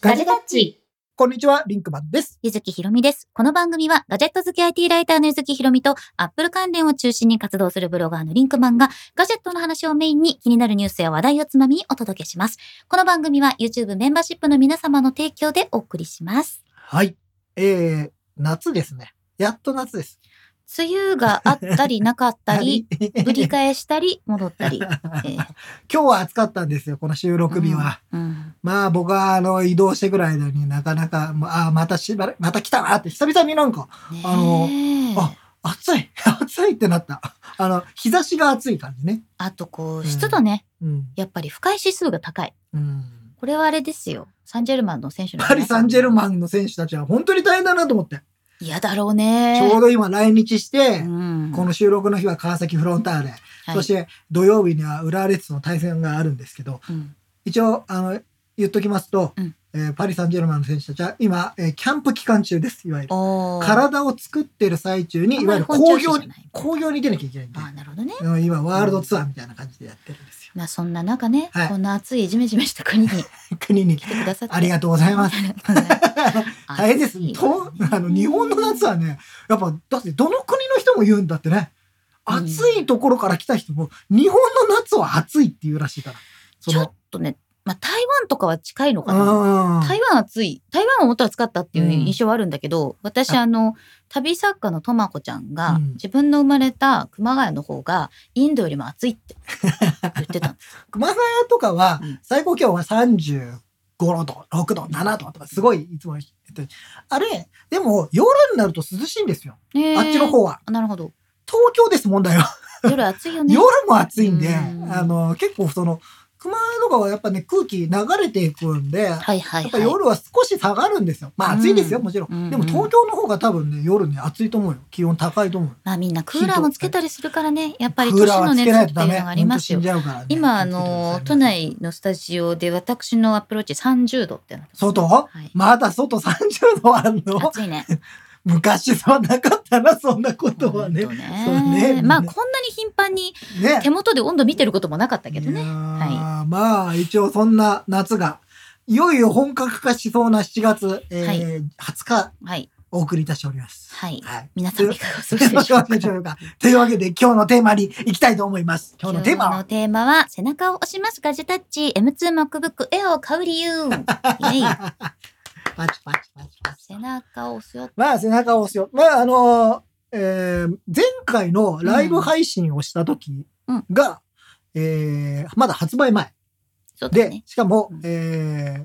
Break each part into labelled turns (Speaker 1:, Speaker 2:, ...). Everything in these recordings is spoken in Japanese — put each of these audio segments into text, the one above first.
Speaker 1: ガジェタッチ。
Speaker 2: こんにちは、リンクマンです。
Speaker 3: ゆずきひろみです。この番組はガジェット好き IT ライターのゆずきひろみとアップル関連を中心に活動するブロガーのリンクマンがガジェットの話をメインに気になるニュースや話題をつまみにお届けします。この番組は YouTube メンバーシップの皆様の提供でお送りします。
Speaker 2: はい。えー、夏ですね。やっと夏です。
Speaker 3: 梅雨があったりなかったり、
Speaker 2: はい
Speaker 3: ぶり返したり戻った り。えー
Speaker 2: 今日は暑かったんですよ、この収録日は。
Speaker 3: うん
Speaker 2: まあ僕はあの移動してぐらいのになかなか、まああーまたしばらまた来たなって久々になんか
Speaker 3: ねえ
Speaker 2: あのあ暑い 暑いってなった。あの日差しが暑い感じね。
Speaker 3: あとこ
Speaker 2: ん
Speaker 3: う湿度ね、
Speaker 2: うん。
Speaker 3: やっぱり不快指数が高い。
Speaker 2: うん。
Speaker 3: これはあれですよ。サンジェルマンの選手の
Speaker 2: パ
Speaker 3: 皆さん
Speaker 2: リ・サンジェルマンの選手たちは本当に大変だなと思って。
Speaker 3: 嫌だろうね。
Speaker 2: ちょうど今来日して、
Speaker 3: うん
Speaker 2: この収録の日は川崎フロンターレ、
Speaker 3: はい
Speaker 2: そして土曜日には浦和レッズとの対戦があるんですけど、
Speaker 3: うん
Speaker 2: 一応、あの、言っときますと、
Speaker 3: うん
Speaker 2: えーパリ・サンジェルマンの選手たちは今、えーキャンプ期間中です、いわゆる。
Speaker 3: おー
Speaker 2: 体を作ってる最中に、いわゆる
Speaker 3: あんま
Speaker 2: 工
Speaker 3: り本調
Speaker 2: 業
Speaker 3: 子じゃ
Speaker 2: に
Speaker 3: ない、
Speaker 2: 工業に出なきゃいけないんで
Speaker 3: あ、なるほどね。
Speaker 2: うん今、ワールドツアーみたいな感じでやってるんですよ。
Speaker 3: まあそんな中ね、
Speaker 2: はい
Speaker 3: こんな暑いジメジメした国に来
Speaker 2: 国に。
Speaker 3: てくださって
Speaker 2: ありがとうござい ます。大変です。とあの日本の夏はね、やっぱ、だってどの国の人も言うんだってね。
Speaker 3: うん
Speaker 2: 暑いところから来た人も、日本の夏は暑いって言うらしいから。そ
Speaker 3: ちょ
Speaker 2: の
Speaker 3: っとね、まあ台湾とかは近いのかな。
Speaker 2: あ
Speaker 3: 台湾暑い。台湾はもっと暑かったっていう印象はあるんだけど、私
Speaker 2: あ
Speaker 3: あの旅作家のとまこちゃんが、
Speaker 2: うん
Speaker 3: 自分の生まれた熊谷の方がインドよりも暑いって言ってたんです。
Speaker 2: 熊谷とかは
Speaker 3: うん、
Speaker 2: 最高気温は35度、6度、7度とか、すごい、いつも言ってるあれ、でも、夜になると涼しいんですよ。
Speaker 3: ね え
Speaker 2: あっちの。方は。
Speaker 3: あなるほど。
Speaker 2: 東京です、問題は。
Speaker 3: 夜暑いよね。
Speaker 2: 夜も暑いんで、
Speaker 3: うん
Speaker 2: あの、結構その、熊谷とかはやっぱね、空気流れていくんで、
Speaker 3: はいはい
Speaker 2: やっぱ
Speaker 3: はい。
Speaker 2: 夜は少し下がるんですよ。まあ暑いですよ、
Speaker 3: うん
Speaker 2: もちろ。
Speaker 3: うんうんん
Speaker 2: でも東京の方が多分ね、夜ね、暑いと思うよ。気温高いと思うよ。
Speaker 3: まあみんなクーラーもつけたりするからね、やっぱり
Speaker 2: ク
Speaker 3: 都
Speaker 2: ー
Speaker 3: 市
Speaker 2: ラー
Speaker 3: の
Speaker 2: はつ
Speaker 3: 熱
Speaker 2: けない
Speaker 3: っ
Speaker 2: と
Speaker 3: て
Speaker 2: ダ
Speaker 3: いう
Speaker 2: メ。
Speaker 3: のがありま
Speaker 2: 本当
Speaker 3: す
Speaker 2: 死ん
Speaker 3: よ。
Speaker 2: じゃうからね。
Speaker 3: 今、あの、都内のスタジオで私のアップローチ30度ってなってます
Speaker 2: 外
Speaker 3: はい。
Speaker 2: まだ外30度あん の
Speaker 3: 暑いね。
Speaker 2: 昔はなかったな、そんなことはね
Speaker 3: 本。当
Speaker 2: そうね
Speaker 3: まあこんなに頻繁に
Speaker 2: ね。
Speaker 3: 手元で温度見てることもなかったけど
Speaker 2: い
Speaker 3: ね。
Speaker 2: やーまあ、一応そんな夏が、いよいよ本格化しそうな7月、えー
Speaker 3: はい
Speaker 2: 20日
Speaker 3: はい。
Speaker 2: お送りいたしております。
Speaker 3: はい
Speaker 2: はい。
Speaker 3: 皆さんいかがお過ごしでしょう
Speaker 2: という
Speaker 3: か。
Speaker 2: わけで というわけで今日のテーマに行きたいと思います。今日のテーマ
Speaker 3: 今日
Speaker 2: は
Speaker 3: のテーマは背中を押しますガジェタッチ M2MacBook Air を買う理 由。イェイ
Speaker 2: パチパチパチパチ
Speaker 3: 背中を押すよ。
Speaker 2: まあ背中を押すよ。まああのーえー前回のライブ配信をした時が、えーまだ発売前
Speaker 3: そうだ
Speaker 2: で、
Speaker 3: ね。
Speaker 2: しかも、
Speaker 3: うん
Speaker 2: えー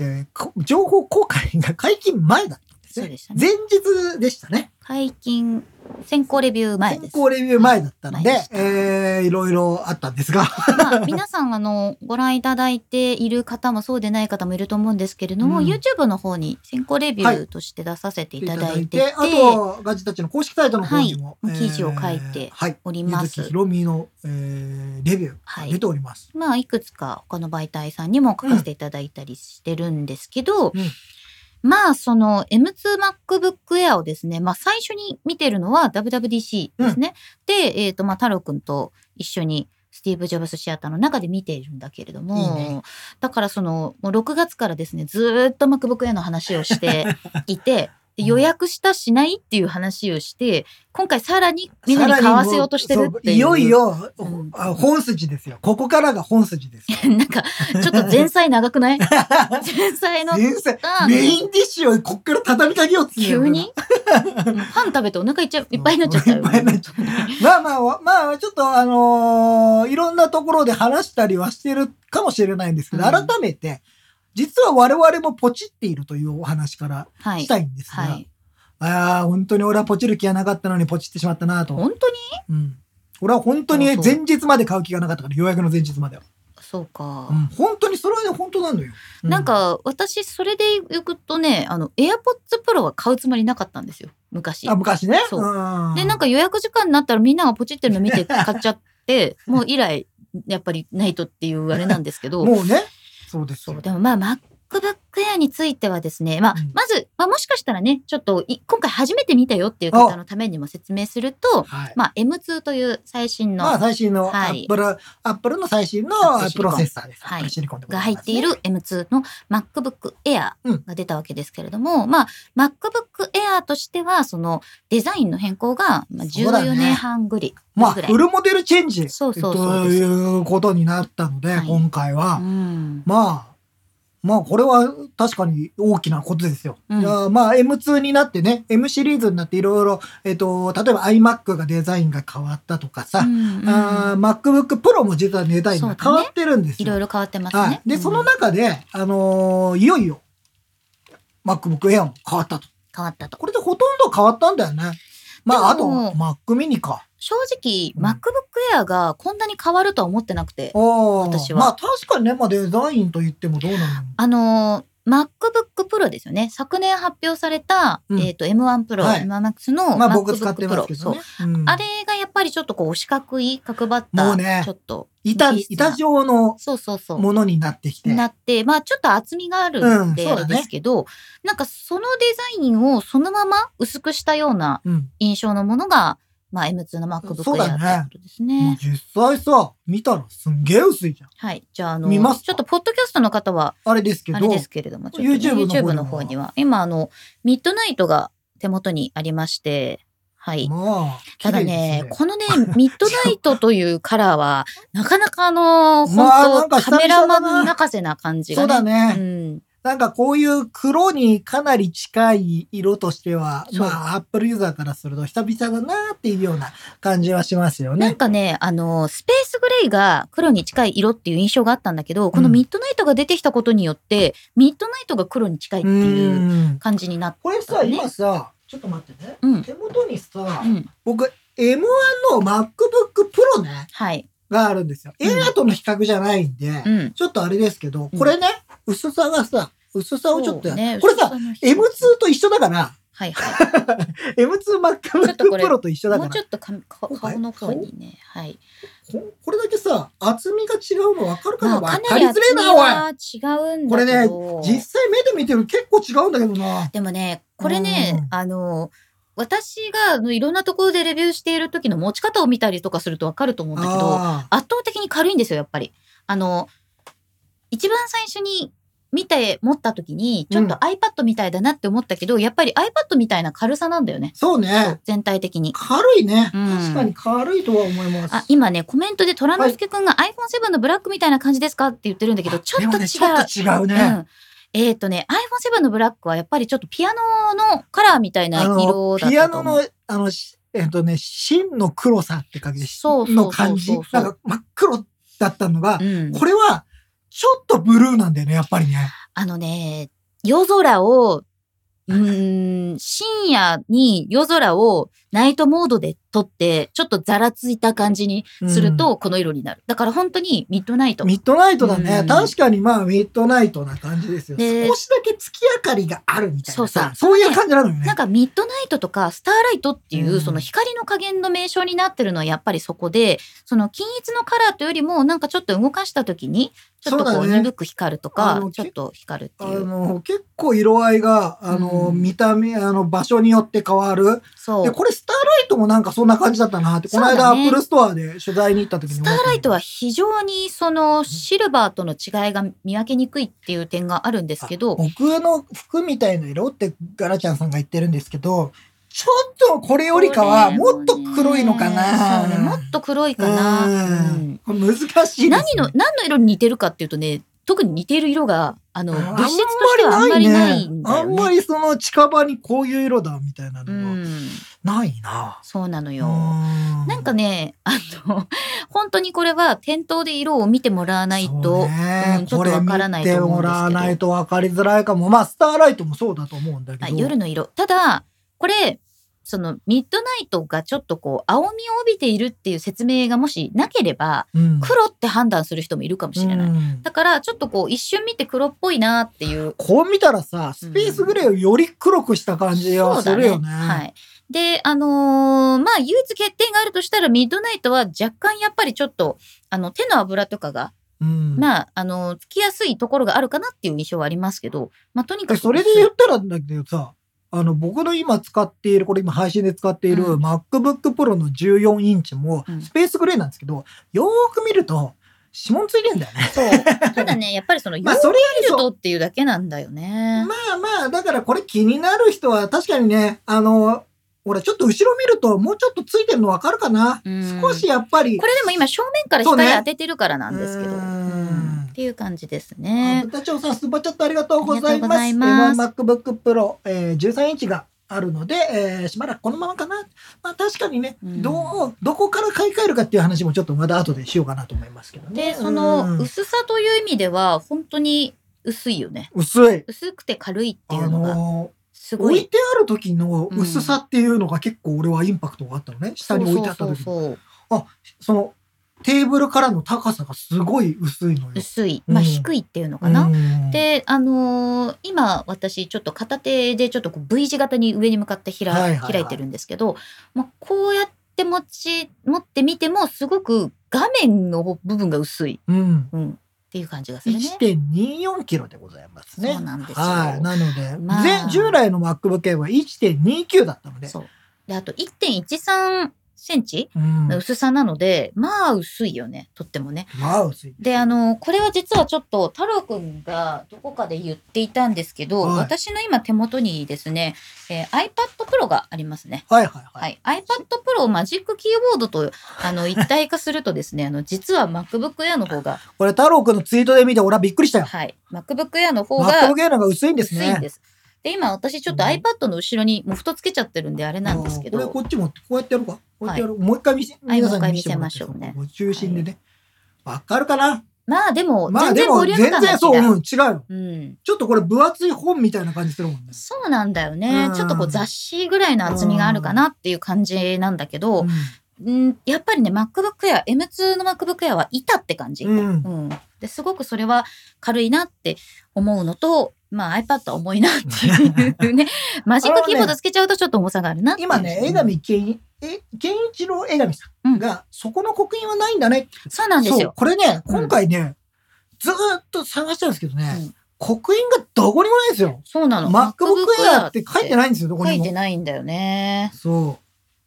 Speaker 2: えーこ情報公開が解禁前だったんです
Speaker 3: そう
Speaker 2: ね。
Speaker 3: でしたね。
Speaker 2: 前日でしたね。
Speaker 3: 解禁、先行レビュー前で
Speaker 2: 先
Speaker 3: す。
Speaker 2: 行レビュー前だったので
Speaker 3: 前でし、た
Speaker 2: えー、いろいろあったんですが、
Speaker 3: まあ、皆さんあのご覧いただいている方もそうでない方もいると思うんですけれども、
Speaker 2: うん
Speaker 3: YouTube の方に先行レビ
Speaker 2: は
Speaker 3: ュー
Speaker 2: い
Speaker 3: として出させて
Speaker 2: い
Speaker 3: いただいてて、
Speaker 2: あと、ガジたちの公式サイトの方にも、
Speaker 3: はい記事を書いて
Speaker 2: はい、
Speaker 3: おりま
Speaker 2: 水木ひ
Speaker 3: す。
Speaker 2: ろみの、えー、レビュー
Speaker 3: は
Speaker 2: が
Speaker 3: い
Speaker 2: 出ております。
Speaker 3: まあ、いくつか他の媒体さんにも書かせていただいたりしてるんですけど、
Speaker 2: うん
Speaker 3: まあその M2MacBook Air をですね、まあ、最初に見てるのは WWDC ですね。で、えっとまあ、太郎くんと一緒にスティーブ・ジョブズシアターの中で見ているんだけれども
Speaker 2: いいね
Speaker 3: だからそのもう6月からですねずーっと MacBook Air の話 をしていてで予約したしないっていう話をして今回さらにみんなに買わせようとしてるっていう。
Speaker 2: そういよいよ、
Speaker 3: うん
Speaker 2: あ本筋ですよ。ここからが本筋 ですよ。
Speaker 3: なんか、ちょっと前菜長くな い前菜の
Speaker 2: 先生、
Speaker 3: が、
Speaker 2: メインディッシュをこっから畳みかけようっつうの
Speaker 3: 急にうんパン食べてお腹いっちゃういっぱいになっちゃったよ。
Speaker 2: いっぱいになっちゃまあまあわ、まあ、ちょっとあのーいろんなところで話したりはしてるかもしれないんですけど、
Speaker 3: うん
Speaker 2: 改めて、実は我々もポチっているというお話から
Speaker 3: は
Speaker 2: し
Speaker 3: い。
Speaker 2: たいんですが、
Speaker 3: はい。
Speaker 2: ああ、本当に俺はポチる気がなかったのにポチってしまったなと。
Speaker 3: 本当に
Speaker 2: うん。俺は本当にね
Speaker 3: そうそう
Speaker 2: 前日まで買う気がなかったから、予約の前日までは。
Speaker 3: そうか
Speaker 2: う。ん、本当にそれはね、本当なのよ。う
Speaker 3: なん、か、私、それで行くとね、あの、AirPods Pro は買うつもりなかったんですよ。昔
Speaker 2: あ。昔ね。
Speaker 3: そうで、なん
Speaker 2: か、
Speaker 3: か予約時間になったらみんながポチってるの見て買っち ゃって、もう以来、やっぱりないとっていうあれなんですけど。
Speaker 2: もうね、そうです
Speaker 3: そ
Speaker 2: よ
Speaker 3: う、。でもまあ、 MacBook Air についてはですね、まあ
Speaker 2: うん、
Speaker 3: まず、まあ、もしかしたらね、ちょっとい今回初めて見たよっていう方のためにも説明すると、
Speaker 2: はい。
Speaker 3: まあ、M2 という最新の
Speaker 2: まあ、最新の
Speaker 3: は
Speaker 2: ア
Speaker 3: い
Speaker 2: ップル、アップルの最新の
Speaker 3: アップルシリコン
Speaker 2: プロセッサーです。アッ
Speaker 3: はい
Speaker 2: プルシリコンでご
Speaker 3: が
Speaker 2: ざい
Speaker 3: 入
Speaker 2: ま
Speaker 3: っ
Speaker 2: す
Speaker 3: ている M2 の MacBook Air
Speaker 2: うん
Speaker 3: が出たわけですけれども、まあ MacBook Air としてはそのデザインの変更がまあ
Speaker 2: そうだね
Speaker 3: 14年半ぐり
Speaker 2: まあ
Speaker 3: ぐら、い。
Speaker 2: フルモデルチェンジ
Speaker 3: そう
Speaker 2: と
Speaker 3: そうそうです
Speaker 2: いうことになったので、
Speaker 3: はい
Speaker 2: 今回は、
Speaker 3: うん
Speaker 2: まあ、まあこれは確かに大きなことですよ。
Speaker 3: うん
Speaker 2: いやまあ M2 になってね、M シリーズになっていろいろ、えっと、例えば iMac がデザインが変わったとかさ、
Speaker 3: うんうん
Speaker 2: あー MacBook Pro も実はデザインが変わってるんです
Speaker 3: い
Speaker 2: よ。
Speaker 3: ろいろ変わってます
Speaker 2: は
Speaker 3: ね
Speaker 2: い。。で、その中で、あのーいよいよ、MacBook Air も変わったと。
Speaker 3: 変わったと。
Speaker 2: これでほとんど変わったんだよね。まあ、あ
Speaker 3: で
Speaker 2: と、
Speaker 3: も
Speaker 2: Mac mini か。
Speaker 3: 正直
Speaker 2: うん
Speaker 3: MacBook Air がこんなに変わるとは思ってなくて、
Speaker 2: おー
Speaker 3: 私は
Speaker 2: まあ、確かにね、まあ、デザインと言ってもどうなの
Speaker 3: あのー MacBook Pro ですよね。昨年発表された、
Speaker 2: うん
Speaker 3: えっ、と M1 Pro、
Speaker 2: はい
Speaker 3: M1Max の MacBook Pro、
Speaker 2: まあ、僕使ってますけ
Speaker 3: そ
Speaker 2: ど
Speaker 3: う
Speaker 2: ね。うん
Speaker 3: あれがやっぱりちょっとこう四角い角張った
Speaker 2: もうね
Speaker 3: ちょっと
Speaker 2: 板、
Speaker 3: いいっすな
Speaker 2: 板状の
Speaker 3: そうそうそう
Speaker 2: ものになってきて。
Speaker 3: なってまあちょっと厚みがあるんで
Speaker 2: うんそ
Speaker 3: あ
Speaker 2: うだ
Speaker 3: れ
Speaker 2: ね
Speaker 3: ですけど、なんかそのデザインをそのまま薄くしたような
Speaker 2: うん。
Speaker 3: 印象のものが、まあ、M2 の MacBook
Speaker 2: そう
Speaker 3: Air
Speaker 2: だ
Speaker 3: っ
Speaker 2: ね
Speaker 3: てことですね
Speaker 2: もう実際さ、見たらすんげえ薄いじゃん。
Speaker 3: はいじゃああの
Speaker 2: 見ますか
Speaker 3: ちょっとポッドキャストの方は
Speaker 2: あれですけ
Speaker 3: あ
Speaker 2: ど。
Speaker 3: れですけれどもちょっとね
Speaker 2: YouTube の方には
Speaker 3: YouTube の方には今あのミッドナイトが手元にありましてはい
Speaker 2: まあ、
Speaker 3: ただ
Speaker 2: 綺麗
Speaker 3: ね、
Speaker 2: です
Speaker 3: このね、ミッドナイトというカラー は、なかなかあのー、
Speaker 2: まあな
Speaker 3: 本当
Speaker 2: んか久
Speaker 3: カ
Speaker 2: 々
Speaker 3: メラ
Speaker 2: だな
Speaker 3: マン泣かせな感じ
Speaker 2: そ
Speaker 3: が
Speaker 2: うだ
Speaker 3: ね。
Speaker 2: ね。
Speaker 3: うん。
Speaker 2: なんかこういう黒にかなり近い色としては、
Speaker 3: そう
Speaker 2: まあ、アップルユーザーからすると久々だなっていうような感じはしますよ
Speaker 3: なん
Speaker 2: ね。
Speaker 3: かね、あのー、スペースグレイが黒に近い色っていう印象があったんだけど、この
Speaker 2: うん
Speaker 3: ミッドナイトが出てきたことによって、ミッドナイトが黒に近いって
Speaker 2: う。
Speaker 3: いうん感じになっ
Speaker 2: これさ、
Speaker 3: そうだね
Speaker 2: 今さ、ちょっと待ってね。
Speaker 3: うん
Speaker 2: 手元にさ
Speaker 3: た。う、ん。
Speaker 2: 僕、M1 の MacBook Pro ね、
Speaker 3: はい。
Speaker 2: があるんですよ。
Speaker 3: うん
Speaker 2: Air との比較じゃないんで
Speaker 3: う、ん。
Speaker 2: ちょっとあれですけど
Speaker 3: う、ん
Speaker 2: これね、薄さがさ、薄さをちょっとや
Speaker 3: そうね
Speaker 2: これさ、
Speaker 3: 薄の比
Speaker 2: M2
Speaker 3: 較
Speaker 2: と一緒だから、
Speaker 3: はいは
Speaker 2: M2MacBook
Speaker 3: とこれ
Speaker 2: Pro と一緒
Speaker 3: い。
Speaker 2: だ
Speaker 3: も
Speaker 2: か
Speaker 3: うち
Speaker 2: ら、
Speaker 3: ょっとかか顔の方にね、はい。
Speaker 2: ここれだけさ、厚みが違うの分かるか
Speaker 3: ま
Speaker 2: な
Speaker 3: あ、
Speaker 2: 分
Speaker 3: か
Speaker 2: か
Speaker 3: なり
Speaker 2: りづ
Speaker 3: 厚
Speaker 2: れえ
Speaker 3: み
Speaker 2: な、おい
Speaker 3: は違うんだけど。
Speaker 2: これね実際目で見てる結構違うんだけどな。
Speaker 3: でもね、これね、
Speaker 2: う
Speaker 3: あの、私があのいろんなところでレビューしている時の持ち方を見たりとかするとわかると思うんだけど、
Speaker 2: あ
Speaker 3: 圧倒的に軽いんですよ、やっぱり。あの、一番最初に見て持った時に、ちょっと
Speaker 2: う
Speaker 3: iPad みたいだなって思ったけど、やっぱり iPad みたいな軽さなんだよね
Speaker 2: ー。そうね。
Speaker 3: 全体的に。
Speaker 2: 軽いね。
Speaker 3: うん
Speaker 2: 確かに軽いとは思います。
Speaker 3: あ今ねコメントで虎之介くんが iPhone7 のブラックみたいな感じですかって言ってるんだけどちょっと
Speaker 2: でも
Speaker 3: 違う
Speaker 2: ねちょっと違うね
Speaker 3: んえっ、とね iPhone7 のブラックはやっぱりちょっとピアノのカラーみたいな
Speaker 2: あの
Speaker 3: 色だったと思う
Speaker 2: ピアノの、あの、しえっとね、芯の黒さって感じ
Speaker 3: そうそうそうそう
Speaker 2: の感じ。なんか真っ黒だったのが
Speaker 3: う、ん、
Speaker 2: これは、ちょっとブルーなんだよね、やっぱりね。
Speaker 3: あのね夜空をうーん深夜に夜空をナイトモードで撮ってちょっとざらついた感じにするとこの色になる、だから本当にミッドナイト
Speaker 2: ミッドナイトだね。
Speaker 3: うん
Speaker 2: 確かにまあ、ミッドナイトな感じですよ。
Speaker 3: で
Speaker 2: 少しだけ月明かりがあるみたいな
Speaker 3: そうそ
Speaker 2: さ
Speaker 3: う、
Speaker 2: そういう感じなのよね。
Speaker 3: なんかミッドナイトとかスターライトっていう、
Speaker 2: うん
Speaker 3: その光の加減の名称になってるのはやっぱりそこでその均一のカラーというよりもなんかちょっと動かした時にちょっとこ
Speaker 2: そううだね
Speaker 3: 鈍く光ると
Speaker 2: あ
Speaker 3: か、
Speaker 2: の
Speaker 3: ちょっと光るって
Speaker 2: あ
Speaker 3: いう
Speaker 2: の、結構色合いが、あの、
Speaker 3: うん
Speaker 2: 見た目、あの、場所によって変わる。
Speaker 3: そ
Speaker 2: で、
Speaker 3: う
Speaker 2: これスターライトもなんかそんな感じだったなって、この
Speaker 3: そう
Speaker 2: 間
Speaker 3: だ
Speaker 2: ア
Speaker 3: ね
Speaker 2: ップルストアで取材に行った時に
Speaker 3: ス
Speaker 2: 思っ
Speaker 3: タ
Speaker 2: たんだ
Speaker 3: ー
Speaker 2: けど。
Speaker 3: ライトは非常にそのシルバーとの違いが見分けにくいっていう点があるんですけど
Speaker 2: 僕の服みたいな色ってガラちゃんさんが言ってるんですけど、ちょっとこれよりかはもっと黒いのかな。
Speaker 3: そうねもっと黒いかな、うん
Speaker 2: うん難しいです、ね。
Speaker 3: 何の何の色に似てるかっていうとね特に似てる色があの
Speaker 2: あ
Speaker 3: 物質としてはあんまりないんだ
Speaker 2: あ
Speaker 3: よ
Speaker 2: ん
Speaker 3: ね。
Speaker 2: まりその近場にこういう色だみたいな
Speaker 3: う
Speaker 2: のが
Speaker 3: ん
Speaker 2: ないな。
Speaker 3: そうなの
Speaker 2: う
Speaker 3: よ。
Speaker 2: ん
Speaker 3: なんかね、あの、本当にこれは店頭で色を見てもらわない
Speaker 2: そう
Speaker 3: と、
Speaker 2: ね
Speaker 3: うんちょっとわからないと思うん
Speaker 2: これ
Speaker 3: ですけど
Speaker 2: 見てもらわないとわかりづらいかも。まあ、スターライトもそうだと思うんだけ
Speaker 3: あ
Speaker 2: ど。
Speaker 3: 夜の色。ただ、これ、そのミッドナイトがちょっとこう、青みを帯びているっていう説明がもしなければ、
Speaker 2: うん、
Speaker 3: 黒って判断する人もいるかもしれない。
Speaker 2: うん
Speaker 3: だから、ちょっとこう、一瞬見て黒っぽいなっていう。
Speaker 2: こう見たらさ、スペースグレーをより黒くした感じ
Speaker 3: そ
Speaker 2: は
Speaker 3: う
Speaker 2: す
Speaker 3: だ
Speaker 2: るよね。
Speaker 3: はい。で、あのーまあ、唯一欠点があるとしたら、ミッドナイトは若干やっぱりちょっと、あの、手の油とかが
Speaker 2: うん
Speaker 3: まあ、あの、つきやすいところがあるかなっていう印象はありますけど、まあ、とにか
Speaker 2: え
Speaker 3: く。
Speaker 2: それで言ったらだけどさ、あの、僕の今使っている、これ今配信で使っている
Speaker 3: うん
Speaker 2: MacBook Pro の14インチも
Speaker 3: うん
Speaker 2: スペースグレーなんですけど、よーく見ると指紋ついてんだよね。
Speaker 3: そう。ただね、やっぱりその、
Speaker 2: まあ、
Speaker 3: よく
Speaker 2: それよ
Speaker 3: 見
Speaker 2: り
Speaker 3: る
Speaker 2: そう
Speaker 3: とっていうだけなんだよね。
Speaker 2: まあまあ、だからこれ気になる人は確かにね、あの、ほら、ちょっと後ろ見るともうちょっとついてるのわかるかな。
Speaker 3: うん
Speaker 2: 少しやっぱり
Speaker 3: こ、れでも今正面から
Speaker 2: そう
Speaker 3: 光
Speaker 2: ね
Speaker 3: 当ててるからなんですけど。
Speaker 2: うーん
Speaker 3: うんっていう感じです
Speaker 2: あ
Speaker 3: ね。
Speaker 2: ブタチョウさん、スーパーチャットありがとうございます。
Speaker 3: ありがとうございま
Speaker 2: M1MacBook Pro、えー13インチがあるので、えーしばらくこのままかな。まあ確かにね、
Speaker 3: うん
Speaker 2: どう、どこから買い替えるかっていう話もちょっとまだ後でしようかなと思いますけどね。
Speaker 3: で、そうの
Speaker 2: ん
Speaker 3: 薄さという意味では、本当に薄いよね。
Speaker 2: 薄い。
Speaker 3: 薄くて軽いって
Speaker 2: あ
Speaker 3: いうのが、
Speaker 2: の
Speaker 3: す
Speaker 2: ー
Speaker 3: ご
Speaker 2: 置い
Speaker 3: い。
Speaker 2: てある時の薄さっていうのが結構俺はインパクトがあったのね。下に置いてあった時の。
Speaker 3: そうそうそうそう
Speaker 2: そのテーブルからの高さがすごい薄いのよ。
Speaker 3: 薄い。まあ、
Speaker 2: うん
Speaker 3: 低いっていうのかな。
Speaker 2: うん、
Speaker 3: で、あのー今私ちょっと片手でちょっとこう V 字型に上に向かって開,、
Speaker 2: はいはいはい
Speaker 3: 開いてるんですけど、まあ、こうやって持ち持ってみてもすごく画面の部分が薄い、
Speaker 2: うん、
Speaker 3: うん、っていう感じがするね。
Speaker 2: 1.24キロでございますね。
Speaker 3: そうなんですよ
Speaker 2: はい、なので、
Speaker 3: まあ
Speaker 2: 前従来の MacBook Air は1.29だったので、
Speaker 3: そうであと1.13センチ
Speaker 2: うん、
Speaker 3: 薄さなので、まあ薄いよねとってもね。
Speaker 2: まあ薄い。
Speaker 3: であのこれは実はちょっと太郎くんがどこかで言っていたんですけど、
Speaker 2: はい
Speaker 3: 私の今手元にですね、えー iPad Pro がありますね。
Speaker 2: はいはいは。
Speaker 3: はいい、iPad Pro マジックキーボードと あの一体化するとですねあの実は MacBook Air の方が、
Speaker 2: これ太郎くんのツイートで見て俺はびっくりしたよ。
Speaker 3: はい、MacBook Air の方
Speaker 2: MacBook
Speaker 3: が
Speaker 2: Air の方が薄いんです
Speaker 3: 薄い
Speaker 2: ね。
Speaker 3: んです。で今私ちょっと
Speaker 2: うん
Speaker 3: iPad の後ろにもう太つけちゃってるんであれなんですけ
Speaker 2: あー
Speaker 3: ど
Speaker 2: これこっちもこうやってやろうか。こうやってやろう。もう一回見せ、
Speaker 3: はい
Speaker 2: 皆さんに
Speaker 3: もう一回見せ
Speaker 2: もら
Speaker 3: ま
Speaker 2: って
Speaker 3: しょうね
Speaker 2: こ中心でね。わ、かるかな
Speaker 3: まあでも
Speaker 2: まあ
Speaker 3: 全
Speaker 2: で
Speaker 3: 然ボ
Speaker 2: も
Speaker 3: リュ
Speaker 2: 全
Speaker 3: ーム感が違
Speaker 2: 然そう、
Speaker 3: う。
Speaker 2: うん、違うよ。
Speaker 3: うん
Speaker 2: ちょっとこれ分厚い本みたいな感じするもんね。
Speaker 3: そうなんだよね
Speaker 2: う。ん
Speaker 3: ちょっとこう雑誌ぐらいの厚みがあるかなっていう感じなんだけど、うん、やっぱりね、MacBook Air、M2 の MacBook Air は板って感じ。
Speaker 2: うんうん
Speaker 3: うんですごくそれは軽いなって思うのと、まあ iPad は重いなって いうね、マジックキーボードつけちゃうとちょっと重さがあるなっていう
Speaker 2: 今ね、江上健一、え、健一郎江上さんが、そこの刻印はないんだねって。
Speaker 3: そうなんです
Speaker 2: そう、
Speaker 3: よ。
Speaker 2: これね、
Speaker 3: うん
Speaker 2: 今回ね、ずーっと探したんですけど
Speaker 3: う
Speaker 2: ね
Speaker 3: ん、
Speaker 2: 刻印がどこにもないんですよ。
Speaker 3: そうなの。
Speaker 2: MacBook Air って書いて
Speaker 3: ない。
Speaker 2: ないんですよ、どこ
Speaker 3: 書
Speaker 2: に
Speaker 3: い
Speaker 2: も
Speaker 3: て。ないんだよね。
Speaker 2: そ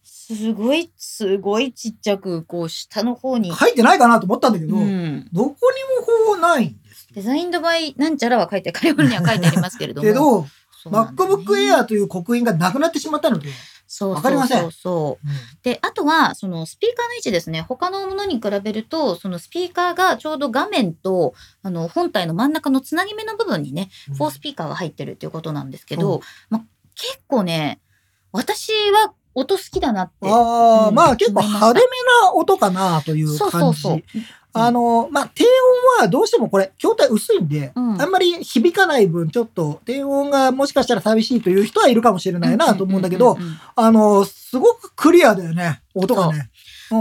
Speaker 3: すごい、すごいちっちゃく、こう下の方に
Speaker 2: う。。書いてないかなと思ったんだけど、
Speaker 3: うん。
Speaker 2: どこにもこうないんです
Speaker 3: デ
Speaker 2: よ。
Speaker 3: ザインドバイなんちゃらは書いて、カリフォルニアは書いてありますけれども。
Speaker 2: けど、
Speaker 3: そうなんだよね
Speaker 2: MacBook Air という刻印がなくなってしまったので、
Speaker 3: そう
Speaker 2: わかりません
Speaker 3: そうそう。で、あとは、そのスピーカーの位置ですね。他のものに比べると、そのスピーカーがちょうど画面と、あの、本体の真ん中のつなぎ目の部分にね、
Speaker 2: うん
Speaker 3: フォースピーカーが入ってるっていうことなんですけど、
Speaker 2: うん
Speaker 3: まあ、結構ね、私は音好きだなって。
Speaker 2: ああ、
Speaker 3: うん
Speaker 2: まあ結構派手めな音かなという感じ。
Speaker 3: そうそうそう。
Speaker 2: あの、まあ、低音はどうしてもこれ、筐体薄いんで、
Speaker 3: うん
Speaker 2: あんまり響かない分、ちょっと低音がもしかしたら寂しいという人はいるかもしれないなと思うんだけど、
Speaker 3: うううん
Speaker 2: あの、すごくクリアだよね、音がね。うん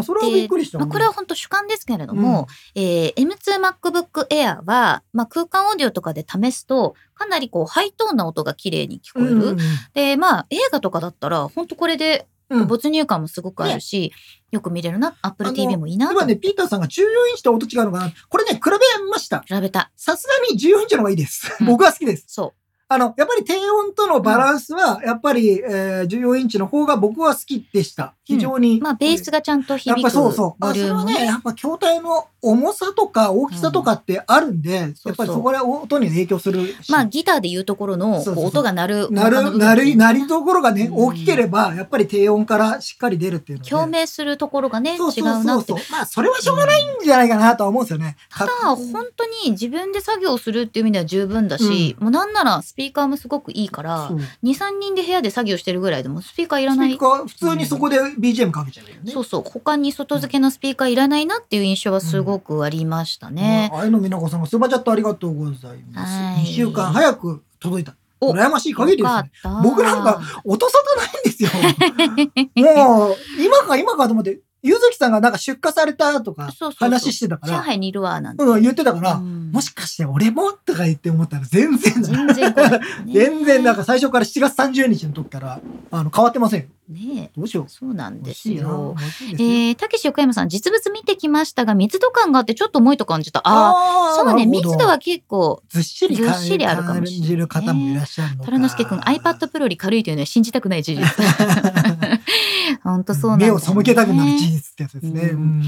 Speaker 2: それはびっくりした。
Speaker 3: まあ、これは本当主観ですけれども、えー M2MacBook Air は、まあ、空間オーディオとかで試すとかなりこうハイトーンな音が綺麗に聞こ
Speaker 2: う
Speaker 3: え
Speaker 2: ん、
Speaker 3: る、
Speaker 2: うん
Speaker 3: でまあ映画とかだったら本当これで
Speaker 2: うん
Speaker 3: 没入感もすごくあるし、よく見れるな Apple TV もいいなと
Speaker 2: 今
Speaker 3: 比
Speaker 2: ね、ピーターさんが14インチと音違うのかな。これね、比べました。
Speaker 3: べた
Speaker 2: さすがに14インチの方がいいです。
Speaker 3: うん
Speaker 2: 僕は好きです。
Speaker 3: そ
Speaker 2: あの、やっぱり低音とのバランスは、やっぱり、えー14インチの方が僕は好きでした。非常に。
Speaker 3: うまあベースがちゃんと
Speaker 2: やっ
Speaker 3: 響
Speaker 2: ぱ
Speaker 3: く
Speaker 2: そうそう。ま
Speaker 3: ボ
Speaker 2: あ、
Speaker 3: リ
Speaker 2: それ
Speaker 3: ュー
Speaker 2: は
Speaker 3: ムね
Speaker 2: ね、やっぱ筐体の重さとか大きさとかってあるんで、
Speaker 3: そうそう
Speaker 2: やっぱりそこら音に影響するし。
Speaker 3: まあギターでいうところ
Speaker 2: そ
Speaker 3: の
Speaker 2: うそうそう
Speaker 3: こう音が鳴る
Speaker 2: な
Speaker 3: 他の部
Speaker 2: る、
Speaker 3: 分
Speaker 2: なる、なりところがね、
Speaker 3: うん
Speaker 2: 大きければ、やっぱり低音からしっかり出るっていうので。
Speaker 3: 共鳴するところがね
Speaker 2: そう
Speaker 3: 違
Speaker 2: そうう
Speaker 3: な
Speaker 2: そう
Speaker 3: って
Speaker 2: そう。まあ、それはしょうがないんじゃないかなとは思うんですよね。
Speaker 3: ただ
Speaker 2: か
Speaker 3: 本当に自分で作業するっていう意味では十分だし、もうなんならスピーカーもすごくいいから
Speaker 2: そう
Speaker 3: 23人で部屋で作業してるぐらいでもスピーカーいら
Speaker 2: スピ
Speaker 3: ない
Speaker 2: ーカー普通にそこで BGM かけちゃうよね。
Speaker 3: そうそう他に外付けのスピーカーいらないなっていう印象はすごくありましたね、
Speaker 2: まあ。あいのみなこさんがスーパーチャットありがとうござい
Speaker 3: は
Speaker 2: ま
Speaker 3: い
Speaker 2: す。2週間早く届いた。
Speaker 3: お
Speaker 2: 羨ましい限りです
Speaker 3: よか
Speaker 2: ね
Speaker 3: っ。た
Speaker 2: 僕なんか音沙汰ないんですよ。 もう、今か今かと思って、ゆずきさんがなんか出荷されたとか
Speaker 3: そうそうそう
Speaker 2: 話してたか
Speaker 3: 上
Speaker 2: ら、
Speaker 3: 海にいるわなんて、
Speaker 2: うん、言ってたから、
Speaker 3: うん
Speaker 2: もしかして俺もとか言って思ったら全然だ。
Speaker 3: 全然来ないね
Speaker 2: 全然なんか最初から7月30日の時から、あの、変わってませんよ。
Speaker 3: ねえ
Speaker 2: どうしよう。
Speaker 3: そうなん
Speaker 2: 欲
Speaker 3: です
Speaker 2: しいな。
Speaker 3: よ
Speaker 2: 欲しいですよ
Speaker 3: えー、たけし横山さん実物見てきましたが密度感があってちょっと重いと感じたああ
Speaker 2: あー
Speaker 3: そうね
Speaker 2: なる
Speaker 3: 密
Speaker 2: ほど
Speaker 3: 度は結構
Speaker 2: ずっしり
Speaker 3: ずっしりあるかもしれない
Speaker 2: 感じる方もいらっしゃるのか。
Speaker 3: 虎之介くん iPad プロより軽いというのは信じたくな い事実本当そうなんだ
Speaker 2: 目
Speaker 3: よ
Speaker 2: を
Speaker 3: ね
Speaker 2: 背けたくなる事実ってやつですね。
Speaker 3: う
Speaker 2: う
Speaker 3: ん
Speaker 2: ん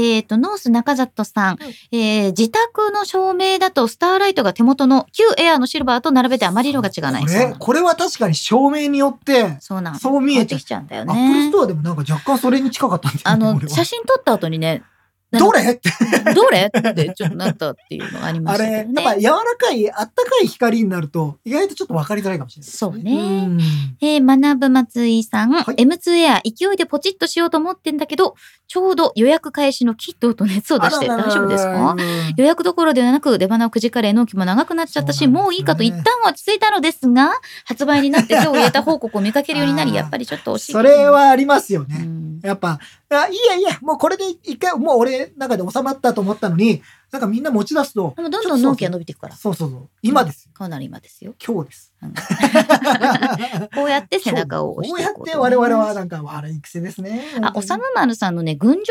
Speaker 3: えっ、と、ノース中里さん、
Speaker 2: はい
Speaker 3: えー自宅の照明だとスターライトが手元の旧エアーのシルバーと並べてあまり色が違わない。
Speaker 2: こ
Speaker 3: そうな
Speaker 2: れ
Speaker 3: の
Speaker 2: これは確かに照明によって、
Speaker 3: そうなの。
Speaker 2: そう見えちゃ
Speaker 3: 変わって
Speaker 2: う
Speaker 3: き。ちゃうんだ
Speaker 2: ア
Speaker 3: よ
Speaker 2: ップルス
Speaker 3: ね。
Speaker 2: トアでもなんか若干それに近かったんだ
Speaker 3: あ
Speaker 2: よね。
Speaker 3: の
Speaker 2: 俺、は
Speaker 3: 写真撮った後にね、なん
Speaker 2: ど
Speaker 3: か
Speaker 2: れって、
Speaker 3: どれってちょっとなったっていうのがありま
Speaker 2: あ
Speaker 3: した
Speaker 2: れ、
Speaker 3: け
Speaker 2: やっ
Speaker 3: どね。
Speaker 2: ぱ柔らかい、あったかい光になると、意外とちょっと分かりづらいかもしれない。
Speaker 3: そうね
Speaker 2: うん
Speaker 3: えー、学ぶ松井さん、
Speaker 2: はい
Speaker 3: M2 エア勢いでポチッとしようと思ってんだけど、ちょうど予約開始のキットと熱を出して
Speaker 2: あらら
Speaker 3: 大
Speaker 2: ら
Speaker 3: 丈夫ですか
Speaker 2: うん
Speaker 3: 予約どころではなく出花をくじかれ納期も長くなっちゃったし、
Speaker 2: そうなんですね
Speaker 3: もういいかと一旦落ち着いたのですが発売に なって手を入れた報告を見かけるようにな
Speaker 2: あ
Speaker 3: り
Speaker 2: ー
Speaker 3: やっぱりちょっと惜しい
Speaker 2: それ、はありますよ
Speaker 3: う
Speaker 2: ね。
Speaker 3: ん
Speaker 2: やっぱ、あいいやいや、もうこれで一回、もう俺の中で収まったと思ったのに、なんかみんな持ち出すと。
Speaker 3: でもどんどん納期が伸
Speaker 2: び
Speaker 3: びていくから
Speaker 2: そうそうそう。今ですよ。
Speaker 3: かなり今ですよ
Speaker 2: 今日 です。
Speaker 3: うんこうやって背中を押してい
Speaker 2: こ
Speaker 3: こ
Speaker 2: う
Speaker 3: う
Speaker 2: やって
Speaker 3: と
Speaker 2: 我
Speaker 3: 思います
Speaker 2: 々はなんか悪い癖ですね。
Speaker 3: あ、おさむまるさんのね、群青色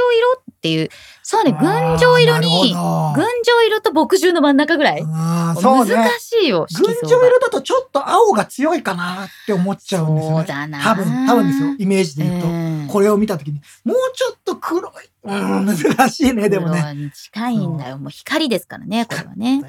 Speaker 3: っていう、そうね、群青色に、群
Speaker 2: あーなるほど
Speaker 3: 青色と牧獣の真ん中ぐらい。
Speaker 2: あーそうね
Speaker 3: 難。しいよ、
Speaker 2: 群
Speaker 3: 色相
Speaker 2: 青
Speaker 3: が
Speaker 2: 色だとちょっと青が強いかなって思っちゃうんですよ
Speaker 3: そう
Speaker 2: ね。
Speaker 3: だな。
Speaker 2: 多分、多分ですよ。イメージで言うと。
Speaker 3: うん
Speaker 2: これを見たときに、もうちょっと黒い。うん、 難しいね、でもね。
Speaker 3: 黒に近いんだよ。もう光ですからね、これはね。
Speaker 2: ま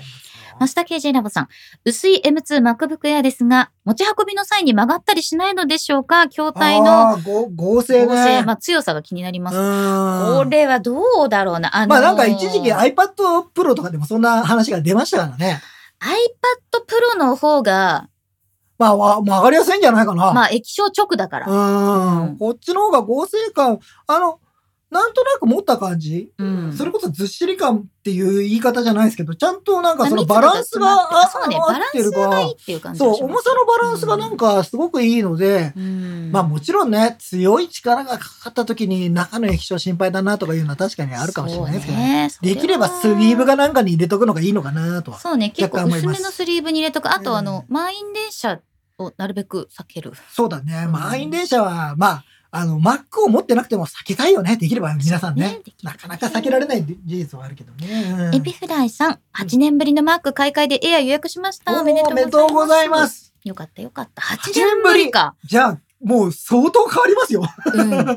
Speaker 3: マスター KJ ラボさん、薄い M2MacBook Air ですが、持ち運びの際に曲がったりしないのでしょうか筐体の
Speaker 2: あーご合
Speaker 3: 剛
Speaker 2: 成ね。
Speaker 3: 性、まあ強さが気になります。
Speaker 2: う
Speaker 3: こ
Speaker 2: ん
Speaker 3: れはどうだろうな。あのー
Speaker 2: まあなんか一時期 iPad Pro とかでもそんな話が出ましたからね。
Speaker 3: iPad Pro の方が、
Speaker 2: まあ、わまあ、上がりやすいんじゃないかな。
Speaker 3: まあ液晶直だから。
Speaker 2: うん、
Speaker 3: うん
Speaker 2: こっちの方が合成感、あの、なんとなく持った感じ、
Speaker 3: うん
Speaker 2: それこそずっしり感っていう言い方じゃないですけど、ちゃんとなんかそのバランスが、
Speaker 3: まあ密度詰まってそうね、
Speaker 2: あ
Speaker 3: バランスがいい
Speaker 2: 合っ
Speaker 3: っていう感じ
Speaker 2: そう
Speaker 3: が、しま
Speaker 2: 重
Speaker 3: す
Speaker 2: さのバランスがなんかすごくいいので、
Speaker 3: うん
Speaker 2: まあもちろんね、強い力がかかった時に中の液晶心配だなとかいうのは確かにあるかもしれないですけどね。
Speaker 3: そうね
Speaker 2: できればスリーブがなんかに入れとくのがいいのかなとは。
Speaker 3: そうね、結構
Speaker 2: 若干思い
Speaker 3: 薄
Speaker 2: ま
Speaker 3: め
Speaker 2: す
Speaker 3: のスリーブに入れとく。あ
Speaker 2: う
Speaker 3: と、
Speaker 2: ん
Speaker 3: あの、満員電車をなるべく避ける。
Speaker 2: そうだね。まあ、
Speaker 3: うん
Speaker 2: 満員電車は、まあ、あの、Mac を持ってなくても避けたいよね。できれば皆さんね。
Speaker 3: できる
Speaker 2: なかなか避けられない事実はあるけどね。うん
Speaker 3: エピフライさん、8年ぶりのマーク買い替えでエア予約しました。おめで
Speaker 2: おめでと
Speaker 3: と
Speaker 2: う
Speaker 3: う
Speaker 2: ご
Speaker 3: ご
Speaker 2: ざ
Speaker 3: ざ
Speaker 2: い
Speaker 3: い
Speaker 2: ま
Speaker 3: ます。
Speaker 2: す。
Speaker 3: よかったよかった。8
Speaker 2: 年
Speaker 3: 年
Speaker 2: ぶ
Speaker 3: ぶ
Speaker 2: り
Speaker 3: りか。
Speaker 2: じゃあ、もう相当変わりますよ。
Speaker 3: うん。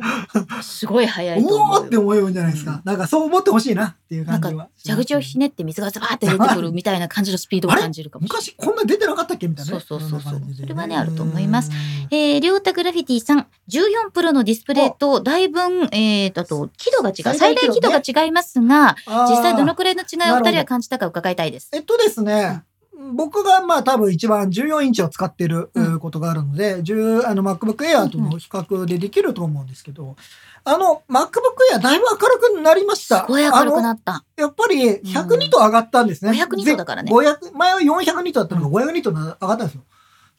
Speaker 3: すごい早いと
Speaker 2: お
Speaker 3: 思
Speaker 2: おーっ
Speaker 3: う
Speaker 2: て
Speaker 3: よ。
Speaker 2: 思うようじゃないです
Speaker 3: う
Speaker 2: か
Speaker 3: ん。
Speaker 2: なんかそう思ってほしいなっていう感じは。
Speaker 3: 蛇口をひねって水がズバーって出てくるみたいな感じのスピードを感じるかもしれない。
Speaker 2: 昔こんな出てなかったっけみたいなね。
Speaker 3: そうそうそうそうん
Speaker 2: な感じで
Speaker 3: それはねあると思います。
Speaker 2: うん
Speaker 3: えー、りょうたグラフィティさん、14プロのディスプレイと、だいぶん、えー、だと、輝度が違う、
Speaker 2: 最大
Speaker 3: 最大
Speaker 2: 輝
Speaker 3: 輝
Speaker 2: 度
Speaker 3: 度
Speaker 2: ね
Speaker 3: が違いますが、
Speaker 2: あー
Speaker 3: 実際どのくらいの違いをお
Speaker 2: なるほ
Speaker 3: 二
Speaker 2: ど
Speaker 3: 人は感じたか伺いたいです。
Speaker 2: えっとですね、僕がまあ多分一番14インチを使ってるえ
Speaker 3: うん
Speaker 2: ーことがあるので、10あの MacBook Air との比較でできると思うんですけど、あの MacBook Air だいぶ明るくなりまし
Speaker 3: す
Speaker 2: た。
Speaker 3: ごい明るくな
Speaker 2: あの
Speaker 3: った。
Speaker 2: やっぱり102と上がったんですね。
Speaker 3: うん500ニットだからね
Speaker 2: ぜ500前は400ニットだったのが500ニットに上がったんですよ。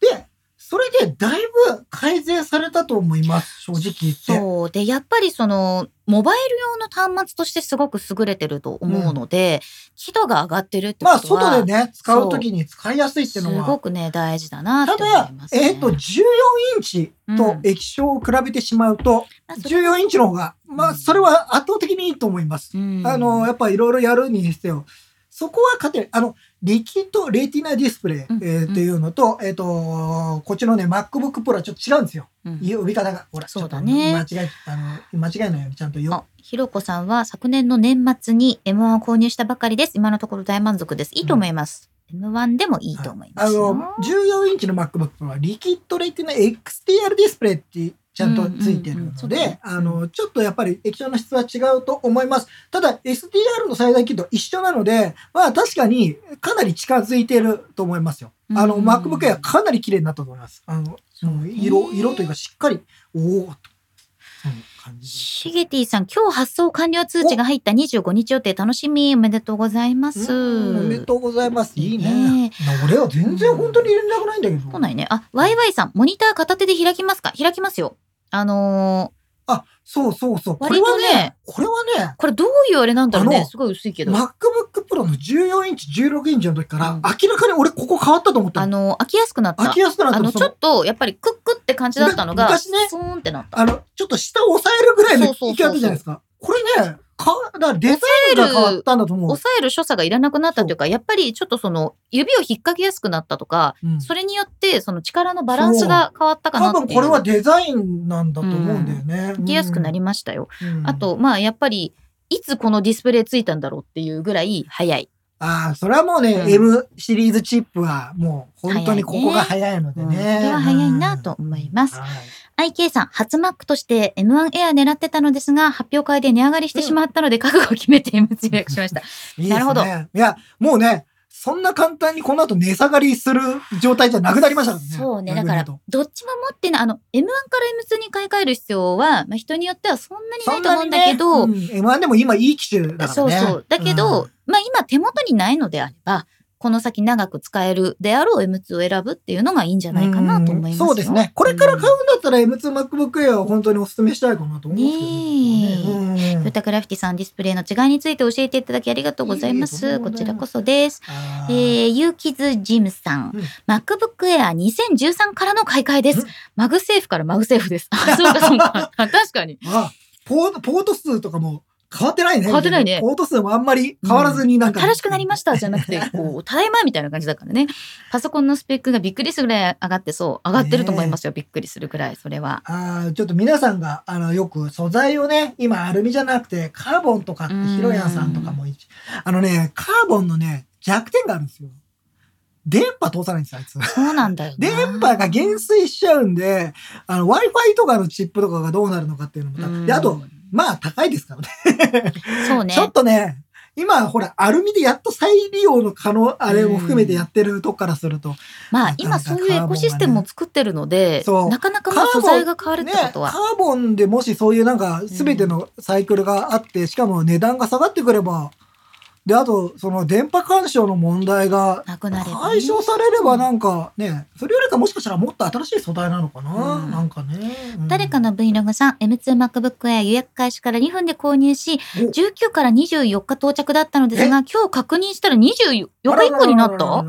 Speaker 2: で、それでだいぶ改善されたと思います、正直言って。
Speaker 3: そう。で、やっぱりその、モバイル用の端末としてすごく優れてると思うので、輝度が上がってるって
Speaker 2: まあ
Speaker 3: ことは、
Speaker 2: 外でね、使うときに使いやすいっていうの
Speaker 3: す
Speaker 2: は
Speaker 3: ご。くね、大事だなったて思
Speaker 2: だ
Speaker 3: いま、す、ね。
Speaker 2: えっと、14インチと液晶を比べてしまうと、
Speaker 3: まあそれ
Speaker 2: 14インチの方が、まあ、それは圧倒的にいいと思います。
Speaker 3: うん
Speaker 2: あの、やっぱいろいろやるにしてよ。そこは勝てる。あの、リキッドレティナディスプレイ、
Speaker 3: うん
Speaker 2: えーっていうのと、えっ、と、こっちのね、MacBook Pro はちょっと違うんですよ。
Speaker 3: うん
Speaker 2: 呼び方が。ほら、
Speaker 3: そうだね
Speaker 2: ちょっと間違え、あの、間違えないようにちゃんとよ
Speaker 3: あひろこさんは昨年の年末に M1 を購入したばかりです。今のところ大満足です。いいと思います。M1 でもいいと思いま
Speaker 2: あ
Speaker 3: すよ。
Speaker 2: の、14インチの MacBook Pro はリキッドレティナ XDR ディスプレイってちゃんとついてる
Speaker 3: うんうんうんそ
Speaker 2: の
Speaker 3: うだ
Speaker 2: で
Speaker 3: ね、
Speaker 2: あの、ちょっとやっぱり液晶の質は違うと思います。ただ、SDR の最大輝度一緒なので、まあ確かにかなり近づいてると思いますよ。あの、
Speaker 3: うん
Speaker 2: MacBook Air かなり綺麗になったと思います。あの、もう色、色というかしっかり、おおと。そんな感じ。
Speaker 3: シゲティさん、今日発送完了通知が入った25日予定楽しみ。おめでとうございます。
Speaker 2: うんおめでとうございます。いいね
Speaker 3: ね。
Speaker 2: な俺は全然本当に入れなくないんだけど。
Speaker 3: 来ないね。あ、ワイワイさん、モニター片手で開きますか開きますよ。あの
Speaker 2: あ、そうそうそう。これ
Speaker 3: 割と
Speaker 2: はね
Speaker 3: ね、
Speaker 2: これはね
Speaker 3: ー、これどういうあれなんだろう
Speaker 2: あ
Speaker 3: ね。
Speaker 2: の
Speaker 3: すごい薄いけど。
Speaker 2: MacBook プロの14インチ、16インチの時から、
Speaker 3: うん
Speaker 2: 明らかに俺ここ変わったと思った
Speaker 3: あ
Speaker 2: の。
Speaker 3: の、飽きやすくなった。
Speaker 2: 飽きやすくなった
Speaker 3: あ
Speaker 2: の。
Speaker 3: の、
Speaker 2: そ
Speaker 3: ちょっと、やっぱりクックって感じだったのが、
Speaker 2: 昔ね
Speaker 3: スーンってなった。
Speaker 2: あの、ちょっと下を押さえるぐらいの
Speaker 3: そうそうそう
Speaker 2: 行き方じゃないですか。これね、か、だからデザインが変わったんだと思う
Speaker 3: 抑。える所作がいらなくなったというか、やっぱりちょっとその、指を引っ掛けやすくなったとか、
Speaker 2: うん
Speaker 3: それによって、その力のバランスが変わったかな
Speaker 2: 多
Speaker 3: って
Speaker 2: 分
Speaker 3: いう。
Speaker 2: これはデザインなんだと思うんだよね。
Speaker 3: 飽きやすくなりましたよ。
Speaker 2: うん、うん
Speaker 3: あ、と、まあ、やっぱり、いつこのディスプレイついたんだろうっていうぐらい早い。
Speaker 2: ああ、それはもうね、
Speaker 3: うん
Speaker 2: M シリーズチップはもう本当にここが早いので
Speaker 3: うんこ
Speaker 2: ね。
Speaker 3: れは早いなと思います。
Speaker 2: はい
Speaker 3: IK さん、初マックとして M1 エア狙ってたのですが、発表会で値上がりしてしまったので、覚悟を決めて M 字略しました。
Speaker 2: いいですね
Speaker 3: なるほど
Speaker 2: いや、もうね、そんな簡単にこの後値下がりする状態じゃなくなりましたからね。
Speaker 3: そうね。
Speaker 2: 逆
Speaker 3: だ
Speaker 2: に
Speaker 3: から、
Speaker 2: 言
Speaker 3: ど
Speaker 2: と
Speaker 3: っちも持ってない、あの、M1 から M2 に買い替える必要は、まあ、人によってはそんなにないと思うんだけど、
Speaker 2: そんなにねうん M1 でも今いい機種だから
Speaker 3: そう
Speaker 2: ね。
Speaker 3: そう。だけど、
Speaker 2: うん
Speaker 3: まあ今手元にないのであれば、この先長く使えるであろう M2 を選ぶっていうのがいいんじゃないかなと思いますよ。
Speaker 2: うんそうですね。これから買うんだったら M2MacBook Air は本当にお勧めしたいかなと思うんですけどね。ね
Speaker 3: ヨタグラフィティさんディスプレイの違いについて教えていただきありがとうござい
Speaker 2: い
Speaker 3: ま
Speaker 2: えいえ
Speaker 3: す。
Speaker 2: とんで
Speaker 3: こ
Speaker 2: もない
Speaker 3: ちらこそです。
Speaker 2: あ
Speaker 3: え
Speaker 2: ー
Speaker 3: ー、ユーキズジムさん、
Speaker 2: うん
Speaker 3: MacBook Air 2013からの買い替えです
Speaker 2: うん。
Speaker 3: マグセーフからマグセーフ です。あ、そうかそうか。確かに。
Speaker 2: あポート、ポート数とかも変わってないね。
Speaker 3: 変わってないね
Speaker 2: ポート数もあんまり変わらずになんか。
Speaker 3: 新しくなりましたじゃな くて、こう、ただいまみたいな感じだからね。パソコンのスペックがびっくりするぐらい上がってそう。上がってると思いますよ。びっくりするぐらい、それは。
Speaker 2: あーちょっと皆さんがあのよく素材をね今アルミじゃなくてカーボンとかって
Speaker 3: うん
Speaker 2: ヒロヤンさんとかもいいあのねカーボンのね弱点があるんですよ電波通さないんですよあいつ
Speaker 3: そうなんだよな。
Speaker 2: 電波が減衰しちゃうんで w i f i とかのチップとかがどうなるのかっていうのもた
Speaker 3: うん
Speaker 2: であと、まあ高いですからね
Speaker 3: そうね。
Speaker 2: ちょっとね今ほらアルミでやっと再利用の可能あれも含めてやってるとこからすると
Speaker 3: ま
Speaker 2: な、
Speaker 3: あ
Speaker 2: か
Speaker 3: 今
Speaker 2: なか
Speaker 3: そういうエコシステムを作ってるので、
Speaker 2: そう
Speaker 3: なかなかもう素材が変わるってことは
Speaker 2: ね、。カーボンでもしそういうなんか全てのサイクルがあって、しかも値段が下がってくればであとその電波干渉の問題が
Speaker 3: なくなればね
Speaker 2: 解消されればなんかねそれよりかもしかしたらもっと新しい素材なのかな、
Speaker 3: うん
Speaker 2: なんかね、うん
Speaker 3: 誰かの Vlog さん、M2MacBook Air 予約開始から2分で購入し、
Speaker 2: お
Speaker 3: 19から24日到着だったのですが、今日確認したら24日以降になった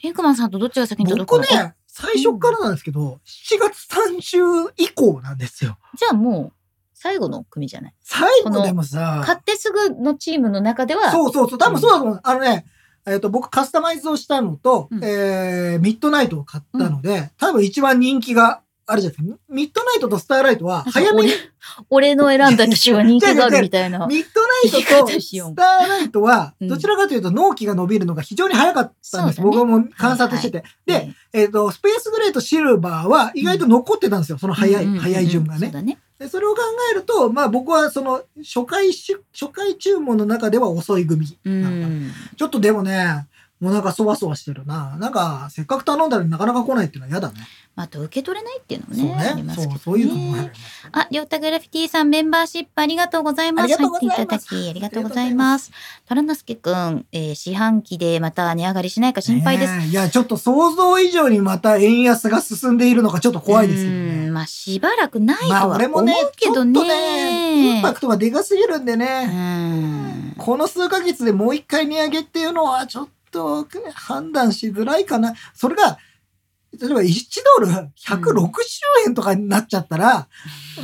Speaker 3: ピンクマンさんとどっちが先に届く
Speaker 2: 僕
Speaker 3: の、
Speaker 2: ね最初からなんですけど、7月30以降なんですよ
Speaker 3: じゃあもう、最後の組じゃない。
Speaker 2: 最後でもさ
Speaker 3: 買ってすぐのチームの中では、
Speaker 2: そうそうそう、多分そうだと思う。あのね、えっ、と、僕カスタマイズをしたのと、
Speaker 3: うん
Speaker 2: えー、ミッドナイトを買ったので、多分一番人気があるじゃないですか。ミミッドナイトとスターライトは、
Speaker 3: なんか
Speaker 2: 早めに、
Speaker 3: 俺の選んだ機種は人気があるみたいな。
Speaker 2: ミッドナイト
Speaker 3: 言い
Speaker 2: と
Speaker 3: 方
Speaker 2: ス
Speaker 3: しよう
Speaker 2: ターライトは、
Speaker 3: うん
Speaker 2: どちらかというと納期が伸びるのが非常に早かったんです。
Speaker 3: そうだね
Speaker 2: 僕も観察してて。で、
Speaker 3: ね、
Speaker 2: えっ、と、スペースグレーとシルバーは意外と残ってたんですよ。その早い、
Speaker 3: うんうんうん
Speaker 2: 早い順が
Speaker 3: そう
Speaker 2: ね。
Speaker 3: だね。
Speaker 2: でそれを考えると、まあ僕はその初回し、初回注文の中では遅い組
Speaker 3: う。
Speaker 2: なのかなんちょっとでもね、もうなんかそわそわしてるな。なんか、せっかく頼んだのになかなか来ないっていうのは嫌だね。
Speaker 3: あと受け取れないっていうのも
Speaker 2: そう
Speaker 3: ね、あ
Speaker 2: ね。
Speaker 3: りますけど
Speaker 2: そ
Speaker 3: ね。
Speaker 2: う、そういうのもあるね。
Speaker 3: あ、りょうたグラフィティさん、メンバーシップありがとうございます。
Speaker 2: ありがとうございます
Speaker 3: 入っていただき、ありがとうございます。たらのすけくん、えー四半期でまた値上がりしないか心配です。
Speaker 2: ねえいや、ちょっと想像以上にまた円安が進んでいるのがちょっと怖いですけど
Speaker 3: う
Speaker 2: ね
Speaker 3: ん。まあ、しばらくないと
Speaker 2: まあ、
Speaker 3: は
Speaker 2: 俺
Speaker 3: 思
Speaker 2: も
Speaker 3: う
Speaker 2: ね、
Speaker 3: けどね。
Speaker 2: ちょっとね、インパクトがでかすぎるんでね、
Speaker 3: うん
Speaker 2: この数ヶ月でもう一回値上げっていうのはちょっと判断しづらいかな。それが、例えば1ドル160円とかになっちゃったら、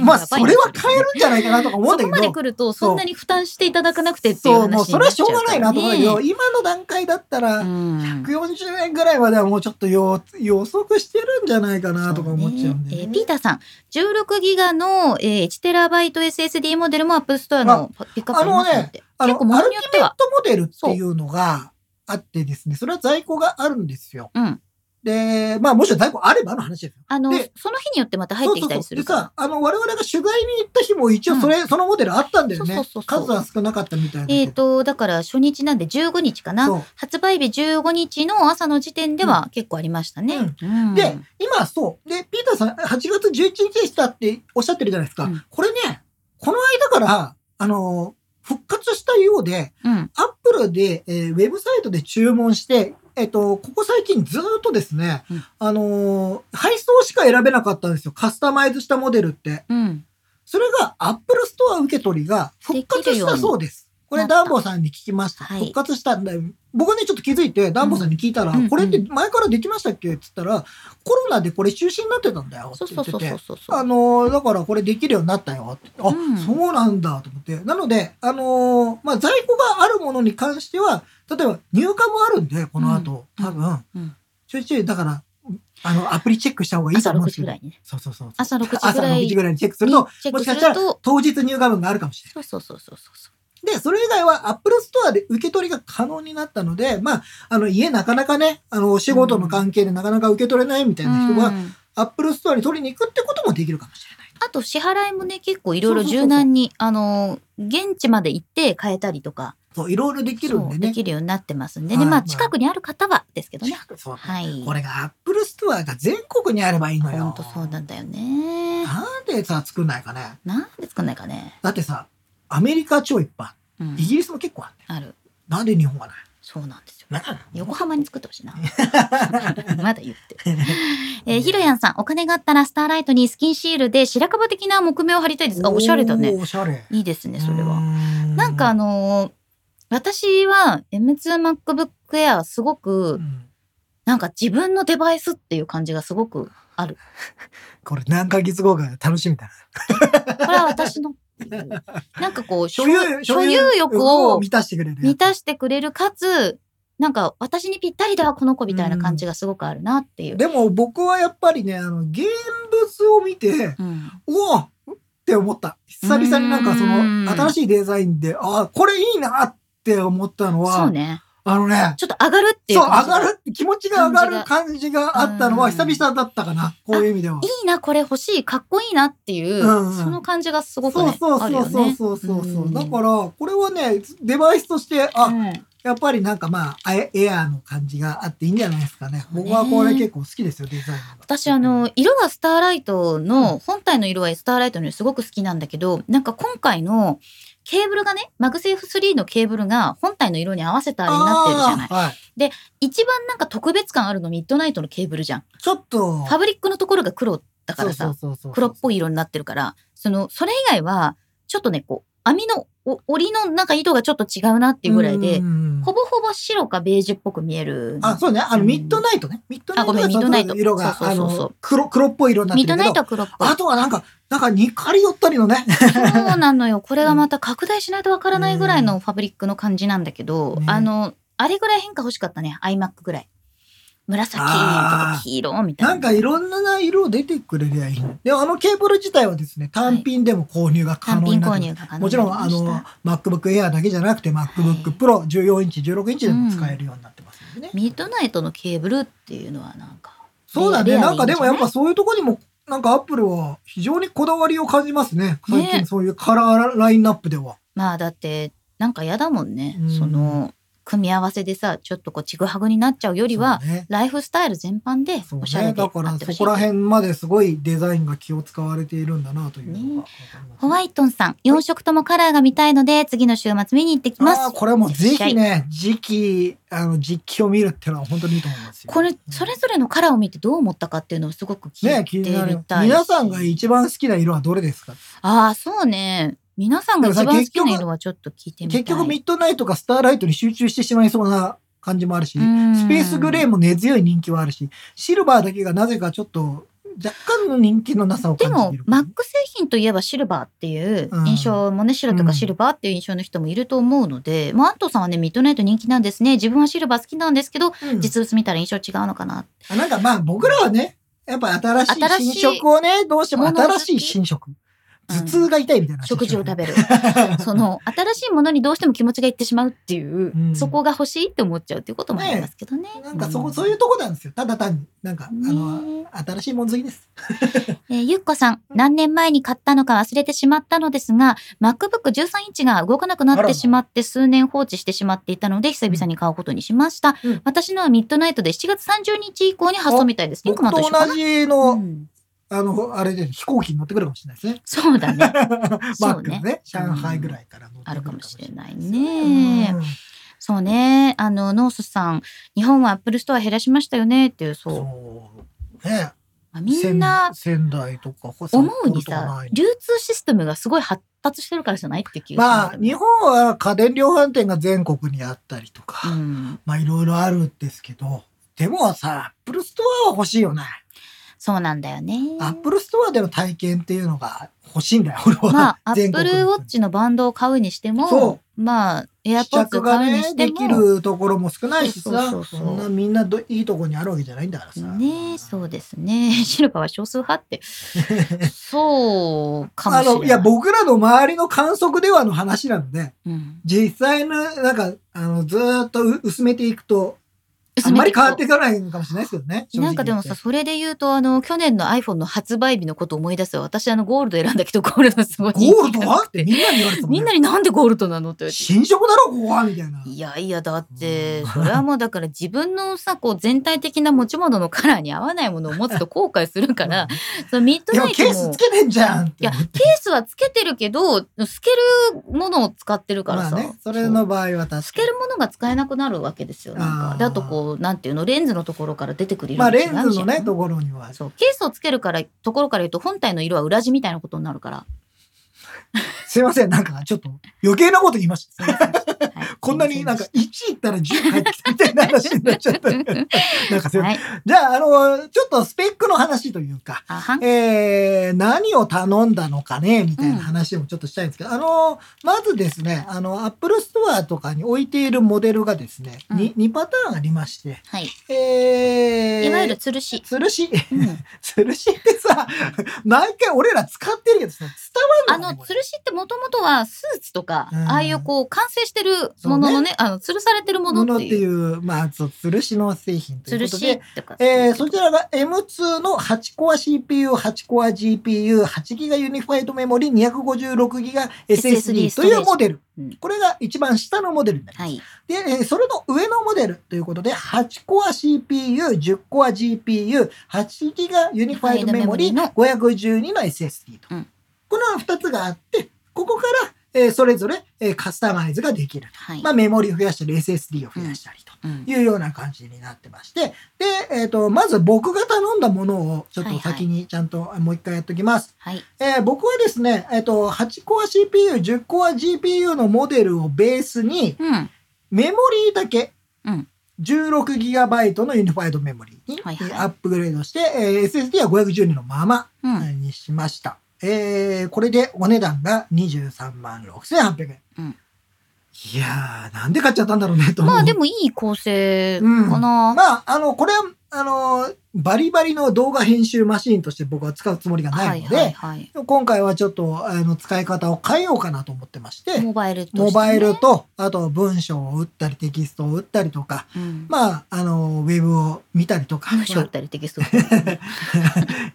Speaker 2: まあ、
Speaker 3: や
Speaker 2: そ
Speaker 3: ばいね
Speaker 2: れは買えるんじゃないかなとか思うんだ
Speaker 3: そこ
Speaker 2: けど。
Speaker 3: まで来ると、そんなに負担していただかなくてっていう
Speaker 2: そう、
Speaker 3: 話に
Speaker 2: も
Speaker 3: な
Speaker 2: う
Speaker 3: っち
Speaker 2: そ
Speaker 3: ゃ
Speaker 2: うれ
Speaker 3: から
Speaker 2: はしょうがな
Speaker 3: ね
Speaker 2: いなと思うんだけど、今の段階だったら、
Speaker 3: うん
Speaker 2: 140円ぐらいまではもうちょっと予予測してるんじゃないかなとか思っちゃうんで、
Speaker 3: そ
Speaker 2: ね
Speaker 3: ねえーピーターさん、16ギガの、えー、1TB SSD モデルも App Store のピックアップありますって。
Speaker 2: あ
Speaker 3: 結
Speaker 2: の
Speaker 3: 構、も
Speaker 2: ア
Speaker 3: の
Speaker 2: ル
Speaker 3: に
Speaker 2: テ
Speaker 3: よ
Speaker 2: ィ
Speaker 3: って
Speaker 2: メッ
Speaker 3: は。
Speaker 2: トモデルっていうのがあってですね、それは在庫があるんですよ。
Speaker 3: うん。
Speaker 2: で、まあもしろ在庫あればの話ですよ。
Speaker 3: あの、
Speaker 2: で
Speaker 3: その日によってまた入ってきたりす
Speaker 2: そ
Speaker 3: る
Speaker 2: うそう
Speaker 3: か
Speaker 2: そうでさ、あの、我々が取材に行った日も一応それ、そのモデルあったんだよ
Speaker 3: そう
Speaker 2: ね
Speaker 3: そうそう。そう
Speaker 2: 数は少なかったみたい
Speaker 3: ら。
Speaker 2: だけど。
Speaker 3: えっ、と、だから初日なんで15日かな。
Speaker 2: そう。
Speaker 3: 発売日15日の朝の時点では結構ありましたね。うん
Speaker 2: で、今そう。で、ピーターさん、8月11日でしたっておっしゃってるじゃないですか。
Speaker 3: うん
Speaker 2: これね、この間から、あのー復活したようで、
Speaker 3: うん。
Speaker 2: アップルで、えーウェブサイトで注文して、えっ、と、ここ最近ずーっとですね、
Speaker 3: うん
Speaker 2: あのー配送しか選べなかったんですよ。カスタマイズしたモデルって。
Speaker 3: うん。
Speaker 2: それが、アップルストア受け取りが復活したそうです。これ、ダンボさんに聞きました。
Speaker 3: はい
Speaker 2: 復活したんだよ。僕ね、ちょっと気づいて、ダンボさんに聞いたら、
Speaker 3: うんうん
Speaker 2: これって前からできましたっけって言ったら、コロナでこれ中止になってたんだよって
Speaker 3: そう
Speaker 2: 言
Speaker 3: そ
Speaker 2: っ
Speaker 3: う
Speaker 2: て
Speaker 3: そう
Speaker 2: て
Speaker 3: そう。そう
Speaker 2: あのーだからこれできるようになったよって。あ、
Speaker 3: うん
Speaker 2: そうなんだと思って。なので、あのーまあ、在庫があるものに関しては、例えば入荷もあるんで、この後、
Speaker 3: うん
Speaker 2: 多分、
Speaker 3: うん
Speaker 2: ちょいちょい、だから、あの、アプリチェックした方がいいと
Speaker 3: 朝
Speaker 2: 思うん
Speaker 3: 6
Speaker 2: です
Speaker 3: 時
Speaker 2: け
Speaker 3: ぐ
Speaker 2: ど
Speaker 3: らい。にね。
Speaker 2: そうそうそう。
Speaker 3: 朝6時ぐ
Speaker 2: 朝
Speaker 3: ら
Speaker 2: 6
Speaker 3: いに
Speaker 2: 時
Speaker 3: チ
Speaker 2: ぐらいにチェックすると、
Speaker 3: ェッ
Speaker 2: も
Speaker 3: ク
Speaker 2: しか
Speaker 3: す
Speaker 2: し
Speaker 3: る
Speaker 2: たら
Speaker 3: と、
Speaker 2: 当日入荷分があるかもしれない。
Speaker 3: そうそうそうそうそう。
Speaker 2: で、それ以外は Apple Store で受け取りが可能になったので、まあ、あの、家なかなかね、あの、お仕事の関係でなかなか受け取れないみたいな人
Speaker 3: う
Speaker 2: は、
Speaker 3: ん
Speaker 2: Apple Store に取りに行くってこともできるかもしれない。
Speaker 3: あと支払いもね、結構いろいろ柔軟に、あの、現地まで行って変えたりとか、
Speaker 2: そう、いろいろできるんで
Speaker 3: そうで
Speaker 2: ね。
Speaker 3: きるようになってますんで
Speaker 2: は
Speaker 3: ね。
Speaker 2: い
Speaker 3: まあ、
Speaker 2: はい
Speaker 3: 近くにある方はですけどね。
Speaker 2: そう
Speaker 3: はい。
Speaker 2: これが Apple Store が全国にあればいいのよ。
Speaker 3: ほんとそうなんだよね。
Speaker 2: なんでさ、作んないかね。
Speaker 3: なんで作んないかね。
Speaker 2: だってさ、アメリカ超いっぱ
Speaker 3: うん
Speaker 2: い。イギリスも結構あって。
Speaker 3: ある。
Speaker 2: なんで日本はない
Speaker 3: そうなんですよ。
Speaker 2: なんか
Speaker 3: 横浜に作ってほしいな。 まだ言って。えー、ひろやんさん、お金があったらスターライトにスキンシールで白樺的な木目を貼りたいです。あ、おしゃれだね。
Speaker 2: おーおしゃれ。
Speaker 3: いいですね、それは。
Speaker 2: は
Speaker 3: なんかあ、のー私は M2MacBook Air すご
Speaker 2: う
Speaker 3: く、
Speaker 2: ん
Speaker 3: なんか自分のデバイスっていう感じがすごく、
Speaker 2: これ何ヶ月後が楽しみだな。
Speaker 3: これは私の、なん かこう、
Speaker 2: 所有
Speaker 3: 所有欲を
Speaker 2: 満たしてくれる。
Speaker 3: 満たしてくれる、かつ、なんか私にぴったりだ、この子みたいな感じがすごくあるなっていう。
Speaker 2: でも僕はやっぱりね、あの、現物を見て、
Speaker 3: うん
Speaker 2: おおって思った。久々になんかそうの、
Speaker 3: ん
Speaker 2: 新しいデザインで、ああ、これいいなって思ったの
Speaker 3: そ
Speaker 2: は、
Speaker 3: うね。
Speaker 2: あのね、
Speaker 3: ちょっと上がるっていう
Speaker 2: そう、上
Speaker 3: 感じが
Speaker 2: がる、気持ちが上がる感じがあったのは
Speaker 3: うん
Speaker 2: 久々だったかな、こういう意味では。
Speaker 3: いいな、これ欲しい、かっこいいなっていう、
Speaker 2: うんうん
Speaker 3: その感じがす
Speaker 2: そ
Speaker 3: ご
Speaker 2: う
Speaker 3: く
Speaker 2: そう
Speaker 3: ね、
Speaker 2: そう
Speaker 3: ある
Speaker 2: そ
Speaker 3: よ
Speaker 2: うそう
Speaker 3: ね。
Speaker 2: そうそう
Speaker 3: うん
Speaker 2: だから、これはね、デバイスとして、あ、
Speaker 3: うん
Speaker 2: やっぱりなんかまあ、あえエアーの感じがあっていいんじゃないですかね。僕はこれ結構好きですよ、デザインが。
Speaker 3: 私あの色はスターライトの本体の色はスターライトの色すごく好きなんだけどなんか今回のケーブルがねマグセーフ3のケーブルが本体の色に合わせたあれになってるじゃない
Speaker 2: あーはい。
Speaker 3: 一番なんか特別感あるのミッドナイトのケーブルじゃん
Speaker 2: ちょっと、
Speaker 3: ファブリックのところが黒だからさ
Speaker 2: そうそうそうそう
Speaker 3: 黒っぽい色になってるからそのそれ以外はちょっとねこう網のお織りのなんか糸がちょっと違うなっていうぐらいで
Speaker 2: うんうんうん
Speaker 3: ほぼほぼ白かベージュっぽく見える。
Speaker 2: あ、そうね。あの、
Speaker 3: うん
Speaker 2: ミッドナイトね。ミッドナイト
Speaker 3: あごめん
Speaker 2: が
Speaker 3: ミッドナイト
Speaker 2: その色が、
Speaker 3: そうそうそうそう
Speaker 2: あの、黒、黒っぽい色になって
Speaker 3: ミ
Speaker 2: るけど。
Speaker 3: ッドナイトは黒っぽい
Speaker 2: あ。とはなんか、なんか、にかり寄ったりのね。
Speaker 3: そうなのよ。これがまた拡大しないとわからないぐらいのファブリックの感じなんだけど、
Speaker 2: ね
Speaker 3: あの、あれぐらい変化欲しかったね。iMac ぐらい。紫と
Speaker 2: あ
Speaker 3: か
Speaker 2: ー
Speaker 3: 黄色みたいな。
Speaker 2: なんかいろんな色出てくれりゃいいの。で、あのケーブル自体はですね、単品でも購入が可
Speaker 3: 単
Speaker 2: 能
Speaker 3: 品
Speaker 2: にな
Speaker 3: 購
Speaker 2: ってる
Speaker 3: 入が可能
Speaker 2: も
Speaker 3: に
Speaker 2: ち
Speaker 3: な
Speaker 2: ろ
Speaker 3: り
Speaker 2: ん、あ
Speaker 3: ました
Speaker 2: の、MacBook Air だけじゃなくて、MacBook Pro、14インチ、16インチでも使えるようになってますんでね。
Speaker 3: ミッドナイトのケーブルっていうのはなんか、
Speaker 2: そうだね。
Speaker 3: レアでいいん
Speaker 2: なんかでも
Speaker 3: じゃ
Speaker 2: や
Speaker 3: な
Speaker 2: っ
Speaker 3: い
Speaker 2: ぱそういうとこにも、なんかアップルは非常にこだわりを感じますね。
Speaker 3: ね
Speaker 2: 最近そういうカラーラインナップでは。
Speaker 3: まあだって、なんか嫌だもんね。
Speaker 2: うん
Speaker 3: その、組み合わせでさ、ちょっとこう、ちぐはぐになっちゃうよりは、
Speaker 2: そうね、
Speaker 3: ライフスタイル全般で
Speaker 2: そう
Speaker 3: おしゃれ
Speaker 2: ね。
Speaker 3: で
Speaker 2: だ
Speaker 3: あって
Speaker 2: から
Speaker 3: ほしい
Speaker 2: そこら辺まですごいデザインが気を使われているんだなというのがわかります
Speaker 3: ホワイトンさん、4色ともカラーが見たいので、次の週末見に行ってきます
Speaker 2: あー。これはもうぜひね、時期、あの、実機を見るっていうのは本当にいいと思いますよ。
Speaker 3: これ
Speaker 2: うん
Speaker 3: それぞれのカラーを見てどう思ったかっていうのをすごく聞
Speaker 2: ね
Speaker 3: いて
Speaker 2: 気になる
Speaker 3: み。たい、
Speaker 2: 皆さんが一番好きな色はどれですか
Speaker 3: ああそうね皆さんが一番好きな色はちょっと聞いてみたい
Speaker 2: 結局ミッドナイトかスターライトに集中してしまいそうな感じもあるし、スペースグレーも
Speaker 3: も
Speaker 2: 根強い人気はあるし、シルバーだけがなぜかちょっと若干の人気のなさを
Speaker 3: で
Speaker 2: 感じ
Speaker 3: も
Speaker 2: ている。
Speaker 3: マック製品といえばシルバーっていう印象もね、白とかシルバーっていう印象の人もいると思うので、まあ、安藤さんはねミッドナイト人気なんですね自分はシルバー好きなんですけど、
Speaker 2: うん
Speaker 3: 実物見たら印象違うのかなって
Speaker 2: あなんかまあ僕らはね、やっぱ新しい
Speaker 3: 新しい
Speaker 2: 新食をね、どうしても新しい新食。
Speaker 3: うん
Speaker 2: 頭痛が痛いみたいな話
Speaker 3: 食
Speaker 2: でし
Speaker 3: 事
Speaker 2: ょ
Speaker 3: を
Speaker 2: うね、
Speaker 3: 食べる その新しいものにどうしても気持ちがいってしまうっていう、
Speaker 2: うん
Speaker 3: そこが欲しいって思っちゃうっていうこともありますけどね。
Speaker 2: なんかそこ、
Speaker 3: うん
Speaker 2: そういうとこなんですよ。ただ単に、なんか、あ
Speaker 3: ね
Speaker 2: の、新しいもの好きです。
Speaker 3: えーゆっこさん、何年前に買ったのか忘れてしまったのですが、MacBook 13インチが動かなくなってしまって、数年放置してしまっていたので、久々に買うことにしました。
Speaker 2: うん
Speaker 3: 私のはミッドナイトで7月30日以降に発送みたいです。リン
Speaker 2: 僕
Speaker 3: クマンと
Speaker 2: と
Speaker 3: 一緒か
Speaker 2: 同
Speaker 3: な
Speaker 2: じ
Speaker 3: う
Speaker 2: の、
Speaker 3: ん
Speaker 2: あの、あれで飛行機に乗ってくるかもしれないですね。
Speaker 3: そうだ ね。
Speaker 2: マ
Speaker 3: そ
Speaker 2: ッ
Speaker 3: う
Speaker 2: クの
Speaker 3: ね。
Speaker 2: ね、上海ぐらいから乗って
Speaker 3: あ
Speaker 2: く
Speaker 3: る
Speaker 2: る
Speaker 3: かもしれ
Speaker 2: い。
Speaker 3: ないね。そうね。あの、ノースさん、日本は Apple ストア減らしましたよねっていう、
Speaker 2: うん
Speaker 3: そう。
Speaker 2: そう。ね
Speaker 3: あみんな
Speaker 2: 仙仙台とか札
Speaker 3: 思
Speaker 2: 幌
Speaker 3: うに
Speaker 2: とか
Speaker 3: さ
Speaker 2: ない、
Speaker 3: 流通システムがすごい発達してるからじゃないって気
Speaker 2: ま
Speaker 3: が
Speaker 2: あ
Speaker 3: するんだけ
Speaker 2: 日
Speaker 3: ど。
Speaker 2: 本は家電量販店が全国にあったりとか、
Speaker 3: うん、
Speaker 2: まあいろいろあるんですけどでもさアップルストアは欲しいよね、
Speaker 3: そうなんだよね。
Speaker 2: アップルストアでの体験っていうのが欲しいんだよ俺 は、
Speaker 3: まあ、アッ
Speaker 2: 全
Speaker 3: プ
Speaker 2: 国
Speaker 3: ルウォッチのバンドを買うにしても
Speaker 2: そ、
Speaker 3: まあ、エア
Speaker 2: 試
Speaker 3: ポッ
Speaker 2: 着
Speaker 3: ド
Speaker 2: が
Speaker 3: 買うに
Speaker 2: ね
Speaker 3: し
Speaker 2: で
Speaker 3: ても、
Speaker 2: きるところも少ないしさ
Speaker 3: そ
Speaker 2: そう
Speaker 3: そうそうん
Speaker 2: なみんなどいいとこにあるわけじゃないんだからさ
Speaker 3: ねそうですね。 シルバーは少数派 って。そうかも
Speaker 2: あ
Speaker 3: しれない。
Speaker 2: のいや僕らの周りの観測ではの話なので
Speaker 3: うん、
Speaker 2: 実際のなんかあのずーっとう薄めていくとあんまり変わっていかないのかもしれないですけどね正直
Speaker 3: なんかでもさ、それで言うと、あの、去年の iPhone の発売日のことを思い出すわ私、あの、ゴールド選んだけど、ゴールドすごい人気
Speaker 2: ゴールド
Speaker 3: が
Speaker 2: はってみんなに言われてたも
Speaker 3: みん
Speaker 2: ね
Speaker 3: なになんでゴールドなの って言われて。
Speaker 2: 新色だろここはみたいない
Speaker 3: やいや、だって、
Speaker 2: うん
Speaker 3: それはもうだから自分のさ、こう全体的な持ち物のカラーに合わないものを持つと後悔するから、そのミッド
Speaker 2: で
Speaker 3: ナ
Speaker 2: も
Speaker 3: イト
Speaker 2: ケ
Speaker 3: も。
Speaker 2: ースつけてんじゃんって
Speaker 3: いや、ケースはつけてるけど、透けるものを使ってるから
Speaker 2: まあ
Speaker 3: さ。
Speaker 2: ねそれの場合は確かに
Speaker 3: 透けるものが使えなくなるわけですよ。なん
Speaker 2: あ
Speaker 3: か。
Speaker 2: ー
Speaker 3: だとこう、なんていうの、レンズのところから出てくる色
Speaker 2: まあ
Speaker 3: が違う
Speaker 2: レ
Speaker 3: じゃん
Speaker 2: ンズのねところには
Speaker 3: そう、ケースをつけるから、ところから言うと、本体の色は裏地みたいなことになるから。
Speaker 2: すいませんなんかちょっと余計なこと言いました
Speaker 3: すいませんはい
Speaker 2: こんなになんか
Speaker 3: す
Speaker 2: 1いったら10入ってきたみたいな話になっちゃ った。なん
Speaker 3: いません
Speaker 2: かすいません
Speaker 3: はい。
Speaker 2: じゃあ、あの、ちょっとスペックの話というか、
Speaker 3: あ、はん。
Speaker 2: えー、何を頼んだのかね、みたいな話もちょっとしたいんですけど、あの、まずですね、あの、アップルストアとかに置いているモデルがですね、
Speaker 3: うん
Speaker 2: に 2, パターンありまして、
Speaker 3: はい。
Speaker 2: えー、
Speaker 3: いわゆる吊るし。
Speaker 2: 吊るし、
Speaker 3: うん
Speaker 2: 吊るしってさ、毎回俺ら使ってるけどさ、
Speaker 3: あ
Speaker 2: 伝
Speaker 3: の
Speaker 2: わんの、
Speaker 3: 吊るしってもともとはスーツとか、
Speaker 2: うん
Speaker 3: ああいうこう、完成してるもののね、あの、吊るされてるも
Speaker 2: もの
Speaker 3: のっ
Speaker 2: ってて
Speaker 3: いう。
Speaker 2: いう、まあ、そう吊るしの製品という
Speaker 3: 吊
Speaker 2: こ
Speaker 3: る
Speaker 2: と
Speaker 3: し
Speaker 2: で、
Speaker 3: ってか。
Speaker 2: えーそちらが M2 の8コア CPU、8コア GPU、8ギガユニファイドメモリ、256ギガ
Speaker 3: SSD
Speaker 2: SSD というモデル
Speaker 3: うん。
Speaker 2: これが一番下のモデルになります。
Speaker 3: はい。
Speaker 2: で、えーそれの上のモデルということで、8コア CPU、10コア GPU、8ギガユニファイドメモリ、
Speaker 3: の
Speaker 2: 512の SSD と。
Speaker 3: うん
Speaker 2: この2つがあって、ここから、えーそれぞれ、えーカスタマイズができる。
Speaker 3: はい。
Speaker 2: まあ、メモリを増やしたり、SSD を増やしたりと。
Speaker 3: うん
Speaker 2: いうような感じになってまして、で、えっ、と、まず僕が頼んだものを、ちょっと先にちゃんともう一回やっときます。
Speaker 3: はい。
Speaker 2: えー僕はですね、えっ、と、8コア CPU、10コア GPU のモデルをベースに、
Speaker 3: うん。
Speaker 2: メモリーだけ、
Speaker 3: うん
Speaker 2: 16ギガバイトのユニファイドメモリーに
Speaker 3: はいはい
Speaker 2: えーアップグレードして、えー SSD は512のまま
Speaker 3: う
Speaker 2: え
Speaker 3: ん。
Speaker 2: ーにしました。えーこれでお値段が23万6800円。
Speaker 3: うん
Speaker 2: いやー、なんで買っちゃったんだろうね、と思う。
Speaker 3: まあでもいい構成かな。
Speaker 2: まあ、あの、これは、あの、バリバリの動画編集マシーンとして僕は使うつもりがな
Speaker 3: はい
Speaker 2: いので、
Speaker 3: はいはい。
Speaker 2: 今回はちょっと、あの、使い方を変えようかなと思ってまして、
Speaker 3: モバイルとしてね
Speaker 2: モバイルと、あと文章を打ったり、テキストを打ったりとか、
Speaker 3: うん
Speaker 2: まあ、あの、ウェブを見たりとか、
Speaker 3: 文章打
Speaker 2: ま
Speaker 3: っ
Speaker 2: あ
Speaker 3: たりテキスト打ったり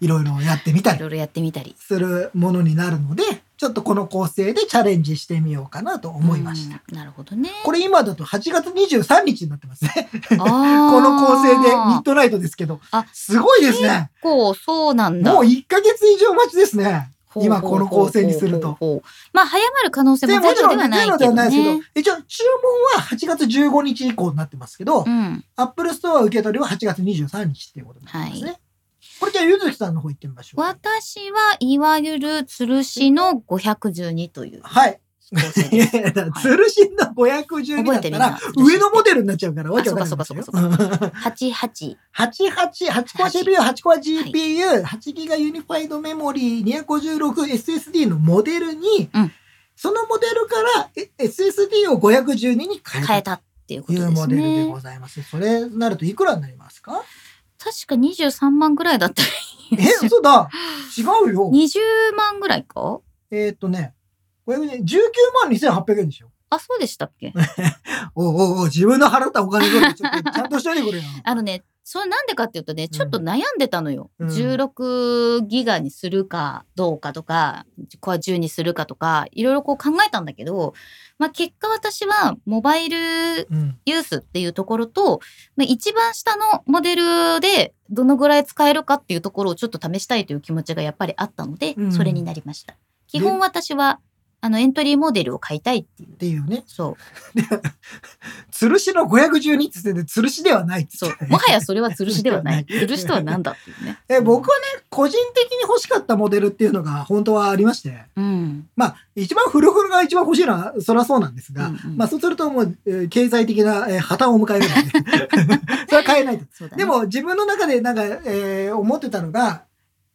Speaker 2: いろいろやってみた
Speaker 3: い
Speaker 2: り
Speaker 3: ろいろやってみたり。
Speaker 2: するものになるので、ちょっとこの構成でチャレンジしてみようかなと思いました。
Speaker 3: うん。なるほどね。
Speaker 2: これ今だと8月23日になってますね。
Speaker 3: この
Speaker 2: この構成でミッドナイトですけど
Speaker 3: あ、
Speaker 2: すごいですね。
Speaker 3: 結構そうなんだ。
Speaker 2: もう1ヶ月以上待ちですね。
Speaker 3: ほうほう
Speaker 2: 今この構成にすると
Speaker 3: ほうほうほうほう。まあ早まる可能性も
Speaker 2: でも
Speaker 3: ゼ
Speaker 2: ちろ
Speaker 3: ロで
Speaker 2: ん
Speaker 3: はない
Speaker 2: ゼロ
Speaker 3: け
Speaker 2: では
Speaker 3: ど
Speaker 2: ないですけど
Speaker 3: ね。、
Speaker 2: 一応注文は8月15日以降になってますけど
Speaker 3: う、ん。
Speaker 2: アップルストア受け取りは8月23日っていうことになりますね。
Speaker 3: は
Speaker 2: これじゃあ、ゆずきさんの方行ってみましょう。
Speaker 3: 私はいわゆる吊るしの512という
Speaker 2: はい。
Speaker 3: 構成
Speaker 2: い
Speaker 3: で
Speaker 2: や
Speaker 3: す
Speaker 2: い。や、だから吊るしの512
Speaker 3: 覚
Speaker 2: だ
Speaker 3: え
Speaker 2: って
Speaker 3: み
Speaker 2: た
Speaker 3: んな
Speaker 2: ら、上のモデルになっちゃうから、わけわかんない。
Speaker 3: そうかそうかそう
Speaker 2: か。
Speaker 3: 88。
Speaker 2: 88、8コア CPU、8コア GPU、8ギガユニファイドメモリー、256SSD のモデルに、
Speaker 3: うん
Speaker 2: そのモデルからえ SSD を512に変え
Speaker 3: 変え
Speaker 2: た
Speaker 3: たっていう
Speaker 2: と
Speaker 3: こ
Speaker 2: い
Speaker 3: と
Speaker 2: う
Speaker 3: で
Speaker 2: モ
Speaker 3: す
Speaker 2: デルで
Speaker 3: ね
Speaker 2: ご。ざいます。それなるといくらになりますか
Speaker 3: 確か23万ぐらいだった。
Speaker 2: え、嘘だ違うよ。
Speaker 3: 20万ぐらいか
Speaker 2: えーっとね、512 19万2800円でしょ。
Speaker 3: あ、そうでしたっけ
Speaker 2: おうおうおう自分の払ったお金ぐらいちょっとちゃんとしといてくれよ。
Speaker 3: あのね、それなんでかっていうとね、ちょっと悩んでたのよ。
Speaker 2: うん
Speaker 3: 16ギガにするかどうかとか、コア10にするかとか、いろいろこう考えたんだけど、まあ結果私はモバイル
Speaker 2: うん。
Speaker 3: ユースっていうところと、まあ、一番下のモデルでどのぐらい使えるかっていうところをちょっと試したいという気持ちがやっぱりあったので、
Speaker 2: うん
Speaker 3: それになりました。基本私は、あの、エントリーモデルを買いたいっていう
Speaker 2: っ。ていうね。
Speaker 3: そう、
Speaker 2: 吊るしの512って言ってて、吊るしではないって
Speaker 3: そ
Speaker 2: 言っ
Speaker 3: う
Speaker 2: てた。ね
Speaker 3: もはやそれは吊るしではない。
Speaker 2: 吊
Speaker 3: 吊
Speaker 2: る
Speaker 3: る
Speaker 2: し
Speaker 3: し
Speaker 2: で
Speaker 3: と
Speaker 2: は
Speaker 3: は
Speaker 2: ない。
Speaker 3: 何だっていうね
Speaker 2: え僕はね個人的に欲しかったモデルっていうのが本当はありまして、
Speaker 3: うん。
Speaker 2: まあ、一番フルフルが一番欲しいのは、そりゃそうなんですが、
Speaker 3: うんうん
Speaker 2: まあ、そうするともう、えー経済的な、えー破綻を迎える ので、それは変えないと。
Speaker 3: そうだね。
Speaker 2: で、も、自分の中でなんか、えー思ってたのが、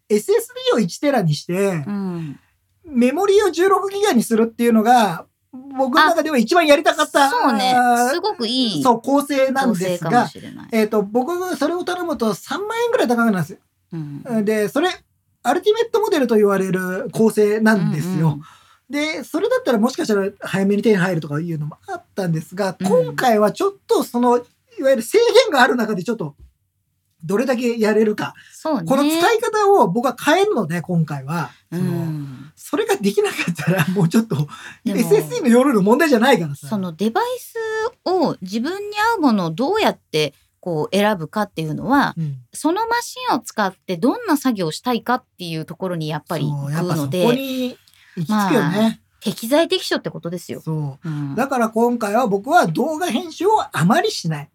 Speaker 2: SSD を1テラにして
Speaker 3: う、ん。
Speaker 2: メモリーを16ギガにするっていうのが、僕の中では一番やりたかった。
Speaker 3: そうね
Speaker 2: あ。ー
Speaker 3: すごくいい
Speaker 2: そう、構成なん
Speaker 3: 構
Speaker 2: で
Speaker 3: 成
Speaker 2: す
Speaker 3: かも
Speaker 2: が、
Speaker 3: しれない。
Speaker 2: えっ、と、僕がそれを頼むと3万円ぐらい高くなるんですよ
Speaker 3: うん
Speaker 2: で、それ、アルティメットモデルと言われる構成なんですよ。
Speaker 3: うんうん
Speaker 2: で、それだったらもしかしたら早めに手に入るとかいうのもあったんですが、
Speaker 3: うん
Speaker 2: 今回はちょっとその、いわゆる制限がある中でちょっと、どれだけやれるか。
Speaker 3: そうね。
Speaker 2: この使い方を僕は変えるので、今回は。その
Speaker 3: うん
Speaker 2: それができなかったら、 もうちょっと、
Speaker 3: でも
Speaker 2: SSD の夜の問題じゃないからさ。
Speaker 3: そのデバイスを自分に合うものをどうやってこう選ぶかっていうのは
Speaker 2: うん
Speaker 3: そのマシンを使ってどんな作業をしたいかっていうところにやっぱり行
Speaker 2: そう
Speaker 3: く
Speaker 2: やっぱ
Speaker 3: の
Speaker 2: そこ
Speaker 3: で
Speaker 2: に行き着くよね。
Speaker 3: 適材適所ってことですよ。
Speaker 2: そう。
Speaker 3: うん、
Speaker 2: だから今回は僕は動画編集をあまりしない。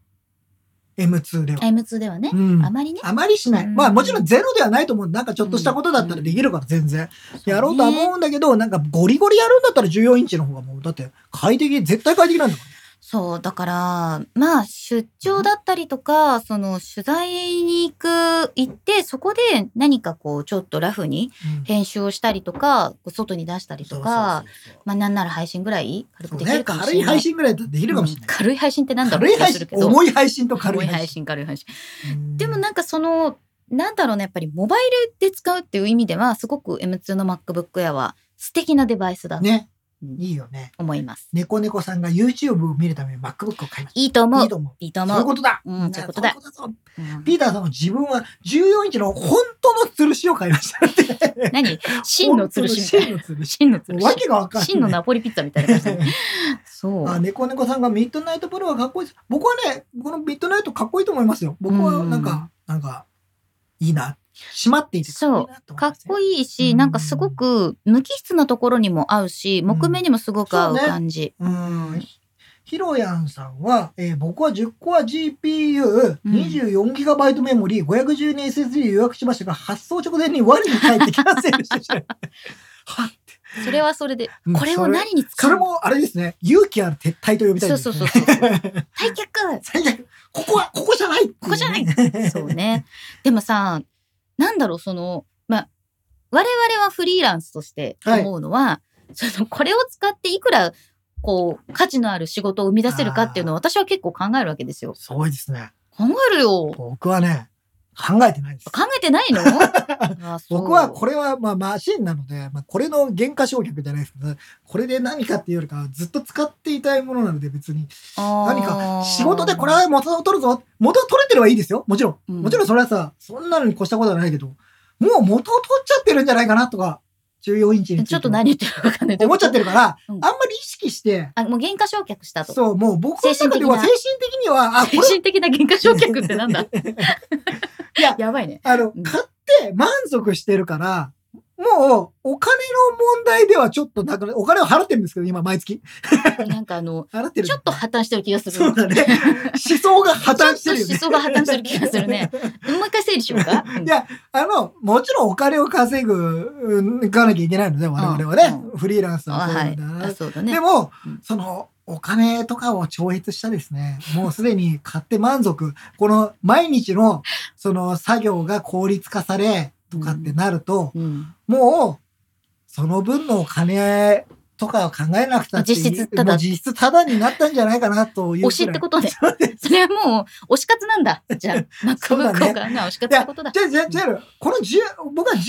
Speaker 2: M2 では。
Speaker 3: M2 ではね
Speaker 2: う、ん
Speaker 3: あ。まりね
Speaker 2: あまりしない。
Speaker 3: うん
Speaker 2: まあもちろんゼロではないと思う。なんかちょっとしたことだったらできるから全然。やろうとは
Speaker 3: そうね
Speaker 2: 思うんだけど、なんかゴリゴリやるんだったら14インチの方がもう、だって快適、絶対快適なんだか
Speaker 3: そうだからまあ出張だったりとかその取材に行く行ってそこで何かこうちょっとラフに
Speaker 2: ら。うん
Speaker 3: 編集をしたりとか外に出したりとか
Speaker 2: そうそうそう
Speaker 3: まあなんなら配信ぐらい軽
Speaker 2: そ
Speaker 3: く
Speaker 2: う
Speaker 3: でき
Speaker 2: ね
Speaker 3: るかもし
Speaker 2: 軽い
Speaker 3: れない
Speaker 2: 配。信ぐらいだってできるかもしれ
Speaker 3: うん
Speaker 2: ない。
Speaker 3: 軽い配信ってなんだろう
Speaker 2: 軽い配
Speaker 3: 気がす
Speaker 2: 信
Speaker 3: る、けど
Speaker 2: 重い配信と軽
Speaker 3: 重
Speaker 2: い
Speaker 3: い
Speaker 2: 配
Speaker 3: 配
Speaker 2: 信。
Speaker 3: 信軽い配信
Speaker 2: うん
Speaker 3: でもなんかそのなんだろうねやっぱりモバイルで使うっていう意味ではすごく M2 の MacBook Air は素敵なデバイスだと
Speaker 2: ね
Speaker 3: うん、
Speaker 2: いいよね。
Speaker 3: 思います、
Speaker 2: 猫猫さんが YouTube を見るために MacBook を買いまし
Speaker 3: いいと
Speaker 2: た。
Speaker 3: 思
Speaker 2: いういと思
Speaker 3: いいと
Speaker 2: う。
Speaker 3: 思
Speaker 2: そういう
Speaker 3: う
Speaker 2: ことだ。
Speaker 3: うんそういうことだ
Speaker 2: そういうことだ。
Speaker 3: うん
Speaker 2: ピーターさんは自分は14インチの本当の吊るしを買いましたって。
Speaker 3: 何真の吊るしみたいな
Speaker 2: 本当の真の吊るし。
Speaker 3: 真の吊る
Speaker 2: わ
Speaker 3: し
Speaker 2: けがわかんない。
Speaker 3: 真のナポリピッツァみたいな 感じだねそう
Speaker 2: あ、猫猫さんがミッドナイトブルーはかっこいいです。僕はね、このミッドナイトかっこいいと思いますよ。僕はなんか、なんか、いいな。閉まっていて
Speaker 3: そうかっこ
Speaker 2: いい
Speaker 3: いいし、
Speaker 2: うん
Speaker 3: なんかすごく無機質なところにも合うし、木目にもすごく合う感じ。
Speaker 2: なと思いますね。うん。ヒロヤンさんは、えー僕は10コア GPU、24GB メモリー、512SSD 予約しましたが、発送直前に我に返ってキャンセルしてし まいました。は
Speaker 3: それはそれで、
Speaker 2: うん
Speaker 3: これを何に使
Speaker 2: そうれ
Speaker 3: の
Speaker 2: もあれですね勇気ある撤退と呼びたいで
Speaker 3: そ
Speaker 2: す、
Speaker 3: うそ
Speaker 2: ね、
Speaker 3: うそうそう。 退却
Speaker 2: 最悪 ここはここじゃないこ
Speaker 3: ここじ ゃない。そうね。でもさ、なんだろう、その、まあ、我々はフリーランスとして思うのは、その、これを使っていくら、こう、価値のある仕事を生み出せるかっていうのを私は結構考えるわけですよ。
Speaker 2: すごいですね
Speaker 3: 考えるよ。
Speaker 2: 僕はね考えてないです
Speaker 3: 考えて ないのあそう
Speaker 2: 僕はこれはまあマシンなので、まあ、これの原価償却じゃないですけどこれで何かっていうよりかはずっと使っていたいものなので別に
Speaker 3: あー
Speaker 2: 何か仕事でこれは元を取るぞ元を取れてればいいですよもちろん、
Speaker 3: うん
Speaker 2: もちろんそれはさそんなのに越したことはないけどもう元を取っちゃってるんじゃないかなとか14インチについて
Speaker 3: ちょっと何言ってるか分かんない。
Speaker 2: 思っちゃってるから、
Speaker 3: うん
Speaker 2: あんまり意識して
Speaker 3: あ、もう原価償却したと。
Speaker 2: そう、もう僕の中では精
Speaker 3: 精
Speaker 2: 神的には、あ、こ
Speaker 3: 精
Speaker 2: れ、
Speaker 3: 神的な原価償却ってなんだ
Speaker 2: いや
Speaker 3: やばいね。
Speaker 2: あの、買って満足してるから、もう、お金の問題ではちょっとなくなお金を払ってるんですけど、今、毎月。
Speaker 3: なんかあの、
Speaker 2: 払ってる。
Speaker 3: ちょっと破綻してる気がする。
Speaker 2: そうだ ね。思想が破綻してるよ
Speaker 3: ちょ
Speaker 2: ね
Speaker 3: っと思想が破綻してる気がするね。もう一回整理しようか。
Speaker 2: いや、 あの、もちろんお金を稼ぐ、うんいかなきゃいけないので、我々はね、フリーランス
Speaker 3: うん
Speaker 2: は
Speaker 3: あ
Speaker 2: そう
Speaker 3: は
Speaker 2: なん
Speaker 3: い
Speaker 2: だな。。
Speaker 3: あそうだ
Speaker 2: で
Speaker 3: ね。
Speaker 2: も、
Speaker 3: うん
Speaker 2: そのお金とかを超越したですね、もうすでに買って満足、この毎日のその作業が効率化されとかってなると、
Speaker 3: うん、
Speaker 2: もうその分のお金とかを考えなくたっていい
Speaker 3: 実質ただ
Speaker 2: もう実質ただになったんじゃないかなという
Speaker 3: 推し
Speaker 2: く
Speaker 3: っ
Speaker 2: らい
Speaker 3: てことね。それはもう推し活なんだ。じゃあ、
Speaker 2: そうだね
Speaker 3: MacBook を買うからな推し活ってことだ。
Speaker 2: じゃあじゃあじゃあこの10僕は14イン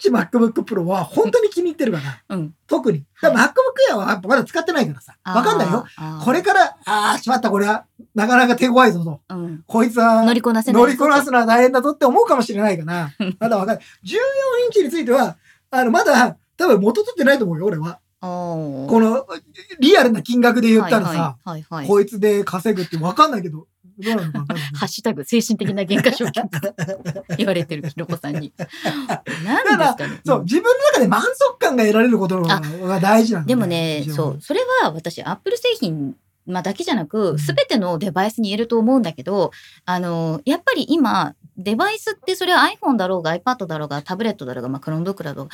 Speaker 2: チ MacBook Pro は本当に気に入ってるから、
Speaker 3: うん。
Speaker 2: 特に。だから MacBook Air はまだ使ってないからさ、わかんないよ。
Speaker 3: あー。
Speaker 2: これから、ああ、しまった、これは、なかなか手強いぞと。
Speaker 3: うん。
Speaker 2: こいつは、
Speaker 3: 乗りこなせない。
Speaker 2: 乗りこなすのは大変だぞって思うかもしれないかな。 まだわかんない。14インチについては、あの、まだ、多分元取ってないと思うよ、俺は。
Speaker 3: おー
Speaker 2: この、リアルな金額で言ったらさ、
Speaker 3: はいはいはいはい。
Speaker 2: こいつで稼ぐってわかんないけど、どうなのかわかんない。
Speaker 3: ハッシュタグ、精神的な原価償却言われてるひろこ さんに。何ですかね。
Speaker 2: そう、自分の中で満足感が得られることの
Speaker 3: あ
Speaker 2: が大事なんだ
Speaker 3: で
Speaker 2: よ
Speaker 3: もね、そう、。それは私、アップル製品、まあ、だけじゃな
Speaker 2: う
Speaker 3: く、
Speaker 2: ん
Speaker 3: すべてのデバイスに言えると思うんだけど、あの、やっぱり今、デバイスってそれは iPhone だろうが iPad だろうがタブレットだろうが、まあ、クロームブックだろうが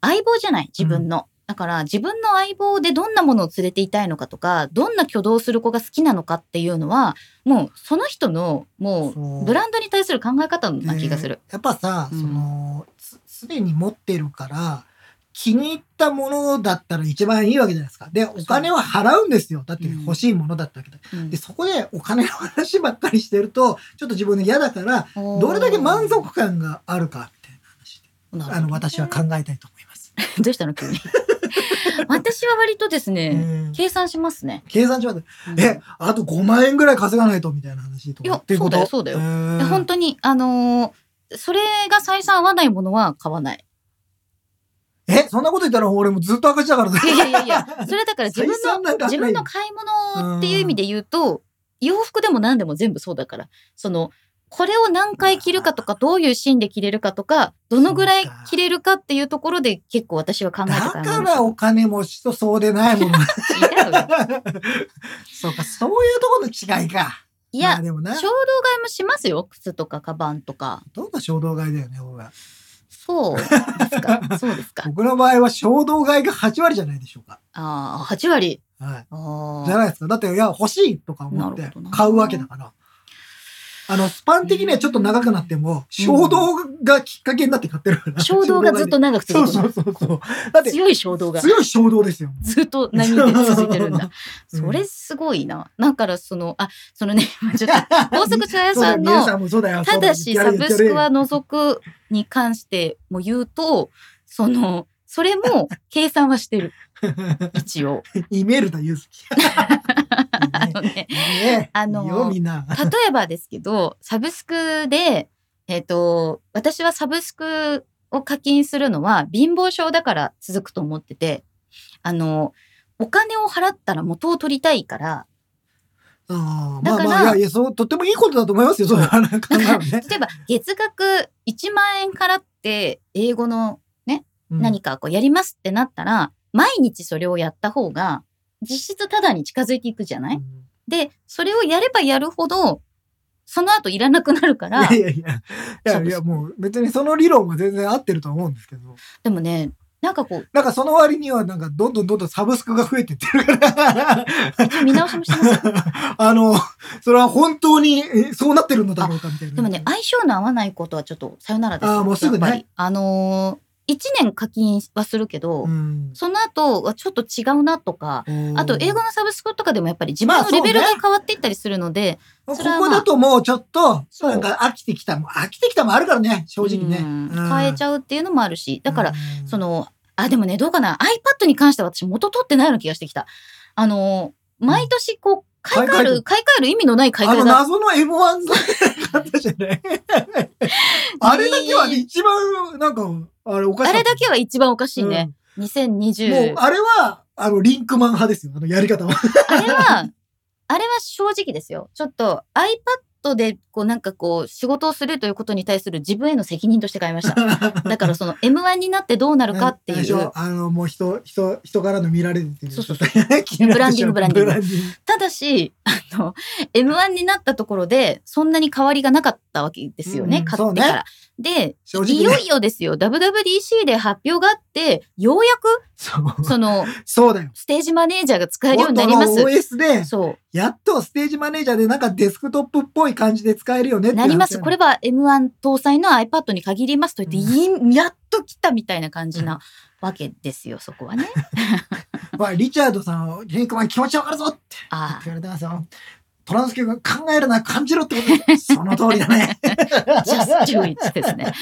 Speaker 3: 相棒じゃない自分の、だから自分の相棒でどんなものを連れていたいのかとかどんな挙動をする子が好きなのかっていうのはもうその人のも
Speaker 2: そう
Speaker 3: うブランドに対する考え方な気がする。
Speaker 2: やっぱさ、
Speaker 3: うん
Speaker 2: そのすすでに持ってるから気に入ったものだったら一番いいわけじゃないですか。で、お金は払うんですよ。だって
Speaker 3: うん
Speaker 2: 欲しいものだったわけだ。
Speaker 3: うん
Speaker 2: で、そこでお金の話ばっかりしてると、ちょっと自分で嫌だから、どれだけ満足感があるか、みたいな話で、
Speaker 3: なるほど
Speaker 2: あの、私は考えたいと思います。
Speaker 3: どうしたの急 に私は割とですね、
Speaker 2: うん
Speaker 3: 計算しますね。
Speaker 2: 計算します。
Speaker 3: うん
Speaker 2: え、あと5万円ぐらい稼がないと、みたいな話と
Speaker 3: いや
Speaker 2: か。っていうこと
Speaker 3: そうだよそうだよ
Speaker 2: よ
Speaker 3: で本当にあのーそれが採算合わないものは買わ ない。
Speaker 2: え、そんなこと言ったら俺もずっと赤字だからね。
Speaker 3: いやいやいやいや、それだから自分
Speaker 2: 採算なん
Speaker 3: の
Speaker 2: かない
Speaker 3: 自分の買い物っていう意味で言うと、洋服でも何でも全部そうだから、そのこれを何回着るかとか、どういうシーンで着れるかとか、どのぐらい着れるかっていうところで結構私は考えて
Speaker 2: だ
Speaker 3: 買い
Speaker 2: か
Speaker 3: 物
Speaker 2: らお金持ちとそうでない もの。
Speaker 3: してるいやいや
Speaker 2: そうか、そういうところの違いか。
Speaker 3: いや
Speaker 2: まあ、でもな
Speaker 3: 衝、動買いもしますよ。靴とかカバンとか。
Speaker 2: どんな衝動買いだよね、俺は。
Speaker 3: そうです か。そうですか。
Speaker 2: 僕の場合は衝動買いが8割じゃないでしょうか。
Speaker 3: ああ、八割。
Speaker 2: はい。
Speaker 3: あ
Speaker 2: じゃ
Speaker 3: あ。
Speaker 2: ないですか。だって、いや、欲しいとか思っ
Speaker 3: な
Speaker 2: て
Speaker 3: るほどな
Speaker 2: 買うわけだから。あの、スパン的にはちょっと長くなっても、衝動がきっかけになって買ってるから。
Speaker 3: 衝動がずっと長く
Speaker 2: 衝動
Speaker 3: 続
Speaker 2: 買いで。そ
Speaker 3: く
Speaker 2: うそうそうそう。だっ
Speaker 3: の。
Speaker 2: て、
Speaker 3: 強い衝動が
Speaker 2: 強い衝動ですよ。
Speaker 3: ずっと何で続いてるんだ。
Speaker 2: うん
Speaker 3: それすごいな。だからその、あ、そのね、 ちょっと、 高速茶屋
Speaker 2: そうだ
Speaker 3: さ
Speaker 2: よ
Speaker 3: ん
Speaker 2: 皆
Speaker 3: の、
Speaker 2: さんもそうだよ。
Speaker 3: ただし
Speaker 2: そう
Speaker 3: サ
Speaker 2: よ
Speaker 3: ブスクは除くに関しても言うと、その、それも計算はしてる。
Speaker 2: やるやる
Speaker 3: 一 応。
Speaker 2: イメルダユー スキ。
Speaker 3: あのね、
Speaker 2: いいね
Speaker 3: あの
Speaker 2: いいよみんな。
Speaker 3: 例えばですけど、サブスクで、えっ、と、私はサブスクを課金するのは貧乏症だから続くと思ってて、あの、お金を払ったら元を取りたいから、
Speaker 2: ああま
Speaker 3: だ
Speaker 2: あ
Speaker 3: から
Speaker 2: まあ、いやいや、そう、とってもいいことだと思いますよ、そういう考
Speaker 3: だ から
Speaker 2: え
Speaker 3: 例えば月額1万円からって英語の何
Speaker 2: か。
Speaker 3: かこうやりますってなったら、毎日それをやった方が実質ただに近づいていくじゃない、
Speaker 2: うん
Speaker 3: で、それをやればやるほど、その後いらなくなるか
Speaker 2: い
Speaker 3: ら
Speaker 2: や、いやいや、い
Speaker 3: サ
Speaker 2: や
Speaker 3: ブスク
Speaker 2: いやもう別にその理論は全然合ってると思うんですけど、
Speaker 3: でもね、なんかこう、
Speaker 2: なんかその割にはなんかどんどんどんどんサブスクが増えてってるから、
Speaker 3: 一応見直しもしてますよ
Speaker 2: あの、それは本当にえそうなってるのだろうかみたいな。
Speaker 3: でもね、相性の合わないことはちょっとさよならですよ。
Speaker 2: あーもうすぐね
Speaker 3: やっぱりあのー、1年課金はするけど、
Speaker 2: うん、
Speaker 3: その後はちょっと違うなとか、あと英語のサブスクとかでもやっぱり自分
Speaker 2: まあ
Speaker 3: の
Speaker 2: そうね
Speaker 3: レベルが変わっていったりするので、
Speaker 2: こ
Speaker 3: それはまあ
Speaker 2: こだともうちょっと、
Speaker 3: そう
Speaker 2: なんか飽きてきた。もう飽きてきたもあるからね、正直ね。
Speaker 3: うん変えち
Speaker 2: ゃう
Speaker 3: ゃうっていうのもあるし、
Speaker 2: ん。
Speaker 3: だから、
Speaker 2: うん
Speaker 3: そ、の、あ、でもね、どうかな ?iPad に関しては私元取ってないような気がしてきた。あのー、毎年こう、買い替え
Speaker 2: う
Speaker 3: る、買い替える意味のない買い
Speaker 2: あ
Speaker 3: 替え
Speaker 2: の
Speaker 3: だ。
Speaker 2: 謎の M1 があったじゃ ないあれだけはね一番、なんか、あれおかしい。
Speaker 3: あれだけは一番おかしいね。
Speaker 2: うん。もう
Speaker 3: 2020、。
Speaker 2: あれは、あの、リンクマン派ですよ。あの、やり方は。
Speaker 3: あれは、あれは正直ですよ。ちょっと iPad でこうなんかこう仕事をするということに対する自分への責任として買いました。だからその M1 になってどうなるかってい
Speaker 2: んでし
Speaker 3: う
Speaker 2: ょ。あの、もう人、人、人からの見られるっていう。
Speaker 3: そうそう
Speaker 2: そう。ブ
Speaker 3: ランディングブランディング
Speaker 2: ブランディン
Speaker 3: ただし、あの、M1 になったところでそんなに変わりがなかったわけですよね。
Speaker 2: うん
Speaker 3: 買ってから。で、
Speaker 2: 正直ね
Speaker 3: いよいよですよ。WWDC で発表があって、ようやく
Speaker 2: グ。そう。
Speaker 3: その
Speaker 2: そうだよ。
Speaker 3: ステージマネージャーが使えるよう
Speaker 2: 本
Speaker 3: にな
Speaker 2: 当
Speaker 3: り
Speaker 2: の
Speaker 3: ます。
Speaker 2: OS で、
Speaker 3: そう。
Speaker 2: やっとステージマネージャーでなんかデスクトップっぽい感じで使えるよねっていう
Speaker 3: な
Speaker 2: 話
Speaker 3: ります。これは M1 搭載の iPad に限りますと言って、いやっと来たみたいな感じなわけですよ、そこはね。
Speaker 2: まあ、リチャードさんは、リンクマン気持ちわかるぞって
Speaker 3: あ
Speaker 2: 言われてますよ。トランスケ君が考えるな、感じろってことです。その通りだ ね。
Speaker 3: あ、ジャスチュイチで すね。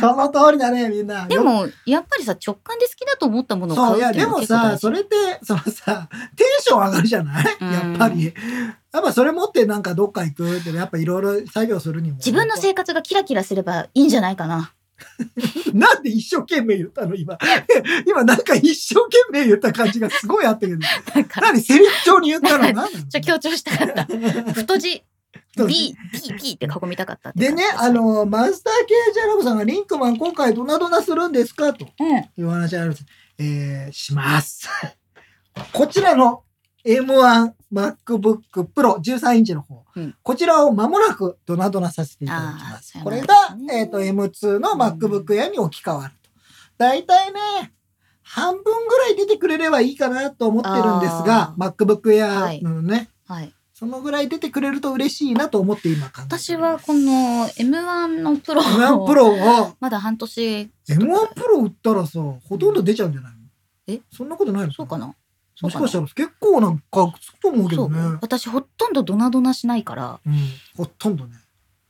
Speaker 2: その通りだね、みんな。
Speaker 3: でも、やっぱりさ、直感で好きだと思ったものを買
Speaker 2: そう、いうや、
Speaker 3: ってい
Speaker 2: で
Speaker 3: うの
Speaker 2: も
Speaker 3: は結構
Speaker 2: さ、
Speaker 3: 大事
Speaker 2: それって、そのさ、テンション上がるじゃない
Speaker 3: うん
Speaker 2: やっぱり。やっぱそれ持ってなんかどっか行くって、やっぱいろいろ作業するにも。
Speaker 3: 自分の生活がキラキラすればいいんじゃないかな。
Speaker 2: なんで一生懸命言ったの、今。 今なんか一生懸命言った感じがすごいあったけど。
Speaker 3: だ から、
Speaker 2: 何セリフ調に言ったの何なの
Speaker 3: ちょ、強調した かった。太字、
Speaker 2: 太
Speaker 3: B
Speaker 2: 字、
Speaker 3: P、P って囲みたかったって
Speaker 2: で
Speaker 3: 感
Speaker 2: ね
Speaker 3: じ、
Speaker 2: あ、の、マスター・ケイジャラブさんがリンクマン今回ドナドナするんですかと。
Speaker 3: うん。
Speaker 2: いう話あるんです。えー、します。こちらの M1MacBook Pro 13インチの方、
Speaker 3: うん
Speaker 2: こちらを間もなくドナドナさせていただきます
Speaker 3: あ。ー
Speaker 2: これ
Speaker 3: そうな
Speaker 2: が
Speaker 3: ん、ですね
Speaker 2: えっと M2 の MacBook Air に置き換わると。大体ね、半分ぐらい出てくれればいいかなと思ってるんですが
Speaker 3: あ、
Speaker 2: MacBook
Speaker 3: は
Speaker 2: Air
Speaker 3: い
Speaker 2: のね、
Speaker 3: はい。
Speaker 2: そのぐらい出てくれると嬉しいなと思って今考えて
Speaker 3: 私はこの M1 のプロを。
Speaker 2: M1 Pro を、
Speaker 3: まだ半年。
Speaker 2: M1 Pro 売ったらさ、ほとんど出ちゃうんじゃないの
Speaker 3: え
Speaker 2: そんなことないの
Speaker 3: そうかなそ
Speaker 2: も
Speaker 3: う
Speaker 2: し
Speaker 3: か
Speaker 2: か
Speaker 3: な
Speaker 2: したら結構な額つくと思うけど
Speaker 3: そう
Speaker 2: ね。
Speaker 3: 私ほとんどドナドナしないから。
Speaker 2: うん、ほとんどね。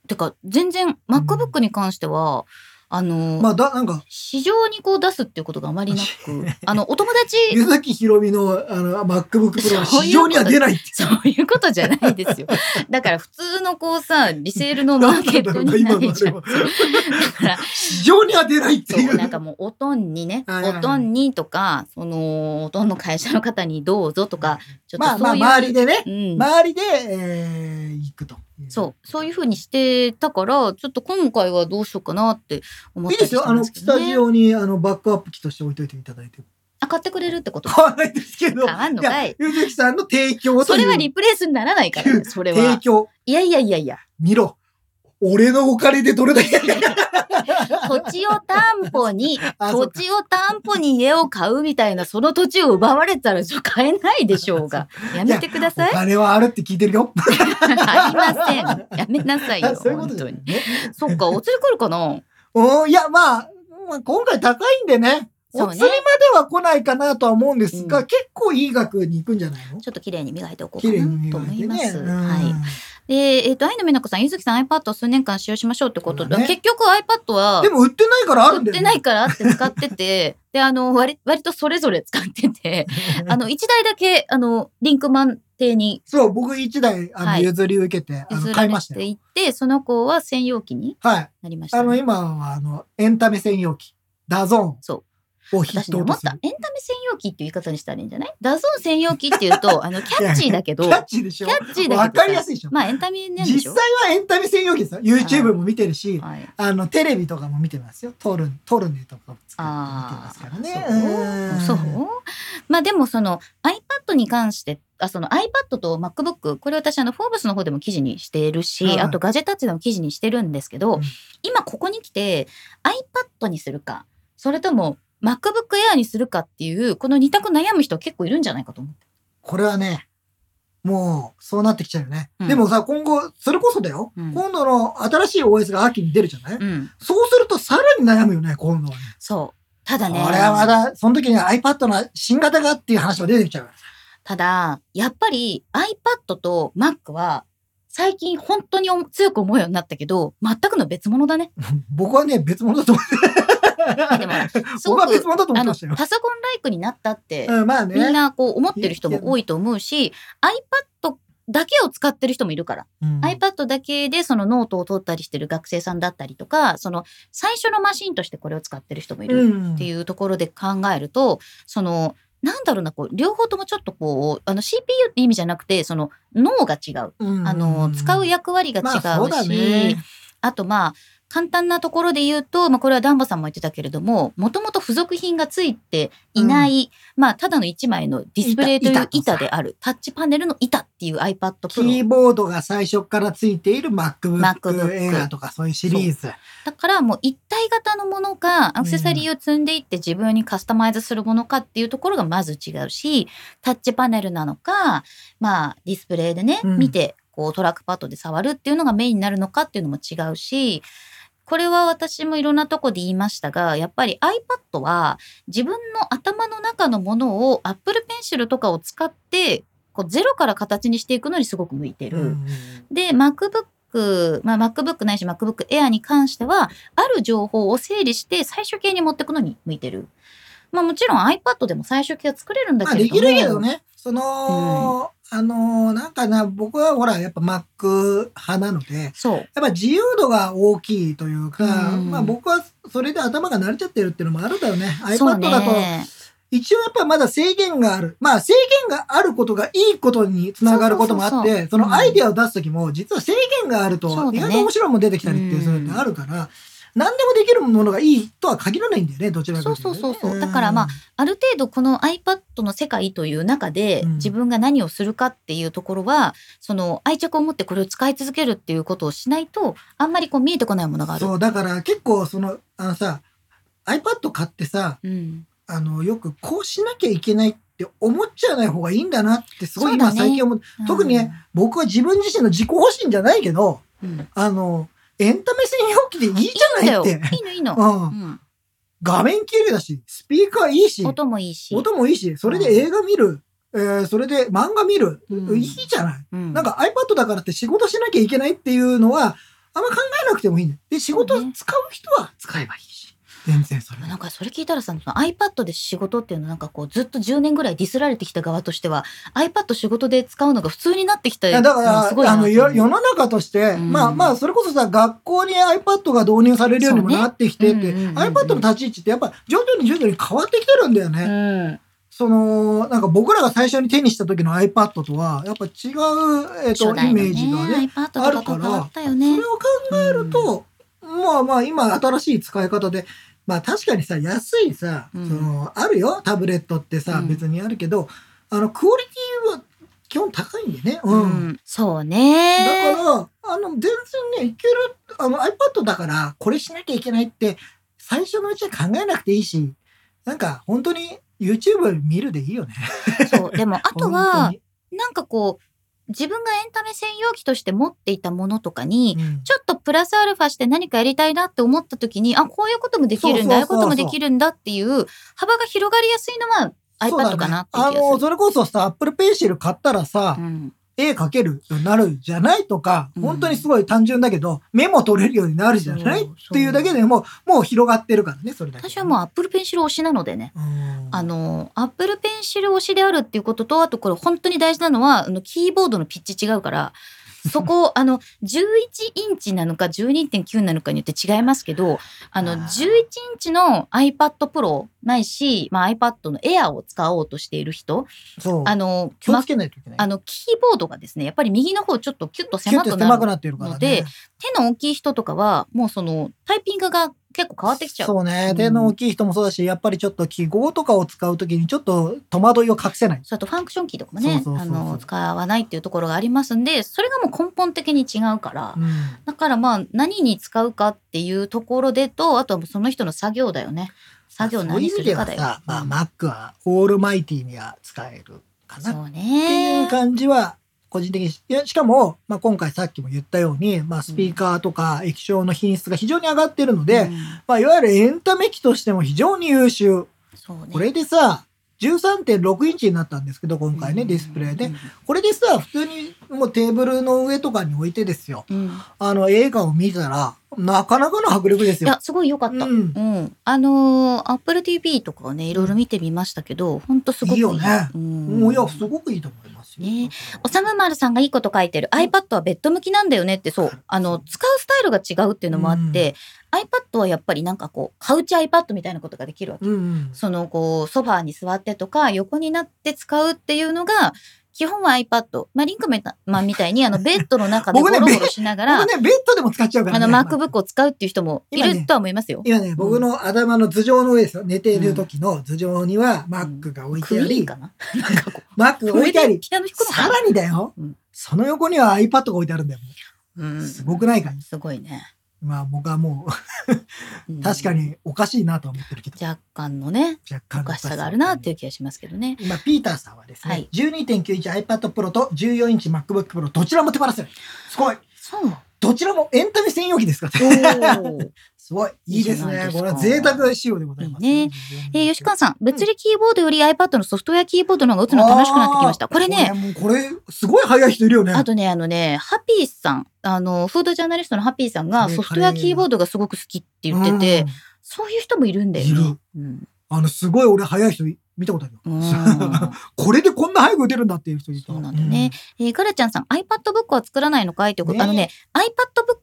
Speaker 3: てか、全然 MacBook に関しては、あの、
Speaker 2: まあ、だ、なんか、
Speaker 3: 市場にこう出すっていうことがあまりな く、あの、お友達、
Speaker 2: 湯崎ひろみの、あの、MacBook Pro は
Speaker 3: そう
Speaker 2: 市
Speaker 3: いう
Speaker 2: 場
Speaker 3: こと
Speaker 2: には出ないって。
Speaker 3: そういうことじゃないです よ。だから普通のこうさ、リセールのマーケットになっちゃう。
Speaker 2: な
Speaker 3: だ
Speaker 2: んだろうな
Speaker 3: から、
Speaker 2: 市場には出ないって
Speaker 3: そ、
Speaker 2: いうう。
Speaker 3: なんかもう、おとんに ね、
Speaker 2: はいはいはい
Speaker 3: おとんにとか、その、おとんの会社の方にどうぞとか、ちょっと
Speaker 2: まあまあ、
Speaker 3: そういう、
Speaker 2: 周りでね。
Speaker 3: うん、
Speaker 2: 周りで、えー、行くと。
Speaker 3: そう、そういうふうにしてたから、ちょっと今回はどうしようかなって思っ
Speaker 2: いい
Speaker 3: た
Speaker 2: です
Speaker 3: りし
Speaker 2: よ。
Speaker 3: た
Speaker 2: あ
Speaker 3: んで
Speaker 2: の、
Speaker 3: すけ
Speaker 2: ス
Speaker 3: ど、
Speaker 2: タ
Speaker 3: ね。
Speaker 2: ジオに、あの、バックアップ機として置いといていただいても。
Speaker 3: あ、 買ってくれるってこと
Speaker 2: 買わないですけど。
Speaker 3: 買わんの
Speaker 2: い
Speaker 3: か
Speaker 2: や、
Speaker 3: い
Speaker 2: ゆずきさんの提供と
Speaker 3: そ
Speaker 2: いう
Speaker 3: れはリプレイスにならないか らね、それ
Speaker 2: 提
Speaker 3: は。
Speaker 2: 供、
Speaker 3: いやいやい やいや。
Speaker 2: 見ろ。俺のお金でどれだ け。、
Speaker 3: 土地を担保に
Speaker 2: あそう
Speaker 3: 土
Speaker 2: か
Speaker 3: 地を担保に家を買うみたいな、その土地を奪われたら、ちょっと買えないでしょ うが。やめてくだ
Speaker 2: お
Speaker 3: さい。
Speaker 2: 金はあるって聞いてるよ。
Speaker 3: ありません。やめなさいよ、
Speaker 2: そういうこ
Speaker 3: 本
Speaker 2: とじゃ
Speaker 3: 当
Speaker 2: ない
Speaker 3: に。
Speaker 2: ね。
Speaker 3: そっか、お釣り来るかな
Speaker 2: うん、いや、まあ、まあ今回高いんでね。
Speaker 3: そう
Speaker 2: お
Speaker 3: ね
Speaker 2: 釣りまでは来ないかなとは思うんですが、
Speaker 3: うん
Speaker 2: 結構いい額に行くんじゃないの
Speaker 3: ちょっと綺麗に磨いておこうか
Speaker 2: 綺麗
Speaker 3: な
Speaker 2: に
Speaker 3: と思
Speaker 2: 磨い
Speaker 3: い
Speaker 2: て
Speaker 3: ま
Speaker 2: ね。
Speaker 3: す。
Speaker 2: うん
Speaker 3: はい。で、えっ、と、愛の美奈子さん、ゆずきさん iPad を数年間使用しましょうってことで、
Speaker 2: そうだね
Speaker 3: 結局 iPad は
Speaker 2: で、も売ってないからあるん
Speaker 3: 売
Speaker 2: だよ、
Speaker 3: ってないからあって使ってて、で、あの、割、割とそれぞれ使ってて、あの、一台だけ、あの、リンクマン邸に
Speaker 2: そう、僕一台あ
Speaker 3: は
Speaker 2: の
Speaker 3: い
Speaker 2: 譲り受けて、あ
Speaker 3: 譲
Speaker 2: の
Speaker 3: ら
Speaker 2: 買い
Speaker 3: れ
Speaker 2: ました
Speaker 3: て
Speaker 2: よ。
Speaker 3: いって、その子は専用機に
Speaker 2: はい。
Speaker 3: なりました
Speaker 2: あ
Speaker 3: ね、
Speaker 2: の、今は、あの、エンタメ専用機、ダゾ
Speaker 3: そ
Speaker 2: ーンを筆
Speaker 3: 私ね、
Speaker 2: 頭
Speaker 3: 思
Speaker 2: と
Speaker 3: っ
Speaker 2: する
Speaker 3: た。。エンタメ専用機っていう言い方にしたらいいんじゃないダゾーン専用機っていうと、あの、キャッチーだけ ど、
Speaker 2: キ
Speaker 3: キ
Speaker 2: ャ
Speaker 3: ャ
Speaker 2: ッチーでしょ
Speaker 3: ッチーだけどさ
Speaker 2: わかりやすいでしょ、
Speaker 3: まあ、エンタメなんで
Speaker 2: 実
Speaker 3: し
Speaker 2: 際
Speaker 3: ょ
Speaker 2: はエンタメ専用機ですよ。YouTube も見てるし、
Speaker 3: はい。
Speaker 2: あの、テレビとかも見てますよ。トルン、トルネとかも使
Speaker 3: あ
Speaker 2: って見てますから
Speaker 3: あ、
Speaker 2: ね。
Speaker 3: そう。そ
Speaker 2: ん
Speaker 3: うまあ、でもその iPad に関して、あその iPad と MacBook、これ私あの、フォーブスの方でも記事にしているし、
Speaker 2: はい
Speaker 3: あとガジェタッチでも記事にしてるんですけど、
Speaker 2: うん
Speaker 3: 今ここに来て iPad にするか、それとも MacBook Air にするかっていう、この二択悩む人結構いるんじゃないかと思って。
Speaker 2: これはね、もう、そうなってきちゃうよね。
Speaker 3: うん
Speaker 2: でもさ、今後、それこそだよ。
Speaker 3: うん
Speaker 2: 今度の新しい OS が秋に出るじゃない、
Speaker 3: うん、
Speaker 2: そうするとさらに悩むよね、今度はね。
Speaker 3: そう。ただ
Speaker 2: こ
Speaker 3: ね、
Speaker 2: れはまだ、その時に iPad の新型がっていう話も出てきちゃう。
Speaker 3: ただ、やっぱり iPad と Mac は、最近本当にお強く思うようになったけど、全くの別物 だね。
Speaker 2: 僕はね、別物だと思って。
Speaker 3: でも、す
Speaker 2: 僕
Speaker 3: ご
Speaker 2: は別
Speaker 3: く、
Speaker 2: 物だと思っ
Speaker 3: あ
Speaker 2: て
Speaker 3: の、
Speaker 2: ましたよ。
Speaker 3: パソコンライクになったって、
Speaker 2: うん、まあね。
Speaker 3: みんなこう思ってる人も多いと思うし、iPad だけを使ってる人もいるから。
Speaker 2: うん、
Speaker 3: iPad だけでそのノートを取ったりしてる学生さんだったりとか、その最初のマシンとしてこれを使ってる人もいる
Speaker 2: うん
Speaker 3: っていうところで考えると、その、なんだろうな、こう、両方ともちょっとこう、あの CPU って意味じゃなくて、その脳が違う。
Speaker 2: うん
Speaker 3: あの、使う役割が違うし、
Speaker 2: まあそうだね
Speaker 3: あとまあ、簡単なところで言うと、まあこれはダンボさんも言ってたけれども、もともと付属品がついていない、まあただの一枚のディスプレイという
Speaker 2: 板板
Speaker 3: 板である、タッチパネルの板っていう iPad
Speaker 2: キー
Speaker 3: Pro。
Speaker 2: ボードが最初からついている MacBook
Speaker 3: MacBook
Speaker 2: 映画とかそういうシリーズ。
Speaker 3: だからもう一体型のものか、アクセサリーを積んでいって自分にカスタマイズするものかっていうところがまず違うし、タッチパネルなのか、まあディスプレイでね、
Speaker 2: うん
Speaker 3: 見て、こうトラックパッドで触るっていうのがメインになるのかっていうのも違うし、これは私もいろんなとこで言いましたが、やっぱり iPad は自分の頭の中のものを Apple Pencil とかを使って、こうゼロから形にしていくのにすごく向いてる。
Speaker 2: うん
Speaker 3: で、MacBook、まあ、MacBook ないし MacBook Air に関しては、ある情報を整理して最終形に持っていくのに向いてる。まあもちろん iPad でも最終形は作れるんだ
Speaker 2: まあ
Speaker 3: け
Speaker 2: で
Speaker 3: れども。
Speaker 2: きるけどね、その、あの、なんかな、僕はほら、やっぱ Mac 派なので、
Speaker 3: そう。
Speaker 2: やっぱ自由度が大きいというか、
Speaker 3: うん
Speaker 2: まあ僕はそれで頭が慣れちゃってるっていうのもあるんだよね。
Speaker 3: そう
Speaker 2: iPad
Speaker 3: ね
Speaker 2: だと、一応やっぱまだ制限がある。まあ制限があることがいいことにつながることもあって、そ
Speaker 3: そうそうそうそううん
Speaker 2: のアイディアを出すときも、実は制限があると
Speaker 3: そうだ、ね
Speaker 2: 意外と面白いもの出てきたりっていう、
Speaker 3: うん
Speaker 2: そういうのがあるから、何でもできるものがいいとは限らないんだよね、どちらかというと、ね。
Speaker 3: そうそうそうそうだからまあある程度この iPad の世界という中で
Speaker 2: うん
Speaker 3: 自分が何をするかっていうところは、その愛着を持ってこれを使い続けるっていうことをしないとあんまりこう見えてこないものがある。
Speaker 2: そう、だから結構その、あのさ、iPad 買ってさ、
Speaker 3: うん、
Speaker 2: あの、よくこうしなきゃいけないって思っちゃわない方がいいんだなってすごい今
Speaker 3: そうだね
Speaker 2: 最近思う。特にね僕は自分自身の自己保身じゃないけど、
Speaker 3: うん、うん
Speaker 2: あの、エンタメ専用機でいいじゃ
Speaker 3: いいんだ
Speaker 2: ないっ
Speaker 3: よ。
Speaker 2: て。
Speaker 3: いいのいいの。
Speaker 2: う。
Speaker 3: うんん、
Speaker 2: 画面綺麗だし、スピーカーいいし、
Speaker 3: 音もいいし。
Speaker 2: 音もいいし、それで映画見る、えーそれで漫画見る、
Speaker 3: うん
Speaker 2: いいじゃない。
Speaker 3: うん、
Speaker 2: なんか iPad だからって仕事しなきゃいけないっていうのは、あんま考えなくてもいいんだよ。で、仕事
Speaker 3: そうね
Speaker 2: 使う人は使えばいいし。全然それは
Speaker 3: なんかそれ聞いたらさその iPad で仕事っていうのはなんかこうずっと10年ぐらいディスられてきた側としては iPad 仕事で使うのが普通になってきた
Speaker 2: いやだか
Speaker 3: のは
Speaker 2: ら、
Speaker 3: すごい
Speaker 2: あ
Speaker 3: なと思
Speaker 2: の
Speaker 3: う
Speaker 2: よ世の中として、
Speaker 3: うん
Speaker 2: まあまあそれこそさ学校に iPad が導入されるようにも
Speaker 3: そうね
Speaker 2: なってきてって、
Speaker 3: うんうんうんうん
Speaker 2: iPad の立ち位置ってやっぱ徐々に徐々に変わってきてるんだよね。
Speaker 3: うん
Speaker 2: そのなんか僕らが最初に手にした時の iPad とはやっぱ違う、えっと
Speaker 3: 初代
Speaker 2: イ
Speaker 3: の
Speaker 2: メ
Speaker 3: ね
Speaker 2: ージがね
Speaker 3: iPad とかと変わったよね
Speaker 2: それを考えると、まあまあ今新しい使い方でまあ確かにさ安いさ、
Speaker 3: うん
Speaker 2: そのあるよタブレットってさ、
Speaker 3: うん
Speaker 2: 別にあるけどあのクオリティは基本高いんでね。
Speaker 3: う
Speaker 2: うん
Speaker 3: ん、そう
Speaker 2: だ
Speaker 3: ね
Speaker 2: から、あの、全然ね、いける、あの、iPad だから、これしなきゃいけないって、最初のうちは考えなくていいし、なんか、本当に YouTube 見るでいいよね。
Speaker 3: そうでもあ と
Speaker 2: 本当
Speaker 3: は
Speaker 2: に
Speaker 3: なんかこう自分がエンタメ専用機として持っていたものとかに、
Speaker 2: うん
Speaker 3: ちょっとプラスアルファして何かやりたいなって思った時にあこういうこともできるんだああい
Speaker 2: そううそうそ
Speaker 3: こ
Speaker 2: うそう
Speaker 3: ともできるんだっていう幅が広がりやすいのは
Speaker 2: そうだね
Speaker 3: iPad かなっていう
Speaker 2: あ
Speaker 3: 気が
Speaker 2: の、
Speaker 3: する。
Speaker 2: それこそさ、Apple Pencil 買ったらさ、
Speaker 3: うん
Speaker 2: 絵描けるようになるじゃないとか、
Speaker 3: うん
Speaker 2: 本当にすごい単純だけど、メモ取れるようになるじゃないっ
Speaker 3: そう
Speaker 2: ていうだけでも、もう広がってるからね、それだけ、
Speaker 3: 私はもう
Speaker 2: う、
Speaker 3: Apple Pencil 推しなのでね。あ
Speaker 2: の、
Speaker 3: の、Apple Pencil 推しであるっていうことと、あとこれ本当に大事なのは、あの、キーボードのピッチ違うから、そ こ、あの、11インチなのか12.9なのかによって違いますけど、あの、
Speaker 2: あー
Speaker 3: 11インチの iPad Pro ないし、まあ、iPad の Air を使おうとしている人、
Speaker 2: そう。
Speaker 3: あの、
Speaker 2: 気を
Speaker 3: ま
Speaker 2: つけないといけない。
Speaker 3: あの、キーボードがですね、やっぱり右の方ちょっとキュッと
Speaker 2: キュ
Speaker 3: 狭
Speaker 2: ッ
Speaker 3: く
Speaker 2: と
Speaker 3: な
Speaker 2: 狭
Speaker 3: る
Speaker 2: く。なってるから、ね。
Speaker 3: ので手の大きい人とかは、もうその、タイピングが結構変わってきちゃう。
Speaker 2: そうね
Speaker 3: ん。
Speaker 2: 手の大きい人もそうだし、やっぱりちょっと記号とかを使うときにちょっと戸惑いを隠せない。
Speaker 3: それとファンクションキーとかもね
Speaker 2: そうそうそ
Speaker 3: あ
Speaker 2: うそう
Speaker 3: の使わないっていうところがありますんでそれがもう根本的に違うから、
Speaker 2: うん
Speaker 3: だからまあ何に使うかっていうところでとあとはもうその人の作業だよね作業
Speaker 2: そういう
Speaker 3: 何
Speaker 2: 意
Speaker 3: す
Speaker 2: 味で
Speaker 3: るか
Speaker 2: は
Speaker 3: だよ
Speaker 2: さ、まあ、
Speaker 3: うん
Speaker 2: Mac はオールマイティには使えるかなっ
Speaker 3: そう
Speaker 2: てい
Speaker 3: ね
Speaker 2: う感じは、個人的にし、いやしかも、まあ、今回さっきも言ったように、まあ、スピーカーとか液晶の品質が非常に上がってるので、
Speaker 3: うん
Speaker 2: まあ、いわゆるエンタメ機としても非常に優秀。
Speaker 3: そうね
Speaker 2: これでさ、13.6インチになったんですけど、今回ね、ディスプレイで。これでさ、普通にもうテーブルの上とかに置いてですよ。
Speaker 3: うんうん
Speaker 2: あの映画を見たら、なかなかの迫力です
Speaker 3: い
Speaker 2: よ
Speaker 3: や。すごい良かった、
Speaker 2: う
Speaker 3: うん
Speaker 2: ん。
Speaker 3: あのー、Apple TV とかをねいろいろ見てみましたけどほんとすごくいい
Speaker 2: いいよね
Speaker 3: うん
Speaker 2: もういや、すごくいいと思いますよ。
Speaker 3: ねおさむまるさんがいいこと書いてる iPad はベッド向きなんだよねってそう あの使うスタイルが違うっていうのもあって、iPad はやっぱりなんかこうカウチ iPad みたいなことができるわけ、
Speaker 2: うんうん。
Speaker 3: そのこうソファーに座ってとか横になって使うっていうのが基本は iPad、まあ、リンクメンマンみたいにあのベッドの中でゴ
Speaker 2: 僕ね
Speaker 3: ロゴロしながら、
Speaker 2: 僕ね、ベッドでも使っちゃうか
Speaker 3: あ
Speaker 2: らね。
Speaker 3: の MacBook を使うっていう人もい
Speaker 2: 今
Speaker 3: る
Speaker 2: ね
Speaker 3: とは思いますよ。
Speaker 2: 今ね、僕の頭の頭上の上ですよ。寝ている時の頭上には Mac が置い
Speaker 3: ク
Speaker 2: てあ
Speaker 3: イーン
Speaker 2: り
Speaker 3: か、ななんかこう
Speaker 2: Mac が置いてあ
Speaker 3: 上で
Speaker 2: り、
Speaker 3: ピアノ弾くの
Speaker 2: さ
Speaker 3: かな
Speaker 2: らにだよ
Speaker 3: うん。
Speaker 2: その横には iPad が置いてあるんだよ。
Speaker 3: うん
Speaker 2: すごくないか
Speaker 3: すごいね。
Speaker 2: まあ僕はも
Speaker 3: うん
Speaker 2: う確かにおかしいなとは思ってるけど、
Speaker 3: 若干のね
Speaker 2: 若
Speaker 3: お
Speaker 2: 干
Speaker 3: かしさがあるなっていう気がしますけどね。
Speaker 2: 今、ピーターさんはですね、
Speaker 3: はい
Speaker 2: 12.9インチ iPad Pro と14インチ MacBook Pro どちらも手放せる。すごい。
Speaker 3: そう。
Speaker 2: どちらもエンタメ専用機ですから。 すごい。いいです
Speaker 3: いいじゃない
Speaker 2: ね
Speaker 3: で。すか
Speaker 2: これは贅沢仕様でございます。
Speaker 3: いいねえー、吉川さん、物理キーボードより iPad のソフトウェアキーボードの方が打
Speaker 2: あー、
Speaker 3: つの楽しくなってきました。これね、
Speaker 2: もうこれ、すごい早い人いるよね。
Speaker 3: あとね、あのね、ハピーさん、あの、フードジャーナリストのハピーさんが、
Speaker 2: ね
Speaker 3: ソフトウェアキーボードがすごく好きって言ってて
Speaker 2: うん、、
Speaker 3: そういう人もいるんだよね。
Speaker 2: いる
Speaker 3: うん。
Speaker 2: あの、すごい俺早い人い見たことあるよ。
Speaker 3: うん
Speaker 2: これでこんな早く打てるんだっていう人いた。
Speaker 3: そうなんだよね。 えー、ガラちゃんさん、iPadBook は作らないのかいということ、
Speaker 2: ね
Speaker 3: あのね、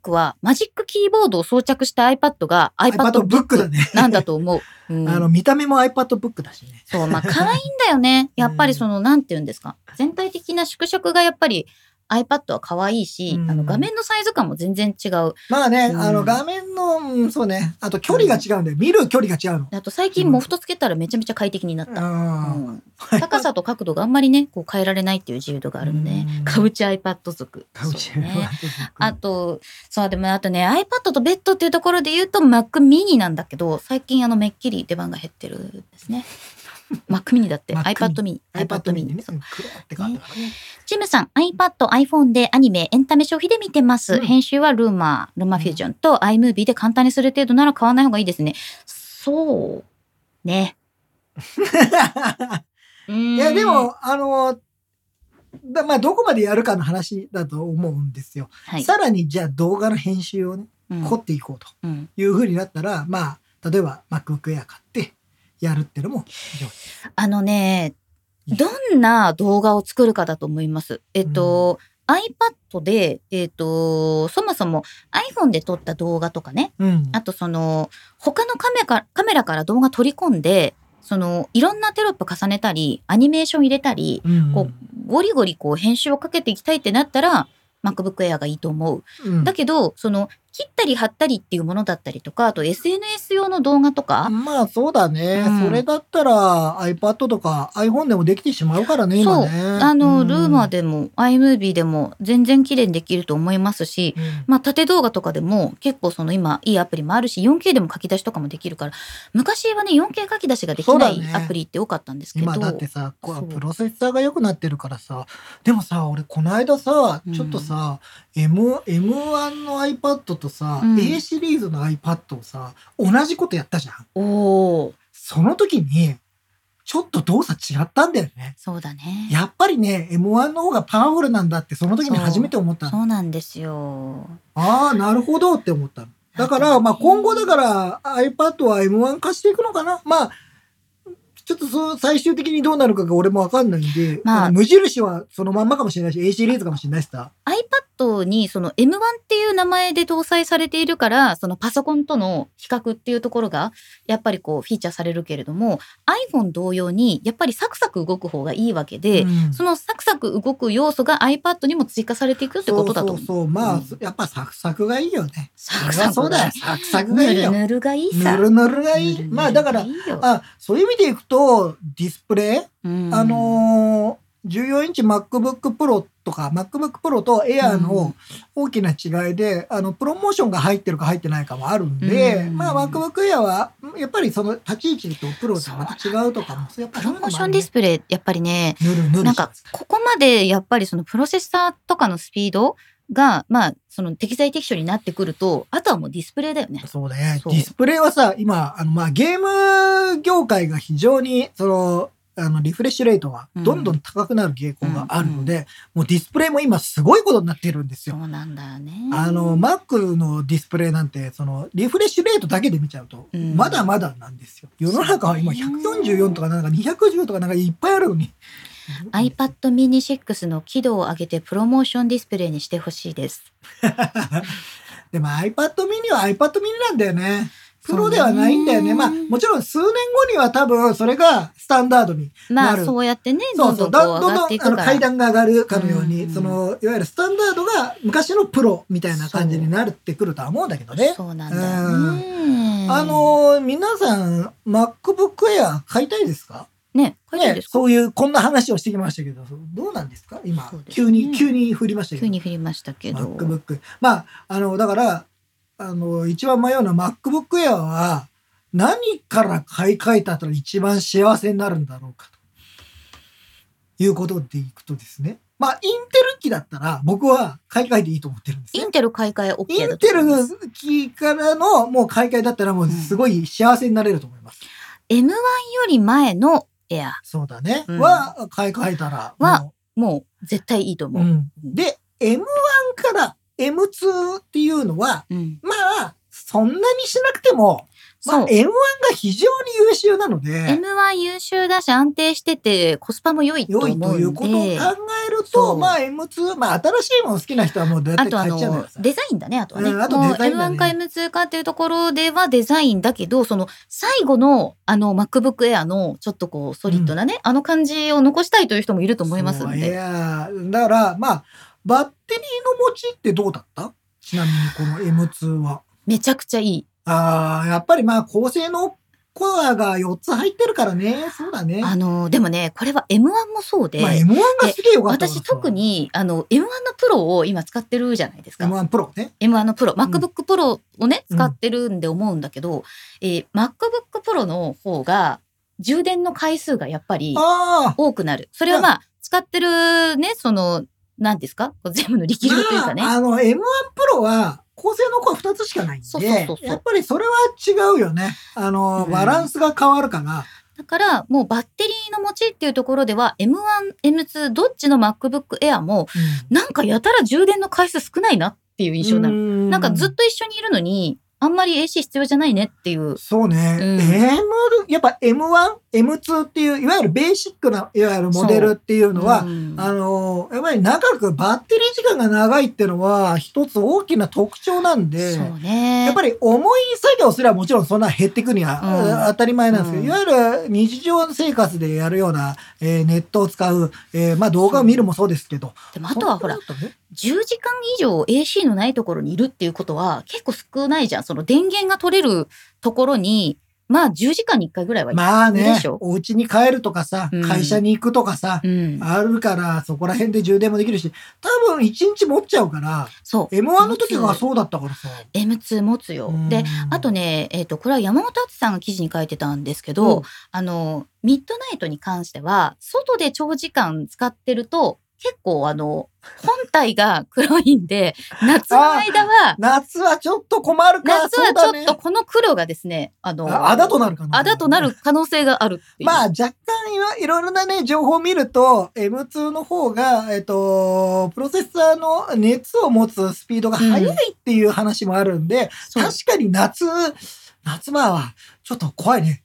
Speaker 3: iPadBook はマジックキーボードを装着した iPad が
Speaker 2: うん。iPadBook だ
Speaker 3: iPadBook
Speaker 2: ね。
Speaker 3: なんだと思う。うん
Speaker 2: あの、見た目も iPadBook だしね。
Speaker 3: そう、まあ、可愛いんだよね。やっぱりその、なんて言うんですか。全体的な縮尺がやっぱり、 iPad は可愛いし、
Speaker 2: うん
Speaker 3: あの画面のサイズ感も全然違う。
Speaker 2: まあね、
Speaker 3: うん
Speaker 2: あの画面の、うんそうね、あと距離が違うんだよ。見る距離が違うの。
Speaker 3: あと最近モフトつけたらめちゃめちゃ快適になった。
Speaker 2: あ
Speaker 3: うん高さと角度があんまりね、こう変えられないっていう自由度があるので
Speaker 2: う、ん
Speaker 3: カウチ iPad 族。
Speaker 2: カウチ
Speaker 3: そうね。あと、そう、でもあとね、iPad とベッドっていうところで言うと Mac mini なんだけど、最近あのめっきり出番が減ってるんで すね。Mac mini だって、
Speaker 2: Mac
Speaker 3: iPad mini。
Speaker 2: iPad ミニね。
Speaker 3: そう
Speaker 2: うん黒って感じだね。
Speaker 3: ジムさん、iPad、iPhone でアニメ、エンタメ消費で見てます。
Speaker 2: うん
Speaker 3: 編集はルーマー、ルーマフュージョンと iMovie で簡単にする程度なら買わない方がいいですね。そう。ね。
Speaker 2: い
Speaker 3: い
Speaker 2: や、で、も、あの、だまあ、どこまでやるかの話だと思うんですよ。
Speaker 3: はい。
Speaker 2: さらに、じゃあ動画の編集をね、
Speaker 3: うん
Speaker 2: 凝っていこうと
Speaker 3: うん
Speaker 2: いうふうになったら、まあ、例えば MacBook Air 買ってやるってのも、
Speaker 3: あのね、どんな動画を作るかだと思います。えっと、iPad で、えっと、そもそも iPhone で撮った動画とかね、
Speaker 2: うん
Speaker 3: あとその、他のカメかカメラから動画取り込んで、その、いろんなテロップ重ねたり、アニメーション入れたり、
Speaker 2: うん
Speaker 3: こうゴリゴリこう編集をかけていきたいってなったら MacBook Air がいいと思う。
Speaker 2: うん
Speaker 3: だけどその切ったり貼ったりっていうものだったりとかあと SNS 用の動画とか、
Speaker 2: まあそうだね、
Speaker 3: うん
Speaker 2: それだったら iPad とか iPhone でもできてしまうからね、
Speaker 3: そ
Speaker 2: 今
Speaker 3: う
Speaker 2: ね。
Speaker 3: あの、ルーマー
Speaker 2: で。
Speaker 3: でも iMovie でも全然綺麗にできると思いますし、
Speaker 2: うん
Speaker 3: まあ、縦動画とかでも結構その今いいアプリもあるし 4K でも書き出しとかもできるから昔はね 4K 書き出しができな
Speaker 2: そうだ
Speaker 3: い
Speaker 2: ね
Speaker 3: アプリって多かったんですけど、
Speaker 2: 今だってさ、こう
Speaker 3: そう
Speaker 2: プロセッサーが良くなってるからさ、でもさ、俺この間さ
Speaker 3: う、ん
Speaker 2: ちょっとさ、M、M1 の iPad とさ、
Speaker 3: うん
Speaker 2: A シリーズの iPad をさ、同じことやったじゃん。
Speaker 3: おおー
Speaker 2: その時に、ちょっと動作違ったんだよね。
Speaker 3: そうだね
Speaker 2: やっぱりね、M1 の方がパワフルなんだって、その時に初めて思ったの
Speaker 3: そうなんですよ
Speaker 2: ああ、なるほどって思ったの。だか
Speaker 3: なん
Speaker 2: ら、
Speaker 3: か
Speaker 2: まあ今後だから iPad は M1 化していくのかなまあ、ちょっとそう最終的にどうなるかが俺もわかんないんで、
Speaker 3: まあ
Speaker 2: の無印はそのまんまかもしれないし、A シリーズかもしれないしさ。
Speaker 3: iPad にその M1 っていう名前で搭載されているからそのパソコンとの比較っていうところがやっぱりこうフィーチャーされるけれども iPhone 同様にやっぱりサクサク動く方がいいわけで、
Speaker 2: うん
Speaker 3: そのサクサク動く要素が iPad にも追加されていくってことだと
Speaker 2: そうそう
Speaker 3: 思
Speaker 2: そ
Speaker 3: う。
Speaker 2: う。まあ、
Speaker 3: うん
Speaker 2: やっぱサクサクがいいよね。
Speaker 3: サクサク
Speaker 2: そうだよ。
Speaker 3: が
Speaker 2: サクサクが
Speaker 3: ぬ
Speaker 2: いい
Speaker 3: る
Speaker 2: よ。
Speaker 3: ぬるがいい
Speaker 2: ぬ
Speaker 3: さ。
Speaker 2: るぬるがい
Speaker 3: ぬるぬ
Speaker 2: い。
Speaker 3: る
Speaker 2: まあだから、
Speaker 3: いいよ
Speaker 2: あ、そういう意味でいくと、ディスプレイ
Speaker 3: うん
Speaker 2: あのー14インチ MacBook Pro とか MacBook Pro と Air
Speaker 3: うん
Speaker 2: の大きな違いで、あのプロモーションが入ってるか入ってないかもあるんで、
Speaker 3: うん
Speaker 2: まあ MacBook Air はやっぱりその立ち位置と Pro とまた違うとかもやっぱ
Speaker 3: プ
Speaker 2: りそうい
Speaker 3: ロ
Speaker 2: う
Speaker 3: モ
Speaker 2: のも
Speaker 3: ーシ
Speaker 2: あ
Speaker 3: ョ
Speaker 2: る
Speaker 3: ン
Speaker 2: ね
Speaker 3: ディスプレイやっぱりね
Speaker 2: ぬるぬる
Speaker 3: なん
Speaker 2: しま
Speaker 3: か
Speaker 2: す
Speaker 3: ここまでやっぱりそのプロセッサーとかのスピードがまあその適材適所になってくるとあとはもうディスプレイだよね。
Speaker 2: そうね
Speaker 3: そう
Speaker 2: ディスプレイはさ今あの、まあ、ゲーム業界が非常にそのあのリフレッシュレートがどんどん高くなる傾向があるので、もうディスプレイも今すごいことになってるんです
Speaker 3: そ
Speaker 2: よ。
Speaker 3: うなんだよね。
Speaker 2: あの、Mac のディスプレイなんて、その、リフレッシュレートだけで見ちゃうと、
Speaker 3: うん
Speaker 2: まだまだなんですよ。世の中は今144とかなんか210とかなんかいっぱいあるのに。
Speaker 3: iPad mini 6の輝度を上げてプロモーションディスプレイにしてほしいです。
Speaker 2: でも iPad mini は iPad mini なんだよね。プロでは
Speaker 3: そうね
Speaker 2: ないんだよね。まあ、もちろん数年後には多分それがスタンダードに。
Speaker 3: ま
Speaker 2: な
Speaker 3: あ
Speaker 2: る
Speaker 3: そうやってね
Speaker 2: そ
Speaker 3: ど
Speaker 2: うんそ
Speaker 3: ど
Speaker 2: う。
Speaker 3: んこ
Speaker 2: だんど
Speaker 3: う上
Speaker 2: ん
Speaker 3: が
Speaker 2: ど
Speaker 3: ってい
Speaker 2: んあ
Speaker 3: く
Speaker 2: の
Speaker 3: から。
Speaker 2: 階段が上がるかのように、
Speaker 3: うん
Speaker 2: その、いわゆるスタンダードが昔のプロみたいな感じになってくるとは思うんだけどね。
Speaker 3: そうなんだよね。
Speaker 2: あのー皆さん、MacBook Air 買いたいですか
Speaker 3: ね書いてあるんです
Speaker 2: ね
Speaker 3: か、
Speaker 2: そういう、こんな話をしてきましたけど、そうどうなんですか今、
Speaker 3: そうですね
Speaker 2: 急に、急に振りましたけ
Speaker 3: 急
Speaker 2: ど。
Speaker 3: に振りましたけど。
Speaker 2: MacBook。まあ、あの、だから、あの、一番迷うのは MacBook Air は、何から買い替えたら一番幸せになるんだろうかと。いうことでいくとですね。まあ、インテル機だったら、僕は買い替えていいと思ってるんですね
Speaker 3: インテル買い替え OK
Speaker 2: イ
Speaker 3: だ
Speaker 2: ン
Speaker 3: と
Speaker 2: テ
Speaker 3: 思
Speaker 2: ル
Speaker 3: いま
Speaker 2: の
Speaker 3: す。
Speaker 2: 機からのもう買い替えだったらもうすごい幸せになれると思います。
Speaker 3: M1 より前のエア
Speaker 2: そうだね。
Speaker 3: うん
Speaker 2: は買い替えたらもう。
Speaker 3: はもう絶対いいと思
Speaker 2: う
Speaker 3: う。
Speaker 2: ん、で、M1 から M2 っていうのは、
Speaker 3: うん。
Speaker 2: まあ、そんなにしなくても、ま
Speaker 3: そ
Speaker 2: あ、
Speaker 3: う
Speaker 2: M1 が非常に優秀なので、
Speaker 3: M1 優秀だし安定しててコスパも良いと
Speaker 2: 良
Speaker 3: 思う
Speaker 2: い
Speaker 3: んで。
Speaker 2: ということを考える
Speaker 3: そ
Speaker 2: と、
Speaker 3: う
Speaker 2: まあ M2、まあ新しいもの好きな人はもう大
Speaker 3: あ
Speaker 2: 体
Speaker 3: とあ
Speaker 2: 買っちゃうの
Speaker 3: の
Speaker 2: よ
Speaker 3: デザインだねあとはね。
Speaker 2: うんあとデザインだね
Speaker 3: もう M1 か M2 かっていうところではデザインだけどその最後のあの MacBook Air のちょっとこうソリッドなね、あの感じを残したいという人もいると思います
Speaker 2: そ
Speaker 3: ん
Speaker 2: うい
Speaker 3: で。
Speaker 2: やーだからまあバッテリーの持ちってどうだったちなみにこの M2 は。
Speaker 3: めちゃくちゃいい。
Speaker 2: ああ、やっぱりまあ構成のコアが4つ入ってるからね。そうだね。
Speaker 3: あの、でもね、これは M1 もそうで、
Speaker 2: まあ M1 がすげえよかったからさ。
Speaker 3: 私特に、あの、M1 のプロを今使ってるじゃないですか。
Speaker 2: M1 プロね。
Speaker 3: M1 のプロ、
Speaker 2: ん
Speaker 3: MacBook Pro をね、
Speaker 2: うん
Speaker 3: 使ってるんで思うんだけど、えー MacBook Pro の方が、充電の回数がやっぱり
Speaker 2: ああ。
Speaker 3: 多くなる。それはまあ、使ってるね、その、何ですかこう全部の力量というかね。
Speaker 2: まあ、あの M1 プロは構成のコア2つしかないんで
Speaker 3: そうそうそうそう
Speaker 2: やっぱりそれは違うよね。あの、
Speaker 3: うん
Speaker 2: バランスが変わるから。
Speaker 3: だから、もうバッテリーの持ちっていうところでは、M1、M2、どっちの MacBook Air も、なんかやたら充電の回数少ないなっていう印象になる。
Speaker 2: な
Speaker 3: なんかずっと一緒にいるのに、あんまり AC 必要じゃないねっていう。
Speaker 2: そうね、
Speaker 3: うん
Speaker 2: M やっぱ M1、M2 っていういわゆるベーシックないわゆるモデルっていうのは、
Speaker 3: うん
Speaker 2: あのやっぱり長くバッテリー時間が長いっていうのは一つ大きな特徴なんで、
Speaker 3: そうね。
Speaker 2: やっぱり重い作業すればもちろんそんな減ってくには、
Speaker 3: うん
Speaker 2: 当たり前なんですけど、
Speaker 3: うん
Speaker 2: いわゆる日常生活でやるような、えーネットを使う、えーまあ動画を見るもそうですけど。
Speaker 3: でもあとはほら
Speaker 2: そ、うだね
Speaker 3: 10時間以上 AC のないところにいるっていうことは結構少ないじゃん。その電源が取れるところに、まあ10時間に1回ぐらいはいる。
Speaker 2: まあ
Speaker 3: いい
Speaker 2: ね
Speaker 3: でしょ、
Speaker 2: お家に帰るとかさ
Speaker 3: うん、
Speaker 2: 会社に行くとかさ、
Speaker 3: うん。
Speaker 2: あるから、そこら辺で充電もできるし、多分一日持っちゃうから、
Speaker 3: そう。
Speaker 2: M1 の時がそうだったからさ。
Speaker 3: M2 持つよ
Speaker 2: う。ん
Speaker 3: で、あとね、えっ、と、これは山本敦さんが記事に書いてたんですけど、
Speaker 2: うん
Speaker 3: あの、ミッドナイトに関しては、外で長時間使ってると、結構あの、本体が黒い んで、夏の間は、
Speaker 2: 夏はちょっと困るか、
Speaker 3: 夏
Speaker 2: そう
Speaker 3: は
Speaker 2: だ
Speaker 3: ちょ
Speaker 2: ね
Speaker 3: っと。この黒がですね、あの、
Speaker 2: ああだとなるかな。
Speaker 3: あだとなる可能性があるっていう。
Speaker 2: まあ若干いわいろいろなね、情報を見ると、M2 の方が、えっと、プロセッサーの熱を持つスピードが速いっていう話もあるんで、
Speaker 3: そう
Speaker 2: 確かに夏、夏場はちょっと怖いね。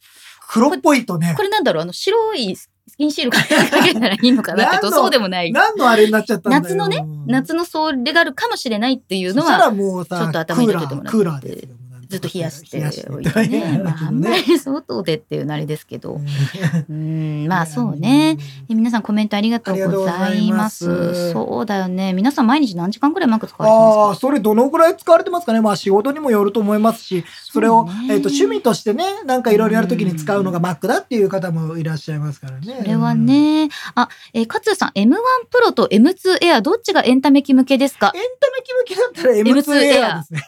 Speaker 2: 黒っぽいとね
Speaker 3: こ。れなんだろうあの白いスキンシールかかけたらいいの かなって
Speaker 2: な
Speaker 3: と
Speaker 2: んの
Speaker 3: そうでもない
Speaker 2: 何のあれになっちゃったんだよ
Speaker 3: 夏のね、夏のそれがあるかもしれないっていう
Speaker 2: そ
Speaker 3: の
Speaker 2: したら
Speaker 3: は
Speaker 2: もうさ、
Speaker 3: ちょっと頭に入れてもらって
Speaker 2: クーラー、クーラーですよ
Speaker 3: ずっと冷やしておい
Speaker 2: 冷や
Speaker 3: て
Speaker 2: して
Speaker 3: ね、
Speaker 2: 大
Speaker 3: まあ、あ
Speaker 2: 変
Speaker 3: ん
Speaker 2: だ
Speaker 3: ま
Speaker 2: けどね
Speaker 3: り外でっていうのあれですけど
Speaker 2: うん
Speaker 3: うんまあそうね。え皆さんコメントありがとうございます
Speaker 2: ありがとうございます
Speaker 3: そうだよね皆さん毎日何時間くらいマック使われて
Speaker 2: あ
Speaker 3: ま
Speaker 2: あ、
Speaker 3: すか
Speaker 2: それどのぐらい使われてますかね。まあ仕事にもよると思いますし、それを、えっと趣味としてね、なんかいろいろやるときに使うのが Mac だっていう方もいらっしゃいますからね。
Speaker 3: これは。ね、あ、えー、勝さん、M1 プロと M2 エアどっちがエンタメ機向けですか
Speaker 2: エンタメ気向きだったら M2 エアーですね。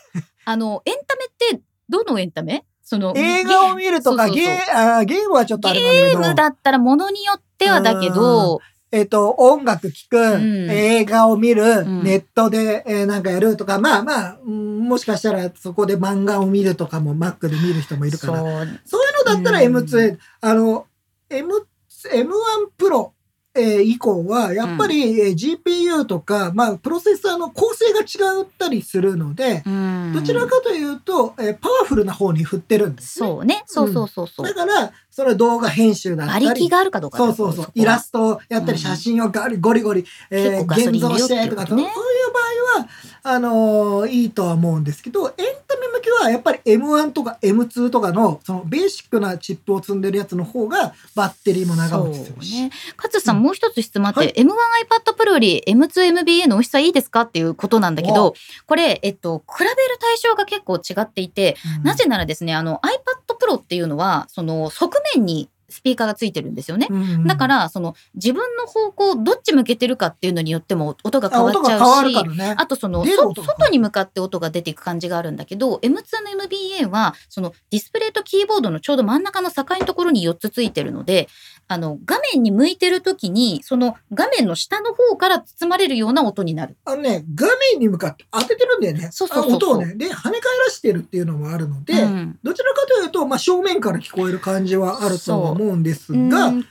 Speaker 3: あの、エンタメって、どのエンタメその、
Speaker 2: 映画を見るとか、
Speaker 3: そうそうそう
Speaker 2: ゲーあーゲームはちょっとあれ
Speaker 3: ゲ
Speaker 2: な
Speaker 3: ー
Speaker 2: んだ
Speaker 3: ム
Speaker 2: けど、
Speaker 3: だったらものによってはだけど、
Speaker 2: えっと、音楽聴く、
Speaker 3: ん
Speaker 2: 映画を見る、
Speaker 3: ん
Speaker 2: ネットで、えーなんかやるとか、まあまあ、うんもしかしたらそこで漫画を見るとかも Mac で見る人もいるか
Speaker 3: そ
Speaker 2: ら。
Speaker 3: う、
Speaker 2: そういうのだったら
Speaker 3: うん
Speaker 2: M2、あの、M、M1 プロ、えー以降は、やっぱり、えー GPU とか、まあ、プロセッサーの構成が違ったりするので、
Speaker 3: うん
Speaker 2: どちらかというと、えーパワフルな方に振ってるんです、ね。
Speaker 3: そうね、そうそうそうそう
Speaker 2: だ。から、それは動画編集だった
Speaker 3: 馬
Speaker 2: り。
Speaker 3: 力があるかどうかだ
Speaker 2: そ
Speaker 3: よ
Speaker 2: うそうそう
Speaker 3: こ。は
Speaker 2: イラストをやった
Speaker 3: うん
Speaker 2: り、写真をガリゴリゴリ、え
Speaker 3: 結構
Speaker 2: ー
Speaker 3: ガソリ
Speaker 2: 現像
Speaker 3: ン入れよ
Speaker 2: し
Speaker 3: っ
Speaker 2: てて
Speaker 3: いう
Speaker 2: と
Speaker 3: こ
Speaker 2: か、
Speaker 3: と
Speaker 2: そうそうい
Speaker 3: ね
Speaker 2: う場合は、あのーいいとは思うんですけど、エンタメ向けはやっぱり M1 とか M2 とかの、そのベーシックなチップを積んでるやつの方が、バッテリーも長
Speaker 3: そう
Speaker 2: 持ちするし。
Speaker 3: ね。勝さん、
Speaker 2: うん
Speaker 3: もう一つ質問あって、
Speaker 2: はい
Speaker 3: M1iPad Pro より M2MBA の美味しさいいですかっていうことなんだけど、これ、えっと、比べる対象が結構違っていて、
Speaker 2: うん
Speaker 3: なぜならですね、あの iPad Pro っていうのは、その側面にスピーカーがついてるんですよね。
Speaker 2: うん
Speaker 3: だから、その自分の方向、どっち向けてるかっていうのによっても音が
Speaker 2: あ
Speaker 3: 変わっ
Speaker 2: 音
Speaker 3: ち
Speaker 2: が変わ
Speaker 3: ゃう
Speaker 2: る
Speaker 3: し
Speaker 2: か、らね。
Speaker 3: あとその、
Speaker 2: 出る
Speaker 3: そ
Speaker 2: 音が変わる
Speaker 3: 外に向かって音が出ていく感じがあるんだけど、M2 の MBA は、そのディスプレイとキーボードのちょうど真ん中の境のところに4つついてるので、あの、画面に向いてる時に、その画面の下の方から包まれるような音になる。
Speaker 2: あのね、画面に向かって当ててるんだよね。
Speaker 3: そうそうそうそ
Speaker 2: あ音
Speaker 3: う
Speaker 2: をね。で、跳ね返らしてるっていうのもあるので、
Speaker 3: うん
Speaker 2: どちらかというと、まあ、正面から聞こえる感じはあるとは思うんですが、
Speaker 3: うん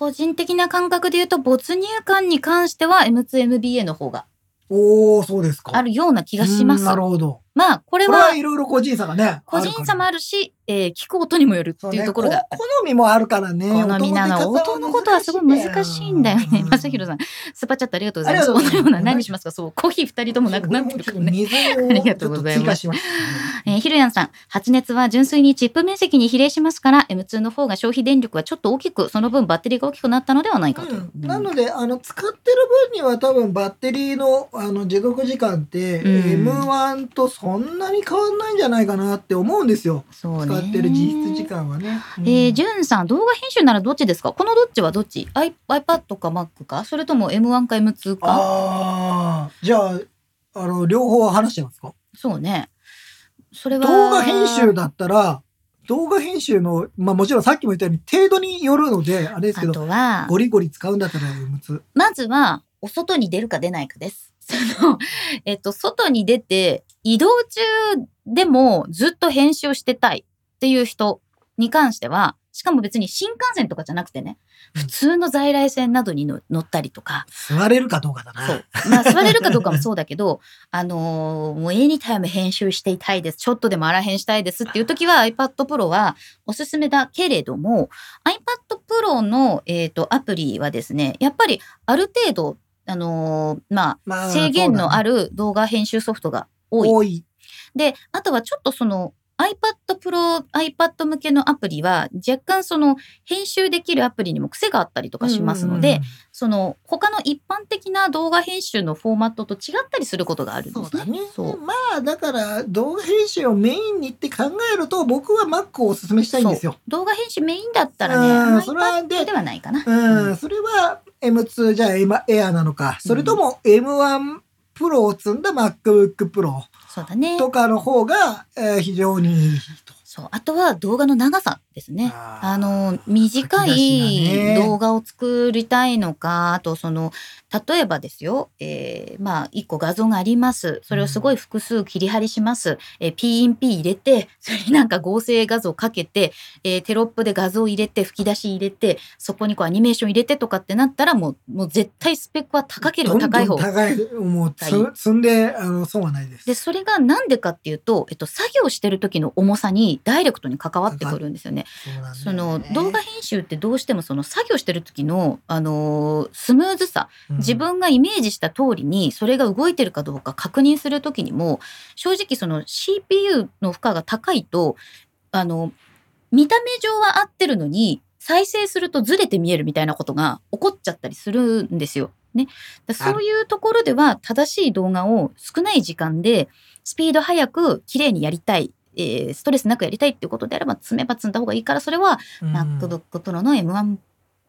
Speaker 3: 個人的な感覚で言うと、没入感に関しては M2 MBA の方が
Speaker 2: おおそうですか。
Speaker 3: あるような気がします
Speaker 2: うん。なるほど。
Speaker 3: まあ、これ
Speaker 2: これ
Speaker 3: は
Speaker 2: はいろいろ個人差がね。
Speaker 3: 個人差も
Speaker 2: あ
Speaker 3: あるし、えー聞く音にもよる
Speaker 2: るから
Speaker 3: っていうところが。
Speaker 2: そうね好みもあるからね。
Speaker 3: 好みなの。
Speaker 2: 音
Speaker 3: 音
Speaker 2: の出
Speaker 3: のこ
Speaker 2: 方
Speaker 3: とはすごい難しいんだよね。 まさひろさ
Speaker 2: ん。
Speaker 3: ん、スパチャットありがとうございま
Speaker 2: あ
Speaker 3: す。
Speaker 2: りがとうございます
Speaker 3: このような何にしますかそう、コーヒー二人ともなくなって
Speaker 2: ち
Speaker 3: る
Speaker 2: ょっ
Speaker 3: か
Speaker 2: と
Speaker 3: らね。
Speaker 2: 水を
Speaker 3: ありがとうございま
Speaker 2: ちょっと
Speaker 3: す
Speaker 2: 追加しましたね
Speaker 3: えーひろやんさん、発熱は純粋にチップ面積に比例しますから、M2 の方が消費電力がちょっと大きく、その分バッテリーが大きくなったのではないかと。
Speaker 2: うん、なのであの使ってる分には多分バッテリーのあの持続時間って、
Speaker 3: うん
Speaker 2: M1 とそんなに変わんないんじゃないかなって思うんですよ
Speaker 3: そうね。
Speaker 2: 使ってる実質時。間はね。うん
Speaker 3: えー、じゅんさん、動画編集ならどっちですかこのどっちはどっち ?i- ?iPad か Mac かそれとも M1 か M2 か
Speaker 2: ああじゃああの両方話してますか
Speaker 3: そうね。それは。
Speaker 2: 動画編集だったら動画編集の、まあ、もちろんさっきも言ったように程度によるのであれですけ
Speaker 3: あ
Speaker 2: ど
Speaker 3: とは、
Speaker 2: ゴリゴリ使うんだったら M2。
Speaker 3: まずは、お外に出るか出ないかです。 その、えっと、外に出て、移動中でもずっと編集してたいっていう人に関しては、しかも別に新幹線とかじゃなくてね、
Speaker 2: うん
Speaker 3: 普通の在来線などにの乗ったりとか、
Speaker 2: 座れるかどうかだな。
Speaker 3: そう。 まあ、座れるかどうかもそうだけど、あのーもうエニタイム編集していたいです。ちょっとでもあらへんしたいですっていう時は iPad Pro はおすすめだけれども、iPad Pro の、えー、とアプリはですね、やっぱりある程度、あのーま
Speaker 2: ま
Speaker 3: あ、
Speaker 2: あ
Speaker 3: 制限のあ
Speaker 2: る
Speaker 3: る動画編集ソフトが多い
Speaker 2: 多い。
Speaker 3: で、あとはちょっとその iPad Pro、iPad 向けのアプリは若干その編集できるアプリにも癖があったりとかしますので、その他の一般的な動画編集のフォーマットと違ったりすることがあるんで
Speaker 2: そう
Speaker 3: す
Speaker 2: だ
Speaker 3: ね。
Speaker 2: ね。
Speaker 3: そう
Speaker 2: まあだから動画編集をメインにって考えると僕は Mac をおすすめしたいんですよ。
Speaker 3: 動画編集メインだっ
Speaker 2: う
Speaker 3: たら
Speaker 2: ん
Speaker 3: ね、
Speaker 2: それはで
Speaker 3: iPad ではないかな。
Speaker 2: うん、
Speaker 3: うん
Speaker 2: それは M2 じゃあ M- Air なのか、それとも M1 Pro を積んだ MacBook Pro
Speaker 3: そうだね。
Speaker 2: とかの方が、えー非常にいいと。
Speaker 3: そう。あとは動画の長さですね。
Speaker 2: あー
Speaker 3: あの、短い
Speaker 2: 画
Speaker 3: 動画を作りたいのか、あとその、例えばですよ、えーまあ、一個画像があります。それをすごい複数切り張りします。えー、PNP 入れて、それになんか合成画像かけて、えーテロップで画像入れて、吹き出し入れて、そこにこうアニメーション入れてとかってなったら、もう、もう絶対スペックは高ければ高い方。
Speaker 2: 高いもうつ
Speaker 3: は
Speaker 2: 積んであの損はないです。
Speaker 3: で、それがなんでかっていうと、えっと、作業してる時の重さにダイレクトに関わってくるんですよね。
Speaker 2: そうなんだよね
Speaker 3: その動画編集ってどうしてもその作業してる時のあのースムーズさ
Speaker 2: うん
Speaker 3: 自分がイメージした通りにそれが動いてるかどうか確認する時にも正直その CPU の負荷が高いとあの見た目上は合ってるのに再生するとずれて見えるみたいなことが起こっちゃったりするんですよ。ね、
Speaker 2: あ
Speaker 3: だ
Speaker 2: る
Speaker 3: そういうところでは正しい動画を少ない時間でスピード速く綺麗にやりたい、えーストレスなくやりたいっていうことであれば積めば積んだ方がいいからそれは
Speaker 2: うん
Speaker 3: MacBook Pro の M1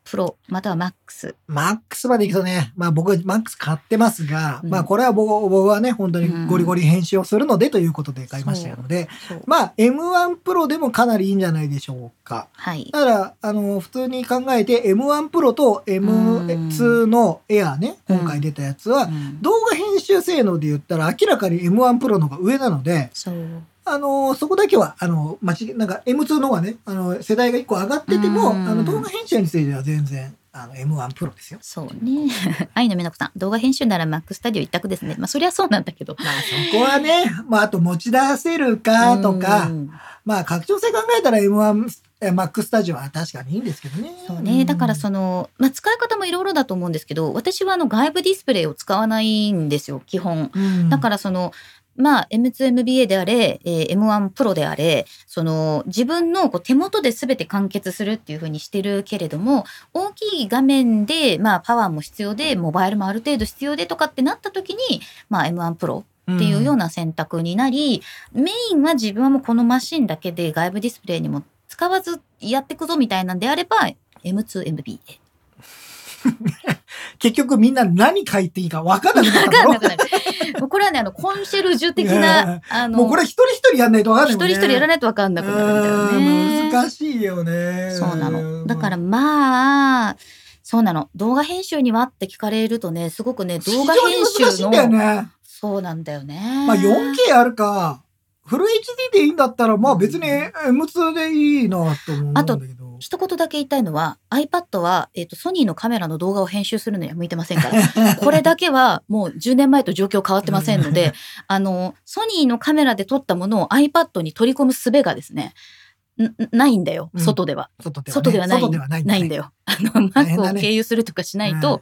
Speaker 3: Pro または Max
Speaker 2: マックスまでいくとね、まあ僕はマックス買ってますが、
Speaker 3: うん
Speaker 2: まあこれは僕僕はね、本当にゴリゴリ編集をするのでということで買いましたので、まあ M1 Pro でもかなりいいんじゃないでしょうか。
Speaker 3: はい、
Speaker 2: だから、あの、普通に考えて M1 Pro と
Speaker 3: う
Speaker 2: M2 の Air ね、
Speaker 3: うん
Speaker 2: 今回出たやつは、
Speaker 3: うん
Speaker 2: 動画編集性能で言ったら明らかに M1 Pro の方が上なので、
Speaker 3: そう
Speaker 2: あの、そこだけは、あの、間違いなんか M2 の方がね、あの、世代が一個上がってても、
Speaker 3: うん
Speaker 2: あの、動画編集については全然、あの、M1 Pro ですよ。
Speaker 3: そうね 愛の美奈子さん動画編集なら Mac スタジオ一択ですねまあそりゃそうなんだけど
Speaker 2: まあそこはね、まああと持ち出せるかとか、
Speaker 3: うん
Speaker 2: まあ拡張性考えたら M1、え Mac スタジオは確かにいいんですけどね。
Speaker 3: そうねだからそ
Speaker 2: の、、
Speaker 3: の、まあ、使い方もいろいろだと思うんですけど私はあの外部ディスプレイを使わないんですよ基本だかららその、まあ、M2MBA であれ、えー M1 プロであれその自分のこう手元で全て完結するっていう風にしてるけれども大きい画面で、まあ、パワーも必要でモバイルもある程度必要でとかってなった時に、まあ、M1 プロっていうよう
Speaker 2: な、
Speaker 3: な選択になり、メインは自分はもうこのマシンだけで外部ディスプレイにも使わずやっていくぞみたいなんであれば M2MBA。
Speaker 2: 結局みんな何書いていいか分かんな くなった
Speaker 3: わかん
Speaker 2: だ
Speaker 3: な くなるもうこれはねあのコンシェルジュ的
Speaker 2: い
Speaker 3: な
Speaker 2: や
Speaker 3: あ
Speaker 2: ろ
Speaker 3: の
Speaker 2: もうこれ一人一人やんないと分かんない
Speaker 3: 一
Speaker 2: もん
Speaker 3: 人
Speaker 2: ね。
Speaker 3: 一人やらないと分かんなくなるみたいな
Speaker 2: う
Speaker 3: ね
Speaker 2: ん。難しいよね。
Speaker 3: そうなの。だからまあ、そうなの。動画編集にはって聞かれるとね、すごくね、
Speaker 2: 非常
Speaker 3: 動
Speaker 2: に
Speaker 3: 画編
Speaker 2: 難し
Speaker 3: 集
Speaker 2: いん
Speaker 3: の、
Speaker 2: だよね。
Speaker 3: そうなんだよね。
Speaker 2: まあ 4K あるか、フル HD でいいんだったら、まあ別に M2 でいいなと思うんだけど。
Speaker 3: 一言だけ言いたいのは iPad は、えっとソニーのカメラの動画を編集するのには向いてませんから これだけはもう10年前と状況変わってませんの であのソニーのカメラで撮ったものを iPad に取り込む術がですねんんないんだよ
Speaker 2: うん
Speaker 3: 外では。
Speaker 2: 外ではね
Speaker 3: 外では
Speaker 2: 外ではな
Speaker 3: ない
Speaker 2: いんだ
Speaker 3: ない
Speaker 2: ね
Speaker 3: んだよ。あの、
Speaker 2: 大変
Speaker 3: Mac
Speaker 2: だ
Speaker 3: を
Speaker 2: ね
Speaker 3: 経由するとかしないと、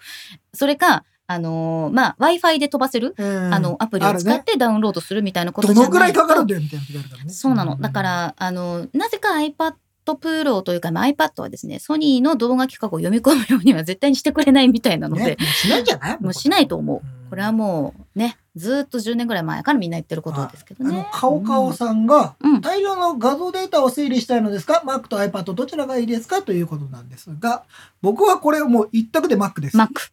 Speaker 3: それか、あのーまあ、Wi-Fi で飛ばせる、
Speaker 2: うん
Speaker 3: あの、アプリを使ってダウンロードするみたいなこと
Speaker 2: ど
Speaker 3: じゃな
Speaker 2: のく
Speaker 3: い
Speaker 2: らいかかる
Speaker 3: と
Speaker 2: んだよみたいな時あるからね。
Speaker 3: そうなの。だから、あの、なぜか iPad Pro というか、まあ、iPad はですね、ソニーの動画企画を読み込むようには絶対にしてくれないみたいな
Speaker 2: ね、
Speaker 3: ので、
Speaker 2: もうしないんじゃない
Speaker 3: もうしないと思う。
Speaker 2: うん
Speaker 3: これはもうね、ずーっと10年ぐらい前からみんな言ってることですけど
Speaker 2: あの
Speaker 3: ね。
Speaker 2: カオカオさんが、
Speaker 3: うん
Speaker 2: 大量の画像データを整理したいのですか Mac と iPad どちらがいいですかということなんですが僕はこれもう一択で Mac です、
Speaker 3: マック。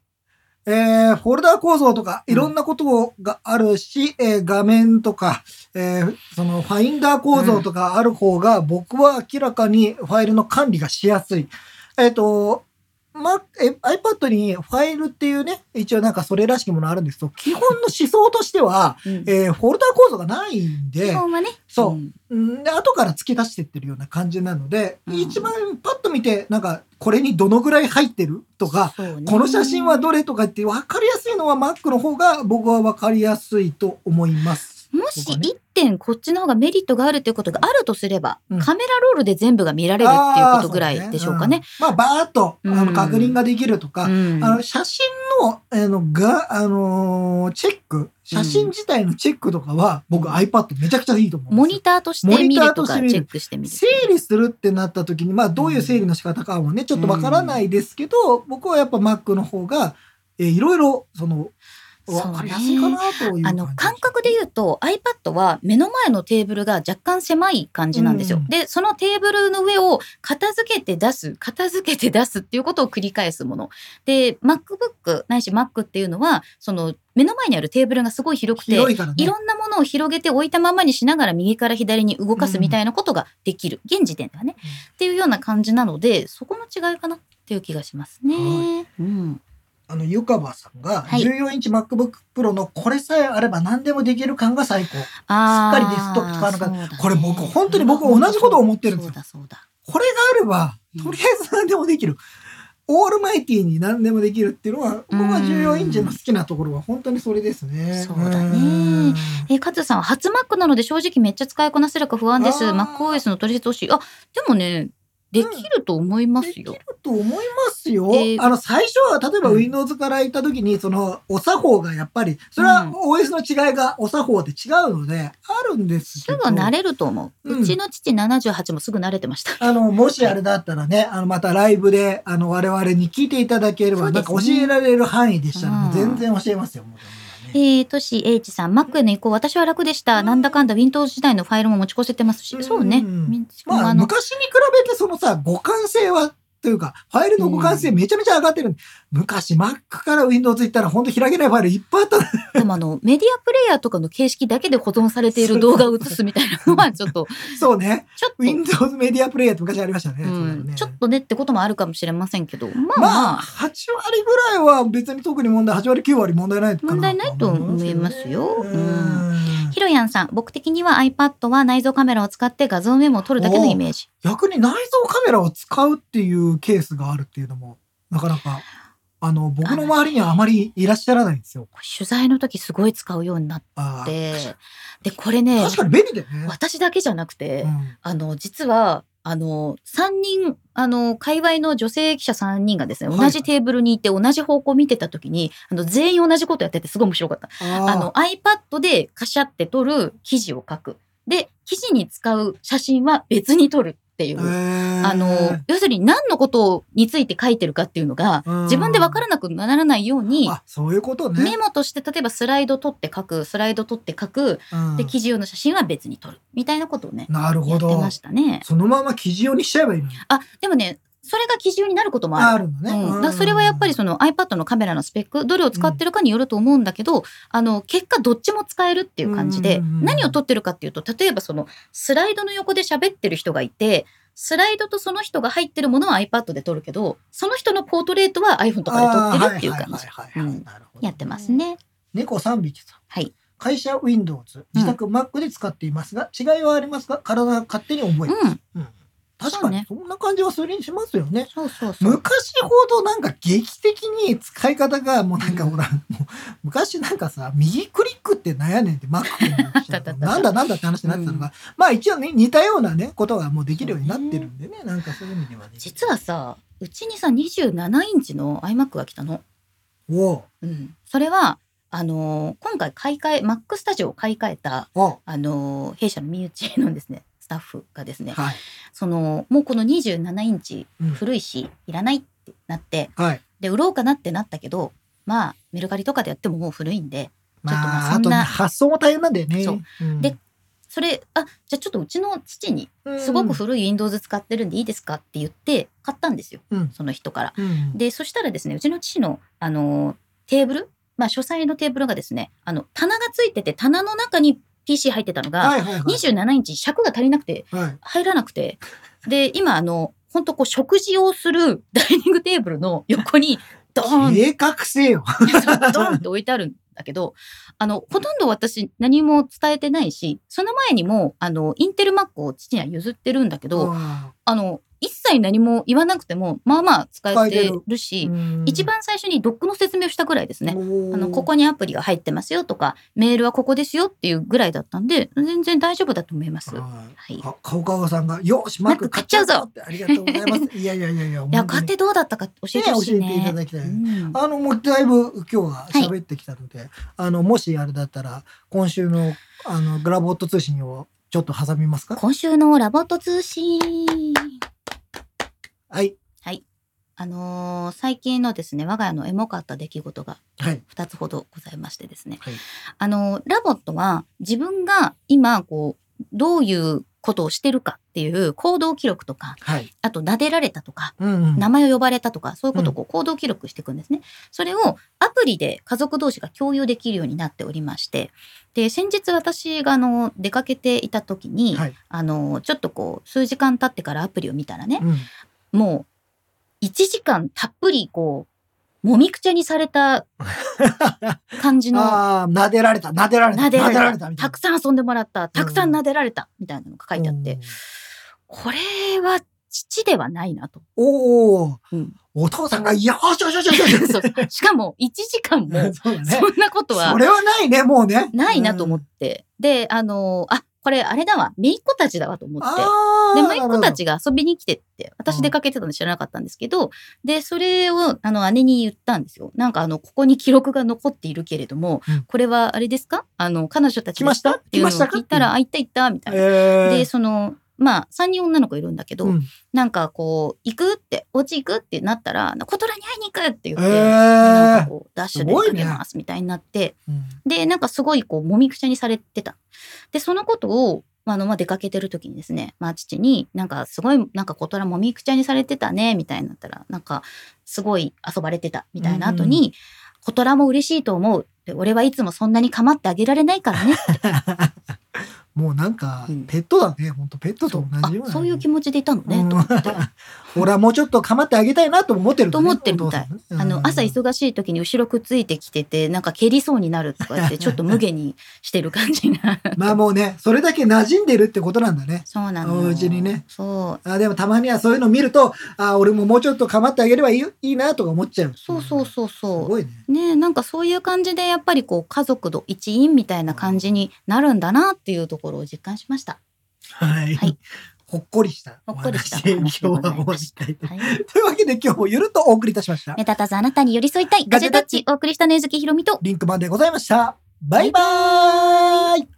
Speaker 2: えーフォルダ構造とかいろんなことがあるし、えー画面とか、えーそのファインダー構造とかある方が僕は明らかにファイルの管理がしやすい。えっ、と、ま、え iPad にファイルっていうね、一応なんかそれらしきものあるんですけど、基本の思想としては、
Speaker 3: うん
Speaker 2: えーフォルダ構造がないん
Speaker 3: 基
Speaker 2: で、
Speaker 3: 本はね。
Speaker 2: そうんうんで後から付け足してってるような感じなので、
Speaker 3: うん
Speaker 2: 一番パッと見てなんかこれにどのぐらい入ってるとか、
Speaker 3: そうね
Speaker 2: この写真はどれとかって分かりやすいのは Mac の方が僕は分かりやすいと思います。
Speaker 3: もし
Speaker 2: 僕はね
Speaker 3: 1点こっちの方がメリットがあるということがあるとすれば、
Speaker 2: うん
Speaker 3: カメラロールで全部が見られるっていうことぐらいでしょうかね。
Speaker 2: あー。そうねうんまあバーッとあ
Speaker 3: うん
Speaker 2: の確認ができるとか、
Speaker 3: うん
Speaker 2: あの写真のあのが、あのーチェック写真自体のチェックとかは、僕 iPad めちゃくちゃいいと思うんですよ
Speaker 3: モニターとして見ると
Speaker 2: モ
Speaker 3: か
Speaker 2: ニターとして見る
Speaker 3: チェックしてみる。
Speaker 2: 整理するってなった時にまあどういう整理の仕方かもねちょっとわからないですけど、僕はやっぱ Mac の方が、えーいろいろその
Speaker 3: そうね
Speaker 2: わかりやすいかなという感じ
Speaker 3: あの感覚で言うと iPad は目の前のテーブルが若干狭い感じなんですよ。
Speaker 2: うん
Speaker 3: でそのテーブルの上を片付けて出す片付けて出すっていうことを繰り返すもの。で MacBook ないし Mac っていうのはその目の前にあるテーブルがすごい広くて
Speaker 2: 広いからね
Speaker 3: いろんなものを広げて置いたままにしながら右から左に動かすみたいなことができる、現時点ではね、
Speaker 2: うん
Speaker 3: っていうような感じなのでそこの違いかなっていう気がしますね。
Speaker 2: は
Speaker 3: うん、
Speaker 2: あのゆかばさんが
Speaker 3: はい
Speaker 2: 14インチ MacBookPro のこれさえあれば何でもできる感が最高
Speaker 3: あ
Speaker 2: すっかりデスクトップ使わなかった
Speaker 3: そうだね
Speaker 2: これ僕本当に僕同じこと思ってるんですよ
Speaker 3: そうだそうだ
Speaker 2: これがあればとりあえず何でもできる、オールマイティーに何でもできるっていうのは僕は14インチの好きなところは本当にそれですね。
Speaker 3: そうだね
Speaker 2: うん
Speaker 3: えー、カズさんは初 Mac なので正直めっちゃ使いこなせるか不安です。
Speaker 2: あー
Speaker 3: MacOS の取り付け欲しい。あ、でもね、できると思いま
Speaker 2: ですき
Speaker 3: よ
Speaker 2: る。と思いますよ。
Speaker 3: で
Speaker 2: あの最初は例えば
Speaker 3: うん
Speaker 2: Windows から行った時に、そのお作法がやっぱりそれ
Speaker 3: うん
Speaker 2: は OS の違いがお作法で違うのであるんですけど。
Speaker 3: すぐ慣れると思う。
Speaker 2: うん
Speaker 3: うちの父78もすぐ慣れてました。
Speaker 2: あのもしあれだったらね、あのまたライブであの我々に聞いていただけれ
Speaker 3: そ
Speaker 2: ば、
Speaker 3: うで
Speaker 2: な
Speaker 3: す
Speaker 2: ん
Speaker 3: ね
Speaker 2: か教えられる範囲でしたら、もう全然教えますよ。もう
Speaker 3: えー、とし H さん、Mac への移行、私は楽でした。なんだかんだ Windows 時代のファイルも持ち越せてますし、
Speaker 2: うん
Speaker 3: そうね。しかも
Speaker 2: まあ、
Speaker 3: あの
Speaker 2: 昔に比べてそのさ、互換性は、というか、ファイルの互換性めちゃめちゃ上がってる。昔、Mac から Windows 行ったら、本当開けないファイルいっぱいあったの
Speaker 3: でもあの、メディアプレイヤーとかの形式だけで保存されている動画を映すみたいな のは、ちょっと、
Speaker 2: そうね。
Speaker 3: ちょっと、
Speaker 2: Windows メディアプレイヤーって昔ありましたね。そうだよ
Speaker 3: うん、
Speaker 2: ね
Speaker 3: ちょっとねってこともあるかもしれませんけど、まあま
Speaker 2: まあ、
Speaker 3: あ、
Speaker 2: 8割ぐらいは別に特に問題、8割、9割問題ないかな
Speaker 3: 問題ないと思いますよ
Speaker 2: うんうん
Speaker 3: ひろやんさん、僕的には iPad は内蔵カメラを使って画像メモを撮るだけのイメージ。
Speaker 2: 逆に内蔵カメラを使うっていうケースがあるっていうのも、なかなか、あの、僕の周りにはあまりいらっしゃらないんですよ。
Speaker 3: 取材の時すごい使うようになっ
Speaker 2: あー
Speaker 3: て、で、これね、
Speaker 2: 確かに便利だよね。
Speaker 3: 私だけじゃなくて、
Speaker 2: うん
Speaker 3: あの、実は、あの、3人、あの、界隈の女性記者3人がですね、
Speaker 2: はい
Speaker 3: 同じテーブルにいて、同じ方向を見てた時に、あの、全員同じことやってて、すごい面白かった。
Speaker 2: あ
Speaker 3: あ
Speaker 2: ー
Speaker 3: の、iPad でカシャって撮る記事を書く。で、記事に使う写真は別に撮るっていう。あ
Speaker 2: あ
Speaker 3: の、要するに何のことについて書いてるかっていうのが、
Speaker 2: うん
Speaker 3: 自分で分からなくならないように、
Speaker 2: あそういうことね。
Speaker 3: メモとして例えばスライド撮って書く、スライド撮って書く、
Speaker 2: うん
Speaker 3: で、記事用の写真は別に撮る。みたいなことをね、
Speaker 2: なる
Speaker 3: や
Speaker 2: ほ
Speaker 3: って
Speaker 2: ど
Speaker 3: ま。したね。
Speaker 2: そのまま記事用にしちゃえばいいのに。
Speaker 3: あ、でもね、それが基準になることも
Speaker 2: あ
Speaker 3: ある。
Speaker 2: るのね。
Speaker 3: うん、だからそれはやっぱりその iPad のカメラのスペックどれを使ってるかによると思うんだけど、あの結果どっちも使えるっていう感じで、
Speaker 2: うんうんうんうん
Speaker 3: 何を撮ってるかっていうと例えばそのスライドの横で喋ってる人がいてスライドとその人が入ってるものは iPad で撮るけどその人のポートレートは iPhone とかで撮ってるっていう感じ
Speaker 2: あーはいはいはいはい
Speaker 3: うん
Speaker 2: なるほど
Speaker 3: やってます。ね。
Speaker 2: 猫3匹さん。
Speaker 3: はい
Speaker 2: 会社 Windows、自宅 Mac で使っていますが、違いはありますか体が勝手に覚える。
Speaker 3: うん、
Speaker 2: うん確かにそんな感じはするにしますよね。
Speaker 3: そうそうそう。
Speaker 2: 昔ほどなんか劇的に使い方がもうなんかほら、もう昔なんかさ右クリックって悩ねんって Mac に なっちゃう
Speaker 3: あったあったあっ
Speaker 2: と
Speaker 3: た
Speaker 2: なんだなんだって話になってたのが、まあ一応ね似たようなねことがもうできるようになってるんでねなんかそういう意味ではね
Speaker 3: 実はさうちにさ27インチの iMac が来たの。
Speaker 2: おう
Speaker 3: うん、それはあのー今回買い替え Mac スタジオを買い替えた、
Speaker 2: お
Speaker 3: あのー弊社の身内のですねスタッフがですね
Speaker 2: はい。
Speaker 3: そのもうこの27インチ
Speaker 2: うん
Speaker 3: 古いしいらないってなって
Speaker 2: はい。
Speaker 3: で売ろうかなってなったけどまあメルカリとかでやってももう古いんで
Speaker 2: ま
Speaker 3: ちょっとまあ
Speaker 2: あ、
Speaker 3: そ
Speaker 2: あ
Speaker 3: ん
Speaker 2: と
Speaker 3: な
Speaker 2: ね発想も大変なんだよね。
Speaker 3: そう
Speaker 2: うん
Speaker 3: で、それあじゃあちょっとうちの父に
Speaker 2: うん
Speaker 3: すごく古い Windows 使ってるんでいいですかって言って買ったんですよ、
Speaker 2: うん
Speaker 3: その人から。
Speaker 2: うん
Speaker 3: でそしたらですねうちの父の、あのテーブル、まあ、書斎のテーブルがですねあの棚がついてて棚の中に PC 入ってたのが
Speaker 2: はいはいはい。
Speaker 3: 27インチ尺が足りなくて
Speaker 2: はい。
Speaker 3: 入らなくてで今あの本当こう食事をする ダイニングテーブルの横 にドーン
Speaker 2: 計画性よ。
Speaker 3: そうドンって置いてあるんだけど、あの、ほとんど私何も伝えてないし、その前にも、あの、インテルマックを父には譲ってるんだけど、あの、一切何も言わなくても、まあまあ使えてるし、一番最初にドックの説明をしたぐらいですね。あの、ここにアプリが入ってますよとか、メールはここですよっていうぐらいだったんで、全然大丈夫だと思います。は
Speaker 2: はい
Speaker 3: い。い
Speaker 2: あ、カオカオさんが、よし、マック
Speaker 3: マック買っちゃうぞ
Speaker 2: ってありがとうござい ます。いやいやいやいや、
Speaker 3: や、
Speaker 2: 本当
Speaker 3: 買っ
Speaker 2: に
Speaker 3: てどうだったか教えてほしい
Speaker 2: ね教えていた
Speaker 3: ね。
Speaker 2: だきたい。
Speaker 3: うん
Speaker 2: あの、もうだいぶ今日は喋ってきたので、あの、もしあれだったら、今週の、あの、グラボット通信をちょっと挟みますか
Speaker 3: 今週のラボット通信。
Speaker 2: はい。
Speaker 3: あのー最近のですね我が家のエモかった出来事が
Speaker 2: はい。
Speaker 3: 2つほどございましてですね、
Speaker 2: はい
Speaker 3: あのーラボットは自分が今こうどういうことをしてるかっていう行動記録とか
Speaker 2: はい。
Speaker 3: あと撫でられたとか
Speaker 2: うん、うん。
Speaker 3: 名前を呼ばれたとかそういうことをこう行動記録していくんですね、それをアプリで家族同士が共有できるようになっておりましてで先日私があの出かけていた時に、
Speaker 2: はい。
Speaker 3: あのーちょっとこう数時間経ってからアプリを見たらね、
Speaker 2: うん。
Speaker 3: もう1時間たっぷりこうもみくちゃにされた感じの
Speaker 2: ああ、撫でられた、撫でられた、
Speaker 3: 撫でられ
Speaker 2: み
Speaker 3: た
Speaker 2: たい
Speaker 3: た
Speaker 2: な
Speaker 3: く。さん遊んでもらったたくさん撫でられたみたいなのが書いてあって、これは父ではないなと。
Speaker 2: おお、
Speaker 3: うん
Speaker 2: お父さんが、いや、よしよしよしよしよし。
Speaker 3: そうしかも1時間も
Speaker 2: そうだね。
Speaker 3: そんなことは
Speaker 2: それはないね、もうね。
Speaker 3: ないなと思っ
Speaker 2: うん
Speaker 3: て、であのあこれあれだわめいっ子たちだわと思って。
Speaker 2: あ
Speaker 3: で、
Speaker 2: ー
Speaker 3: めいっ子た。
Speaker 2: なる
Speaker 3: ちが遊びに来てって、
Speaker 2: う
Speaker 3: 私
Speaker 2: ん
Speaker 3: 出かけてたの知らなかったんですけど、で、それを、あの、姉に言ったんですよ。なんか、あの、ここに記録が残っているけれども、
Speaker 2: うん
Speaker 3: これはあれですかあの、彼女た
Speaker 2: 来
Speaker 3: ちで
Speaker 2: ますし
Speaker 3: か
Speaker 2: た
Speaker 3: っていうのを
Speaker 2: 来ましたか
Speaker 3: 聞いたら、あ、行った行った、みた
Speaker 2: ほ
Speaker 3: い
Speaker 2: ど
Speaker 3: な。
Speaker 2: え
Speaker 3: で、
Speaker 2: ー
Speaker 3: その、まあ、3人女の子いるんだけど、
Speaker 2: うん
Speaker 3: なんかこう、行くって、お家行くってなったら、小虎に会いに行くって言って、
Speaker 2: え
Speaker 3: なんか
Speaker 2: ー
Speaker 3: こう、ダッシュで出かけます、みたいになって、で、なんかすごいこう、もみくちゃにされてた。で、そのことを、あの、まあ、出かけてる時にですね、まあ、父に、なんかすごい、なんか小虎もみくちゃにされてたね、みたいになったら、なんか、すごい遊ばれてた、みたいな後
Speaker 2: うん
Speaker 3: に、小虎も嬉しいと思う。で俺はいつもそんなに構ってあげられないか らね。
Speaker 2: うんもうなんか
Speaker 3: うん、
Speaker 2: ペットだね。本当ペットと同じような。
Speaker 3: あそういう気持ちでいたのね、
Speaker 2: うん
Speaker 3: と思って。
Speaker 2: 俺はもうちょっと構ってあげたいなと思ってるのね、
Speaker 3: と思ってるみたい
Speaker 2: お父さんね。
Speaker 3: あの朝
Speaker 2: ぐ。
Speaker 3: 忙しい時に後ろくっついてきててなんか蹴りそうになるとか言ってちょっと無下にしてる感じ が
Speaker 2: まあもうね、それだけ馴染んでるってことなんだね。
Speaker 3: そうなの
Speaker 2: お家にね
Speaker 3: そう
Speaker 2: あでもたまにはそういうの見ると、あ俺ももうちょっと構ってあげればいいよいいなとか思っちゃう。
Speaker 3: そうそうそう
Speaker 2: す
Speaker 3: そう
Speaker 2: ごいね。
Speaker 3: ねえなんかそういう感じでやっぱりこう家族の一員みたいな感じになるんだなっていうところを実感しました。
Speaker 2: はい。
Speaker 3: はい
Speaker 2: ほっこりした
Speaker 3: ほっこりした
Speaker 2: お話で
Speaker 3: お
Speaker 2: 今日は
Speaker 3: 話でござい
Speaker 2: 終
Speaker 3: ま
Speaker 2: わ
Speaker 3: し
Speaker 2: りたいと
Speaker 3: はい、
Speaker 2: というわけで今日もゆるっとお送りいたしました。
Speaker 3: 目立たずあなたに寄り添いたいガジェタッチお送りしたねずきひろみと
Speaker 2: リンクマンでございました。バイバーイ